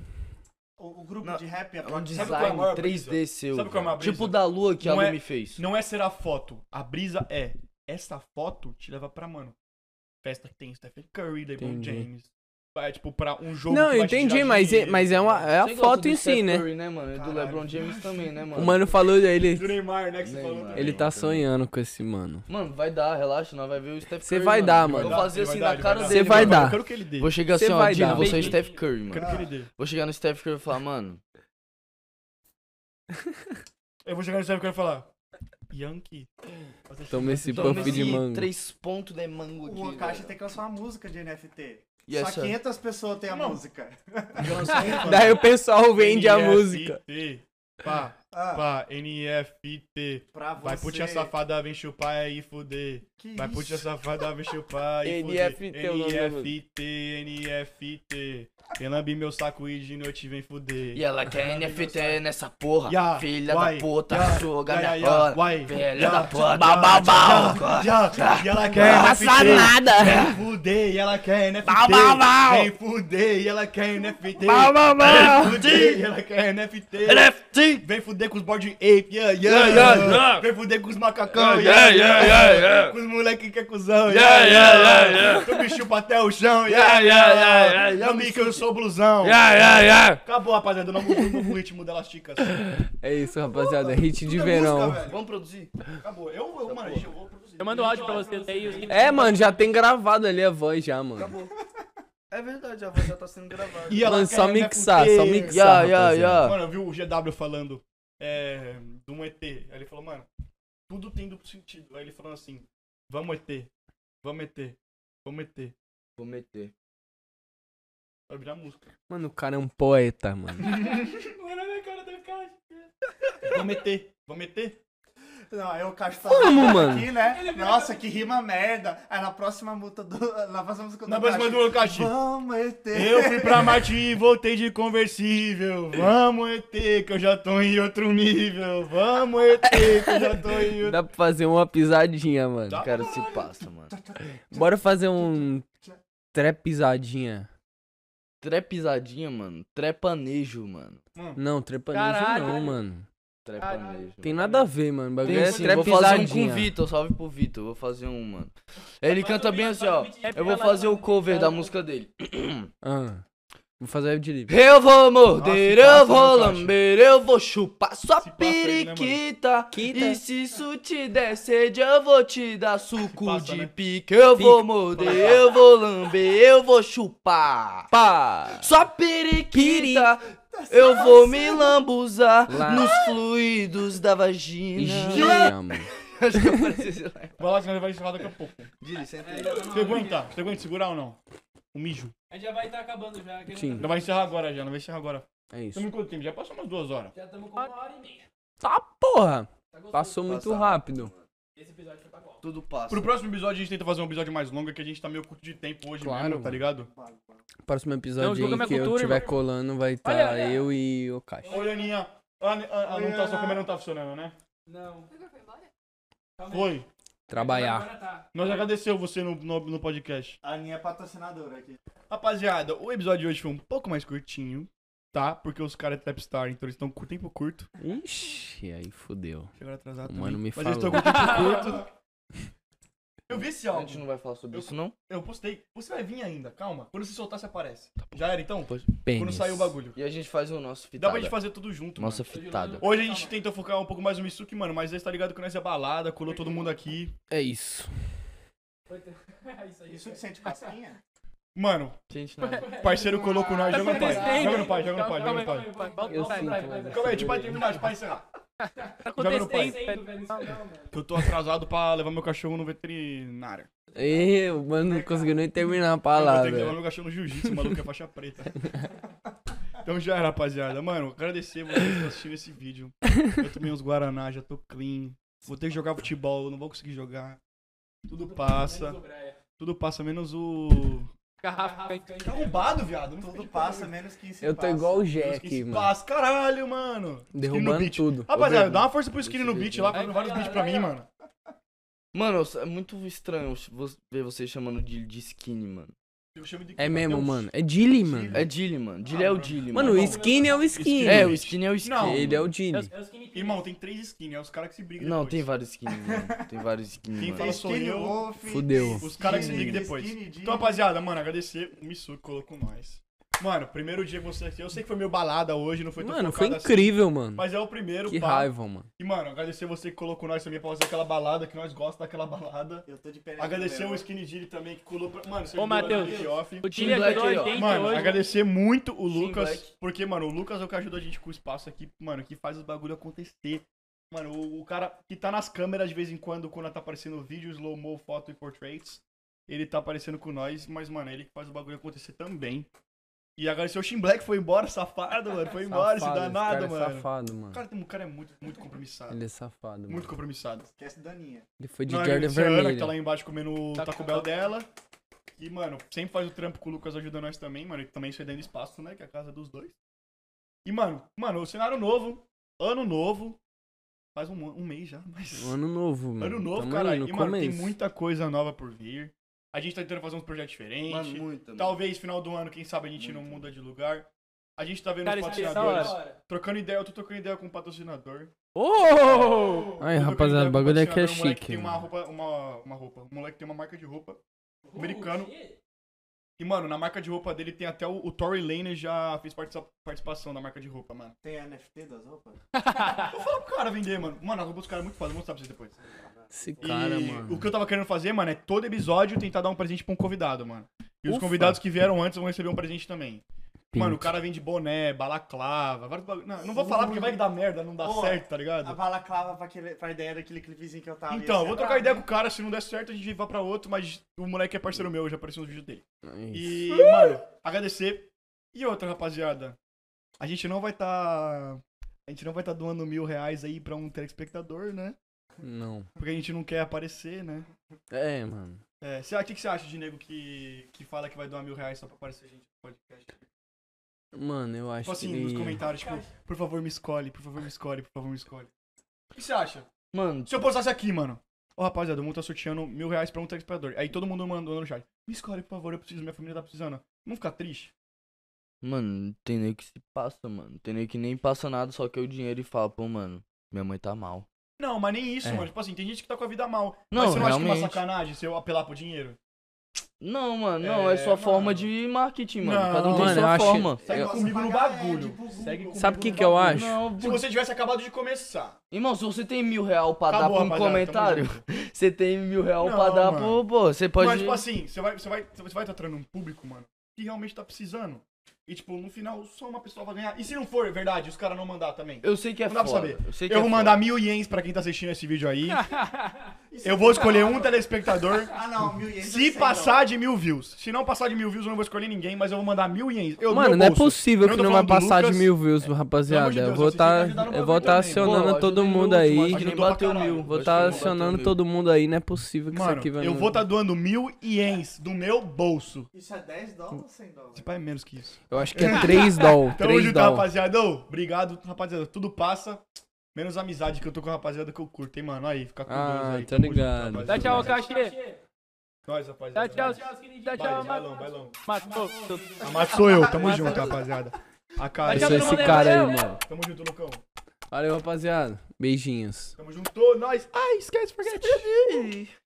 Speaker 8: O, o grupo
Speaker 4: Não,
Speaker 8: de rap é
Speaker 4: É um
Speaker 8: blockchain.
Speaker 1: sabe
Speaker 4: design
Speaker 1: qual é a maior
Speaker 4: 3D
Speaker 1: brisa?
Speaker 4: seu.
Speaker 1: Sabe qual é a maior
Speaker 4: Tipo
Speaker 1: brisa?
Speaker 4: da lua que a
Speaker 1: Não
Speaker 4: lua
Speaker 1: é-
Speaker 4: me fez.
Speaker 1: Não é ser a foto. A brisa é. Essa foto te leva pra, mano. Festa que tem Stephen Curry, LeBron
Speaker 3: Entendi.
Speaker 1: James. Vai, tipo, pra um jogo.
Speaker 3: Não,
Speaker 1: que
Speaker 3: eu
Speaker 1: vai te
Speaker 3: entendi,
Speaker 1: tirar
Speaker 3: mas é,
Speaker 1: dinheiro.
Speaker 3: mas é, uma, é a
Speaker 4: Você gosta
Speaker 3: foto
Speaker 4: do
Speaker 3: em si,
Speaker 4: Steph
Speaker 3: né?
Speaker 4: Curry, mano? E do
Speaker 1: Caralho.
Speaker 4: LeBron James também, né, mano?
Speaker 3: O mano falou,
Speaker 1: Do
Speaker 3: ele,
Speaker 1: Neymar, né? Que você falou
Speaker 4: Neymar.
Speaker 1: também.
Speaker 3: ele tá sonhando com esse mano.
Speaker 4: Mano, vai dar, relaxa, nós vai ver o Steph Curry.
Speaker 3: Cê vai dar,
Speaker 4: Eu
Speaker 3: mano.
Speaker 4: Vou fazer
Speaker 1: Ele vai
Speaker 4: assim
Speaker 1: dar,
Speaker 4: na
Speaker 1: ele
Speaker 4: cara
Speaker 1: vai
Speaker 4: dele.
Speaker 3: Você vai
Speaker 4: mano.
Speaker 3: dar.
Speaker 1: Eu quero que ele dê.
Speaker 4: Vou chegar
Speaker 3: Cê
Speaker 4: assim, ó,
Speaker 3: vai
Speaker 4: Dino,
Speaker 3: dar.
Speaker 4: você é o Steph Curry, mano.
Speaker 1: Quero que ele dê.
Speaker 4: Vou chegar no Steph Curry e falar, mano,
Speaker 1: Eu vou chegar no Stephen Curry e falar. Yankee.
Speaker 3: Toma esse
Speaker 4: toma
Speaker 3: puff de
Speaker 4: esse
Speaker 3: mango. <laughs>
Speaker 4: três pontos de mango aqui.
Speaker 8: O Akashi
Speaker 4: velho.
Speaker 8: tem que lançar uma música de NFT.
Speaker 4: Yes,
Speaker 8: só
Speaker 4: sir.
Speaker 8: 500 pessoas têm a música.
Speaker 3: Daí o pessoal vende a
Speaker 1: NFT,
Speaker 3: música.
Speaker 1: Pá,
Speaker 8: Ah,
Speaker 1: pá, NFT.
Speaker 8: pra você.
Speaker 1: Vai putinha safada, vem chupar e fuder.
Speaker 8: Que
Speaker 1: Vai
Speaker 8: isso?
Speaker 1: putinha safada, vem chupar e
Speaker 3: NFT é o nome da música.
Speaker 1: NFT, NFT. Quem lambe meu saco e de noite vem fuder.
Speaker 4: E ela quer NFT nessa porra.
Speaker 1: Yeah,
Speaker 4: Filha
Speaker 1: why?
Speaker 4: da puta,
Speaker 1: Yeah,
Speaker 4: suga
Speaker 1: yeah,
Speaker 4: minha
Speaker 1: yeah,
Speaker 4: rola.
Speaker 1: why?
Speaker 4: Filha
Speaker 1: Yeah,
Speaker 4: da puta,
Speaker 1: yeah,
Speaker 4: bababau.
Speaker 1: yeah, yeah, E ela quer
Speaker 3: Nossa,
Speaker 1: NFT.
Speaker 3: nada.
Speaker 1: Vem fuder, e ela quer NFT. Vem Ah,
Speaker 3: <laughs>
Speaker 1: fuder, e ela quer NFT. Vem fuder, e ela quer NFT. Vem fuder, fuder com os board ape, yeah, yeah, yeah, Vem fuder com os macacão, yeah, yeah, yeah, Com os moleque que é cuzão, yeah, yeah, yeah, Tu bicho pra até o chão, yeah, yeah, yeah, yeah, Não me que eu sou blusão. Acabou, rapaziada, não mudou o ritmo delas chicas.
Speaker 3: É isso, rapaziada. Hit de
Speaker 1: Tudo é
Speaker 3: verão.
Speaker 1: música, velho.
Speaker 4: Vamos produzir?
Speaker 1: Acabou. Eu, eu mano, eu vou produzir.
Speaker 6: Eu mando áudio pra vocês aí. Os...
Speaker 3: É, mano, já tem gravado ali a voz já, mano.
Speaker 4: Acabou. É verdade, a voz já tá
Speaker 1: <laughs>
Speaker 4: sendo gravada.
Speaker 1: E ela
Speaker 3: Mano,
Speaker 1: quer né,
Speaker 3: só
Speaker 1: rever
Speaker 3: mixar,
Speaker 1: com
Speaker 3: só
Speaker 1: quem?
Speaker 3: mixar.
Speaker 4: Ya, ya,
Speaker 3: rapaziada.
Speaker 4: ya.
Speaker 1: Mano, eu vi o GW falando é, de um ET. Aí ele falou, mano, tudo tem duplo sentido. Aí ele falou assim, vamos ET, vamos ET, vamos ET.
Speaker 4: Vou meter.
Speaker 1: Vai virar música.
Speaker 3: Mano, o cara é um poeta, mano.
Speaker 7: Olha a minha cara da caixa.
Speaker 1: Vamos ET, vamos ET.
Speaker 5: Não, aí o Cacho tá
Speaker 3: Como, mano?
Speaker 5: aqui, né? Nossa, que rima merda. Aí na próxima multa do. Na próxima música do
Speaker 1: Na próxima
Speaker 5: Cacho,
Speaker 1: do Locaxi.
Speaker 5: Vamos meter.
Speaker 1: um Eu fui pra Marte e voltei de conversível. Vamos ET, que eu já tô em outro nível. Vamos ET, que eu já tô em outro
Speaker 3: Dá pra fazer uma pisadinha, mano.
Speaker 1: Dá.
Speaker 4: Cara, se passa, mano.
Speaker 3: Bora fazer um trap pisadinha.
Speaker 4: Trepisadinha, mano. Trepanejo, mano.
Speaker 3: Não, trepanejo
Speaker 6: Caralho.
Speaker 3: não, mano.
Speaker 4: Trepanejo.
Speaker 3: Tem nada a ver, mano. O
Speaker 4: Tem
Speaker 3: bagulho é
Speaker 4: sim, vou
Speaker 3: trap
Speaker 4: fazer um com o
Speaker 3: pisadinha.
Speaker 4: Vitor, salve pro Vitor, vou fazer um, mano. Ele canta bem assim, ó.
Speaker 6: É
Speaker 4: Eu vou fazer o cover da música dele.
Speaker 3: Ah, Vou fazer o de livre.
Speaker 4: Eu vou morder,
Speaker 1: Nossa, passa,
Speaker 4: eu vou
Speaker 1: meu caixa.
Speaker 4: lamber, eu vou chupar sua
Speaker 1: Se passa aí, né,
Speaker 4: periquita.
Speaker 3: Quita.
Speaker 4: e se isso te der sede, eu vou te dar suco
Speaker 1: passa,
Speaker 4: de
Speaker 1: né?
Speaker 4: pique. Eu vou morder, eu vou lamber, eu vou chupar.
Speaker 3: Pá!
Speaker 4: Sua periquita, eu vou me lambuzar
Speaker 3: Lá.
Speaker 4: nos fluidos da vagina.
Speaker 3: Gíria, mano.
Speaker 4: Acho que eu preciso ir lá.
Speaker 1: Vai lá, senão ele vai encerrar daqui a pouco.
Speaker 4: Dili, senta aí.
Speaker 1: Você aguenta? Você aguenta segurar ou não? O mijo.
Speaker 7: A gente já vai
Speaker 6: tá
Speaker 7: estar acabando já. que
Speaker 3: Sim.
Speaker 1: Não vai encerrar agora já, não vai encerrar agora.
Speaker 3: É isso.
Speaker 1: Estamos em quanto tempo? Já passou umas duas horas.
Speaker 7: Já estamos com uma hora e meia.
Speaker 3: Tá, porra!
Speaker 7: Tá gostoso?
Speaker 3: Passou muito
Speaker 4: Passado.
Speaker 3: rápido.
Speaker 7: Esse episódio foi pra qual?
Speaker 4: Tudo passa.
Speaker 1: Pro próximo episódio a gente tenta fazer um episódio mais longo, que a gente tá meio curto de tempo hoje
Speaker 3: Claro,
Speaker 1: mesmo, tá
Speaker 3: mano.
Speaker 1: ligado?
Speaker 3: Próximo
Speaker 6: Não,
Speaker 3: episódio
Speaker 6: julga
Speaker 3: aí
Speaker 6: minha
Speaker 3: que eu
Speaker 6: cultura,
Speaker 3: tiver
Speaker 6: irmão.
Speaker 3: colando vai estar
Speaker 6: Olha, olha.
Speaker 3: eu e o Caixa.
Speaker 1: Oi, Aninha. Ah, ne- ah, ah, não tá, sua câmera não tá funcionando, né?
Speaker 7: Não. Calma aí.
Speaker 1: Foi.
Speaker 3: Trabalhar.
Speaker 7: Agora
Speaker 6: <laughs>
Speaker 7: tá.
Speaker 1: Nós agradeceu você no, no, no podcast.
Speaker 5: A Aninha é patrocinadora aqui.
Speaker 1: Rapaziada, o episódio de hoje foi um pouco mais curtinho, tá? Porque os caras é Trapstar, então eles estão com tempo curto.
Speaker 3: Ixi, aí fodeu.
Speaker 1: Chegaram atrasados.
Speaker 3: O mano me
Speaker 1: Mas eles estão
Speaker 3: falou.
Speaker 1: com tempo curto. <laughs> Eu vi esse
Speaker 4: A gente
Speaker 1: álbum,
Speaker 4: não vai falar sobre isso, não?
Speaker 1: eu postei. Você vai vir ainda, calma. Quando se soltar, você aparece. Já era então? Quando
Speaker 3: Pênis.
Speaker 1: sair o bagulho.
Speaker 4: E a gente faz o nosso
Speaker 1: Tá, Dá pra gente
Speaker 4: fitada.
Speaker 1: fazer tudo junto, mano.
Speaker 4: Nossa fitada.
Speaker 1: Hoje a gente tentou focar um pouco mais no Misuki, mano, mas aí tá ligado que nós é balada, colou todo mundo aqui.
Speaker 3: É isso.
Speaker 6: É
Speaker 7: Isso aí.
Speaker 5: Isso que sente casquinha?
Speaker 1: Mano,
Speaker 4: Gente, não.
Speaker 1: <laughs> parceiro colou com nós, joga no pai.
Speaker 6: Contestei,
Speaker 1: Joga
Speaker 6: né?
Speaker 1: no pai, joga no pai, joga no pai.
Speaker 6: Calma aí, calma aí,
Speaker 3: Eu
Speaker 6: vai, vai,
Speaker 3: sinto,
Speaker 6: vai,
Speaker 3: mano.
Speaker 6: vai.
Speaker 1: Calma aí, a gente vai terminar, a gente vai encerrar.
Speaker 6: Tá
Speaker 1: Joga no pai.
Speaker 6: acontecendo,
Speaker 7: velho.
Speaker 6: velho.
Speaker 7: Isso não, mano.
Speaker 1: Que eu tô atrasado pra levar meu cachorro no veterinário.
Speaker 3: Eu, mano, não conseguiu nem terminar a
Speaker 1: Eu vou
Speaker 3: palavra.
Speaker 1: ter que levar meu cachorro no jiu-jitsu, o maluco é faixa preta. Então já era, rapaziada. Mano, agradecer vocês que estão assistindo esse vídeo. Eu tomei uns Guaraná, já tô clean. Vou ter que jogar futebol, eu não vou conseguir jogar. Tudo passa.
Speaker 7: Menos o Braia.
Speaker 1: Tudo passa, menos o.
Speaker 6: Garrafa. hein?
Speaker 1: Tá roubado, viado. Não
Speaker 5: Tudo passa, menos que isso.
Speaker 3: Eu tô igual o Jack,
Speaker 1: Aqui,
Speaker 3: mano.
Speaker 1: Paz, né? caralho, mano. Skinny no
Speaker 3: Derrubando
Speaker 1: beat.
Speaker 3: tudo.
Speaker 1: Rapaziada, dá uma força pro Skinny no
Speaker 4: Esse
Speaker 1: beat
Speaker 4: beat.
Speaker 1: lá, fazendo vários beats pra mim, mano.
Speaker 4: Mano, é muito estranho vo- ver você chamando Dilly de skinny, mano.
Speaker 1: Eu chamo de-
Speaker 3: É mesmo,
Speaker 1: Deus.
Speaker 3: mano. É Dilly, mano.
Speaker 4: É Dilly, mano. Dilly é o Dilly,
Speaker 3: Mano,
Speaker 4: mano.
Speaker 3: o
Speaker 1: um
Speaker 3: skin é o skin.
Speaker 4: É, o skinny é o skinny.
Speaker 1: Ah, Não.
Speaker 3: Ele é o Dilly.
Speaker 7: É o skinny pig.
Speaker 1: Irmão, tem três skins, é os caras que se brigam
Speaker 4: Não, tem
Speaker 1: depois.
Speaker 4: vários skins,
Speaker 1: <laughs>
Speaker 4: mano. Tem vários
Speaker 1: Quem
Speaker 4: skins,
Speaker 1: fala
Speaker 4: mano.
Speaker 1: sou eu.
Speaker 3: Fudeu.
Speaker 1: Os caras que se brigam depois. Então, rapaziada, mano, agradecer o Missu que colocou nós. Mano, primeiro dia que você aqui, eu sei que foi meio balada hoje, não foi tão
Speaker 3: Mano, foi
Speaker 1: focado assim,
Speaker 3: incrível, mano.
Speaker 1: mas é o primeiro,
Speaker 3: Que
Speaker 1: pá.
Speaker 3: raiva, mano.
Speaker 1: E, mano, agradecer você que colocou nós também pra fazer aquela balada, que nós gostamos daquela balada.
Speaker 5: Eu tô de pé.
Speaker 1: Agradecer o Skinny Dilly também, que colou pra... Mano, você
Speaker 6: Ô, Matheus.
Speaker 1: off.
Speaker 6: O Tilly
Speaker 4: Team
Speaker 6: ajudou
Speaker 4: Black aí, ó.
Speaker 6: a gente
Speaker 1: Mano,
Speaker 6: hoje. né?
Speaker 1: agradecer muito o
Speaker 4: Sim,
Speaker 1: Lucas,
Speaker 4: Black.
Speaker 1: porque, mano, o Lucas é o que ajuda a gente com o espaço aqui, mano, que faz os bagulho acontecer. Mano, o, o cara que tá nas câmeras de vez em quando, quando tá aparecendo vídeo, slow-mo, foto e portraits, ele tá aparecendo com nós, mas, mano, é ele que faz o bagulho acontecer também. E agradecer o Shin Black, foi embora, safado, mano, foi embora, esse
Speaker 3: Safado, esse
Speaker 1: danado,
Speaker 3: cara é
Speaker 1: mano.
Speaker 3: safado,
Speaker 1: o,
Speaker 3: mano.
Speaker 1: cara, tem- o cara é muito, muito compromissado.
Speaker 3: Ele é safado, mano.
Speaker 1: Muito compromissado.
Speaker 5: Esquece da Aninha.
Speaker 3: Ele foi de
Speaker 1: Não,
Speaker 3: Jordan
Speaker 1: agradecer a Ana, que tá
Speaker 3: Vermelho.
Speaker 1: lá embaixo comendo o
Speaker 6: Taco
Speaker 1: Taco Bell
Speaker 6: Bell.
Speaker 1: dela. E, mano, sempre faz o trampo com o Lucas ajudando nós também, mano. E também cedendo espaço, né? Que é a casa dos dois. E, mano, mano, o cenário novo. Ano novo. Faz um, um mês já, mas.
Speaker 3: Um Ano novo, mano.
Speaker 1: ano novo,
Speaker 3: Tamo aí
Speaker 1: caralho.
Speaker 3: no
Speaker 1: E, mano, tem
Speaker 3: começo.
Speaker 1: muita coisa nova por vir. A gente tá tentando fazer uns projetos diferentes.
Speaker 4: Mano, muito, mano.
Speaker 1: Talvez final do ano, quem sabe a gente não muda de lugar. A gente tá vendo
Speaker 6: Cara,
Speaker 1: os
Speaker 6: isso é da
Speaker 1: patrocinadores.
Speaker 6: hora.
Speaker 1: Trocando ideia, eu tô trocando ideia com um patrocinador.
Speaker 6: Oh!
Speaker 3: Aí,
Speaker 1: Eu tô trocando
Speaker 3: rapaziada,
Speaker 1: ideia
Speaker 3: o
Speaker 1: com um
Speaker 3: bagulho aqui é
Speaker 1: patrocinador, um moleque
Speaker 3: chique,
Speaker 1: Tem uma
Speaker 3: mano.
Speaker 1: roupa, uma, uma roupa. Um moleque tem uma marca de roupa americano. E, mano, na marca de roupa dele tem até o, o Tory Lane já fez participa- participação na marca de roupa, mano.
Speaker 5: Tem NFT das roupas? Ah.
Speaker 1: Vou falar pro cara vender, mano. Mano, a roupa dos caras é muito foda, vou mostrar pra vocês depois.
Speaker 3: Esse cara,
Speaker 1: e
Speaker 3: mano.
Speaker 1: o que eu tava querendo fazer, mano, é todo episódio tentar dar um presente pra um convidado, mano. E os convidados que vieram antes vão receber um presente também. Mano, o cara vende boné, balaclava, vários bagulho. Não, não vou falar porque vai que dá merda, não dá
Speaker 5: Pô,
Speaker 1: certo, tá
Speaker 5: A
Speaker 1: ligado?
Speaker 5: balaclava pra, aquele, pra ideia daquele clipezinho que eu tava.
Speaker 1: Então,
Speaker 5: ia
Speaker 1: eu
Speaker 8: assim,
Speaker 5: ser brabo.
Speaker 1: vou trocar ideia com o cara, se não der certo a gente vai pra outro, mas o moleque é parceiro meu, já apareceu no vídeo dele. E, mano, agradecer. E outra, rapaziada. A gente não vai tá. A gente não vai tá doando mil reais aí pra um telespectador, né?
Speaker 3: Não.
Speaker 1: Porque a gente não quer aparecer, né?
Speaker 3: É, mano.
Speaker 1: É, cê- o que, que você acha de nego que, que fala que vai doar mil reais só pra aparecer gente no podcast?
Speaker 3: Mano, eu acho
Speaker 1: Tipo assim,
Speaker 3: que.
Speaker 1: nos comentários, tipo, por favor me escolhe, por favor me escolhe, por favor me escolhe. O que você acha?
Speaker 4: Mano,
Speaker 1: Se eu postasse aqui, mano. Ô, rapaziada, o mundo tá sorteando mil reais pra um telespectador. Aí todo mundo mandou no chat. Me escolhe, por favor, eu preciso, minha família tá precisando. Não ficar triste?
Speaker 4: Mano, tem nem que se passa, mano. Tem nem que nem passa nada, só que é o dinheiro e fala, pô, mano, minha mãe tá mal.
Speaker 1: Não, mas nem isso,
Speaker 4: É.
Speaker 1: mano. Tipo assim, tem gente que tá com a vida mal.
Speaker 4: Não,
Speaker 1: mas você não acha que é uma
Speaker 4: realmente.
Speaker 1: sacanagem se eu apelar pro dinheiro?
Speaker 4: Não, mano, não, é,
Speaker 1: É,
Speaker 4: sua forma
Speaker 1: mano.
Speaker 4: de marketing, mano.
Speaker 1: Não,
Speaker 4: Cada um tem
Speaker 3: mano, eu
Speaker 4: sua
Speaker 3: acho-
Speaker 4: forma.
Speaker 1: Segue
Speaker 3: Eu-
Speaker 1: comigo no
Speaker 5: pagar
Speaker 1: bagulho.
Speaker 5: ad pro Google.
Speaker 1: Segue comigo
Speaker 3: Sabe o que,
Speaker 1: no
Speaker 3: que eu
Speaker 1: bagulho.
Speaker 3: acho?
Speaker 4: Não,
Speaker 1: Se
Speaker 4: bu-
Speaker 1: você tivesse acabado de começar.
Speaker 4: irmão, se você tem mil real pra
Speaker 1: acabou,
Speaker 4: dar pra um
Speaker 1: rapaziada,
Speaker 4: comentário,
Speaker 1: tamo junto.
Speaker 4: <laughs> você tem mil real pra
Speaker 1: Não,
Speaker 4: dar
Speaker 1: mano.
Speaker 4: pro. Pô, você pode.
Speaker 1: Mas, tipo assim, você vai, você vai, você vai tratando um público, mano, que realmente tá precisando. E, tipo, no final, só uma pessoa vai ganhar. E se não for verdade, os caras não mandar também?
Speaker 4: Eu sei que é
Speaker 1: Não dá pra
Speaker 4: foda.
Speaker 1: saber.
Speaker 4: Eu sei que
Speaker 1: Eu
Speaker 4: é
Speaker 1: vou
Speaker 4: foda.
Speaker 1: mandar mil ienes pra quem tá assistindo esse vídeo
Speaker 3: <laughs>
Speaker 1: aí. Eu vou escolher um telespectador.
Speaker 5: Ah, não, mil ienes. eu
Speaker 1: Se
Speaker 5: sei,
Speaker 1: passar de mil views. Se não passar de mil views, eu não vou escolher ninguém, mas eu vou mandar mil ienes. Eu,
Speaker 3: Mano,
Speaker 1: meu
Speaker 3: não é
Speaker 1: bolso.
Speaker 3: possível
Speaker 1: Eu
Speaker 3: que
Speaker 1: tô
Speaker 3: não vai
Speaker 1: falando do
Speaker 3: passar de
Speaker 1: Lucas. É,
Speaker 3: mil views,
Speaker 1: Pelo amor
Speaker 3: rapaziada.
Speaker 1: de Deus,
Speaker 3: eu vou
Speaker 1: vocês têm que
Speaker 3: tá,
Speaker 1: ajudar no
Speaker 3: eu vou
Speaker 1: bagulho
Speaker 3: tá
Speaker 1: também, mano.
Speaker 3: acionando
Speaker 4: Pô,
Speaker 3: todo
Speaker 4: ajuda aí no
Speaker 3: mundo
Speaker 4: último,
Speaker 3: aí.
Speaker 4: acho que nem
Speaker 1: Ajudou pra
Speaker 4: bateu
Speaker 1: caralho.
Speaker 4: mil.
Speaker 3: Vou
Speaker 4: acho
Speaker 3: tá
Speaker 4: que não bateu
Speaker 3: acionando
Speaker 4: mil.
Speaker 3: todo mundo aí, não é possível que isso
Speaker 1: Mano,
Speaker 3: aqui vai.
Speaker 1: eu
Speaker 3: não-
Speaker 1: vou tá doando mil ienes do meu bolso.
Speaker 5: não. Isso é 10 dólares ou 100 dólares?
Speaker 1: Esse pai é menos que isso.
Speaker 3: Eu acho que é 3 doll.
Speaker 1: <laughs> Então,
Speaker 3: 3
Speaker 1: hoje tá,
Speaker 3: doll.
Speaker 1: rapaziada. Ô, obrigado, rapaziada. Tudo passa. Menos a amizade que eu tô com a rapaziada que eu curto, hein, mano. Aí, fica com
Speaker 3: Ah,
Speaker 1: Deus aí.
Speaker 3: tá
Speaker 1: Tamo junto,
Speaker 3: ligado.
Speaker 1: rapaziada.
Speaker 6: Dá tchau,
Speaker 1: Nós,
Speaker 6: Cachê.
Speaker 1: Nós,
Speaker 6: Dá
Speaker 1: rapaziada.
Speaker 6: tchau,
Speaker 1: Nós.
Speaker 6: dá
Speaker 1: Bailão,
Speaker 6: tchau,
Speaker 1: bailão, bailão.
Speaker 6: matou.
Speaker 1: Amado sou eu. Tamo junto, rapaziada. A cara. é
Speaker 3: Eu sou
Speaker 6: Tchau,
Speaker 3: esse
Speaker 6: tchau,
Speaker 3: cara aí,
Speaker 6: tchau.
Speaker 3: mano.
Speaker 1: Tamo junto, Lucão.
Speaker 3: Valeu, rapaziada. Beijinhos.
Speaker 1: Tamo junto, nós. Ai, esquece, forget.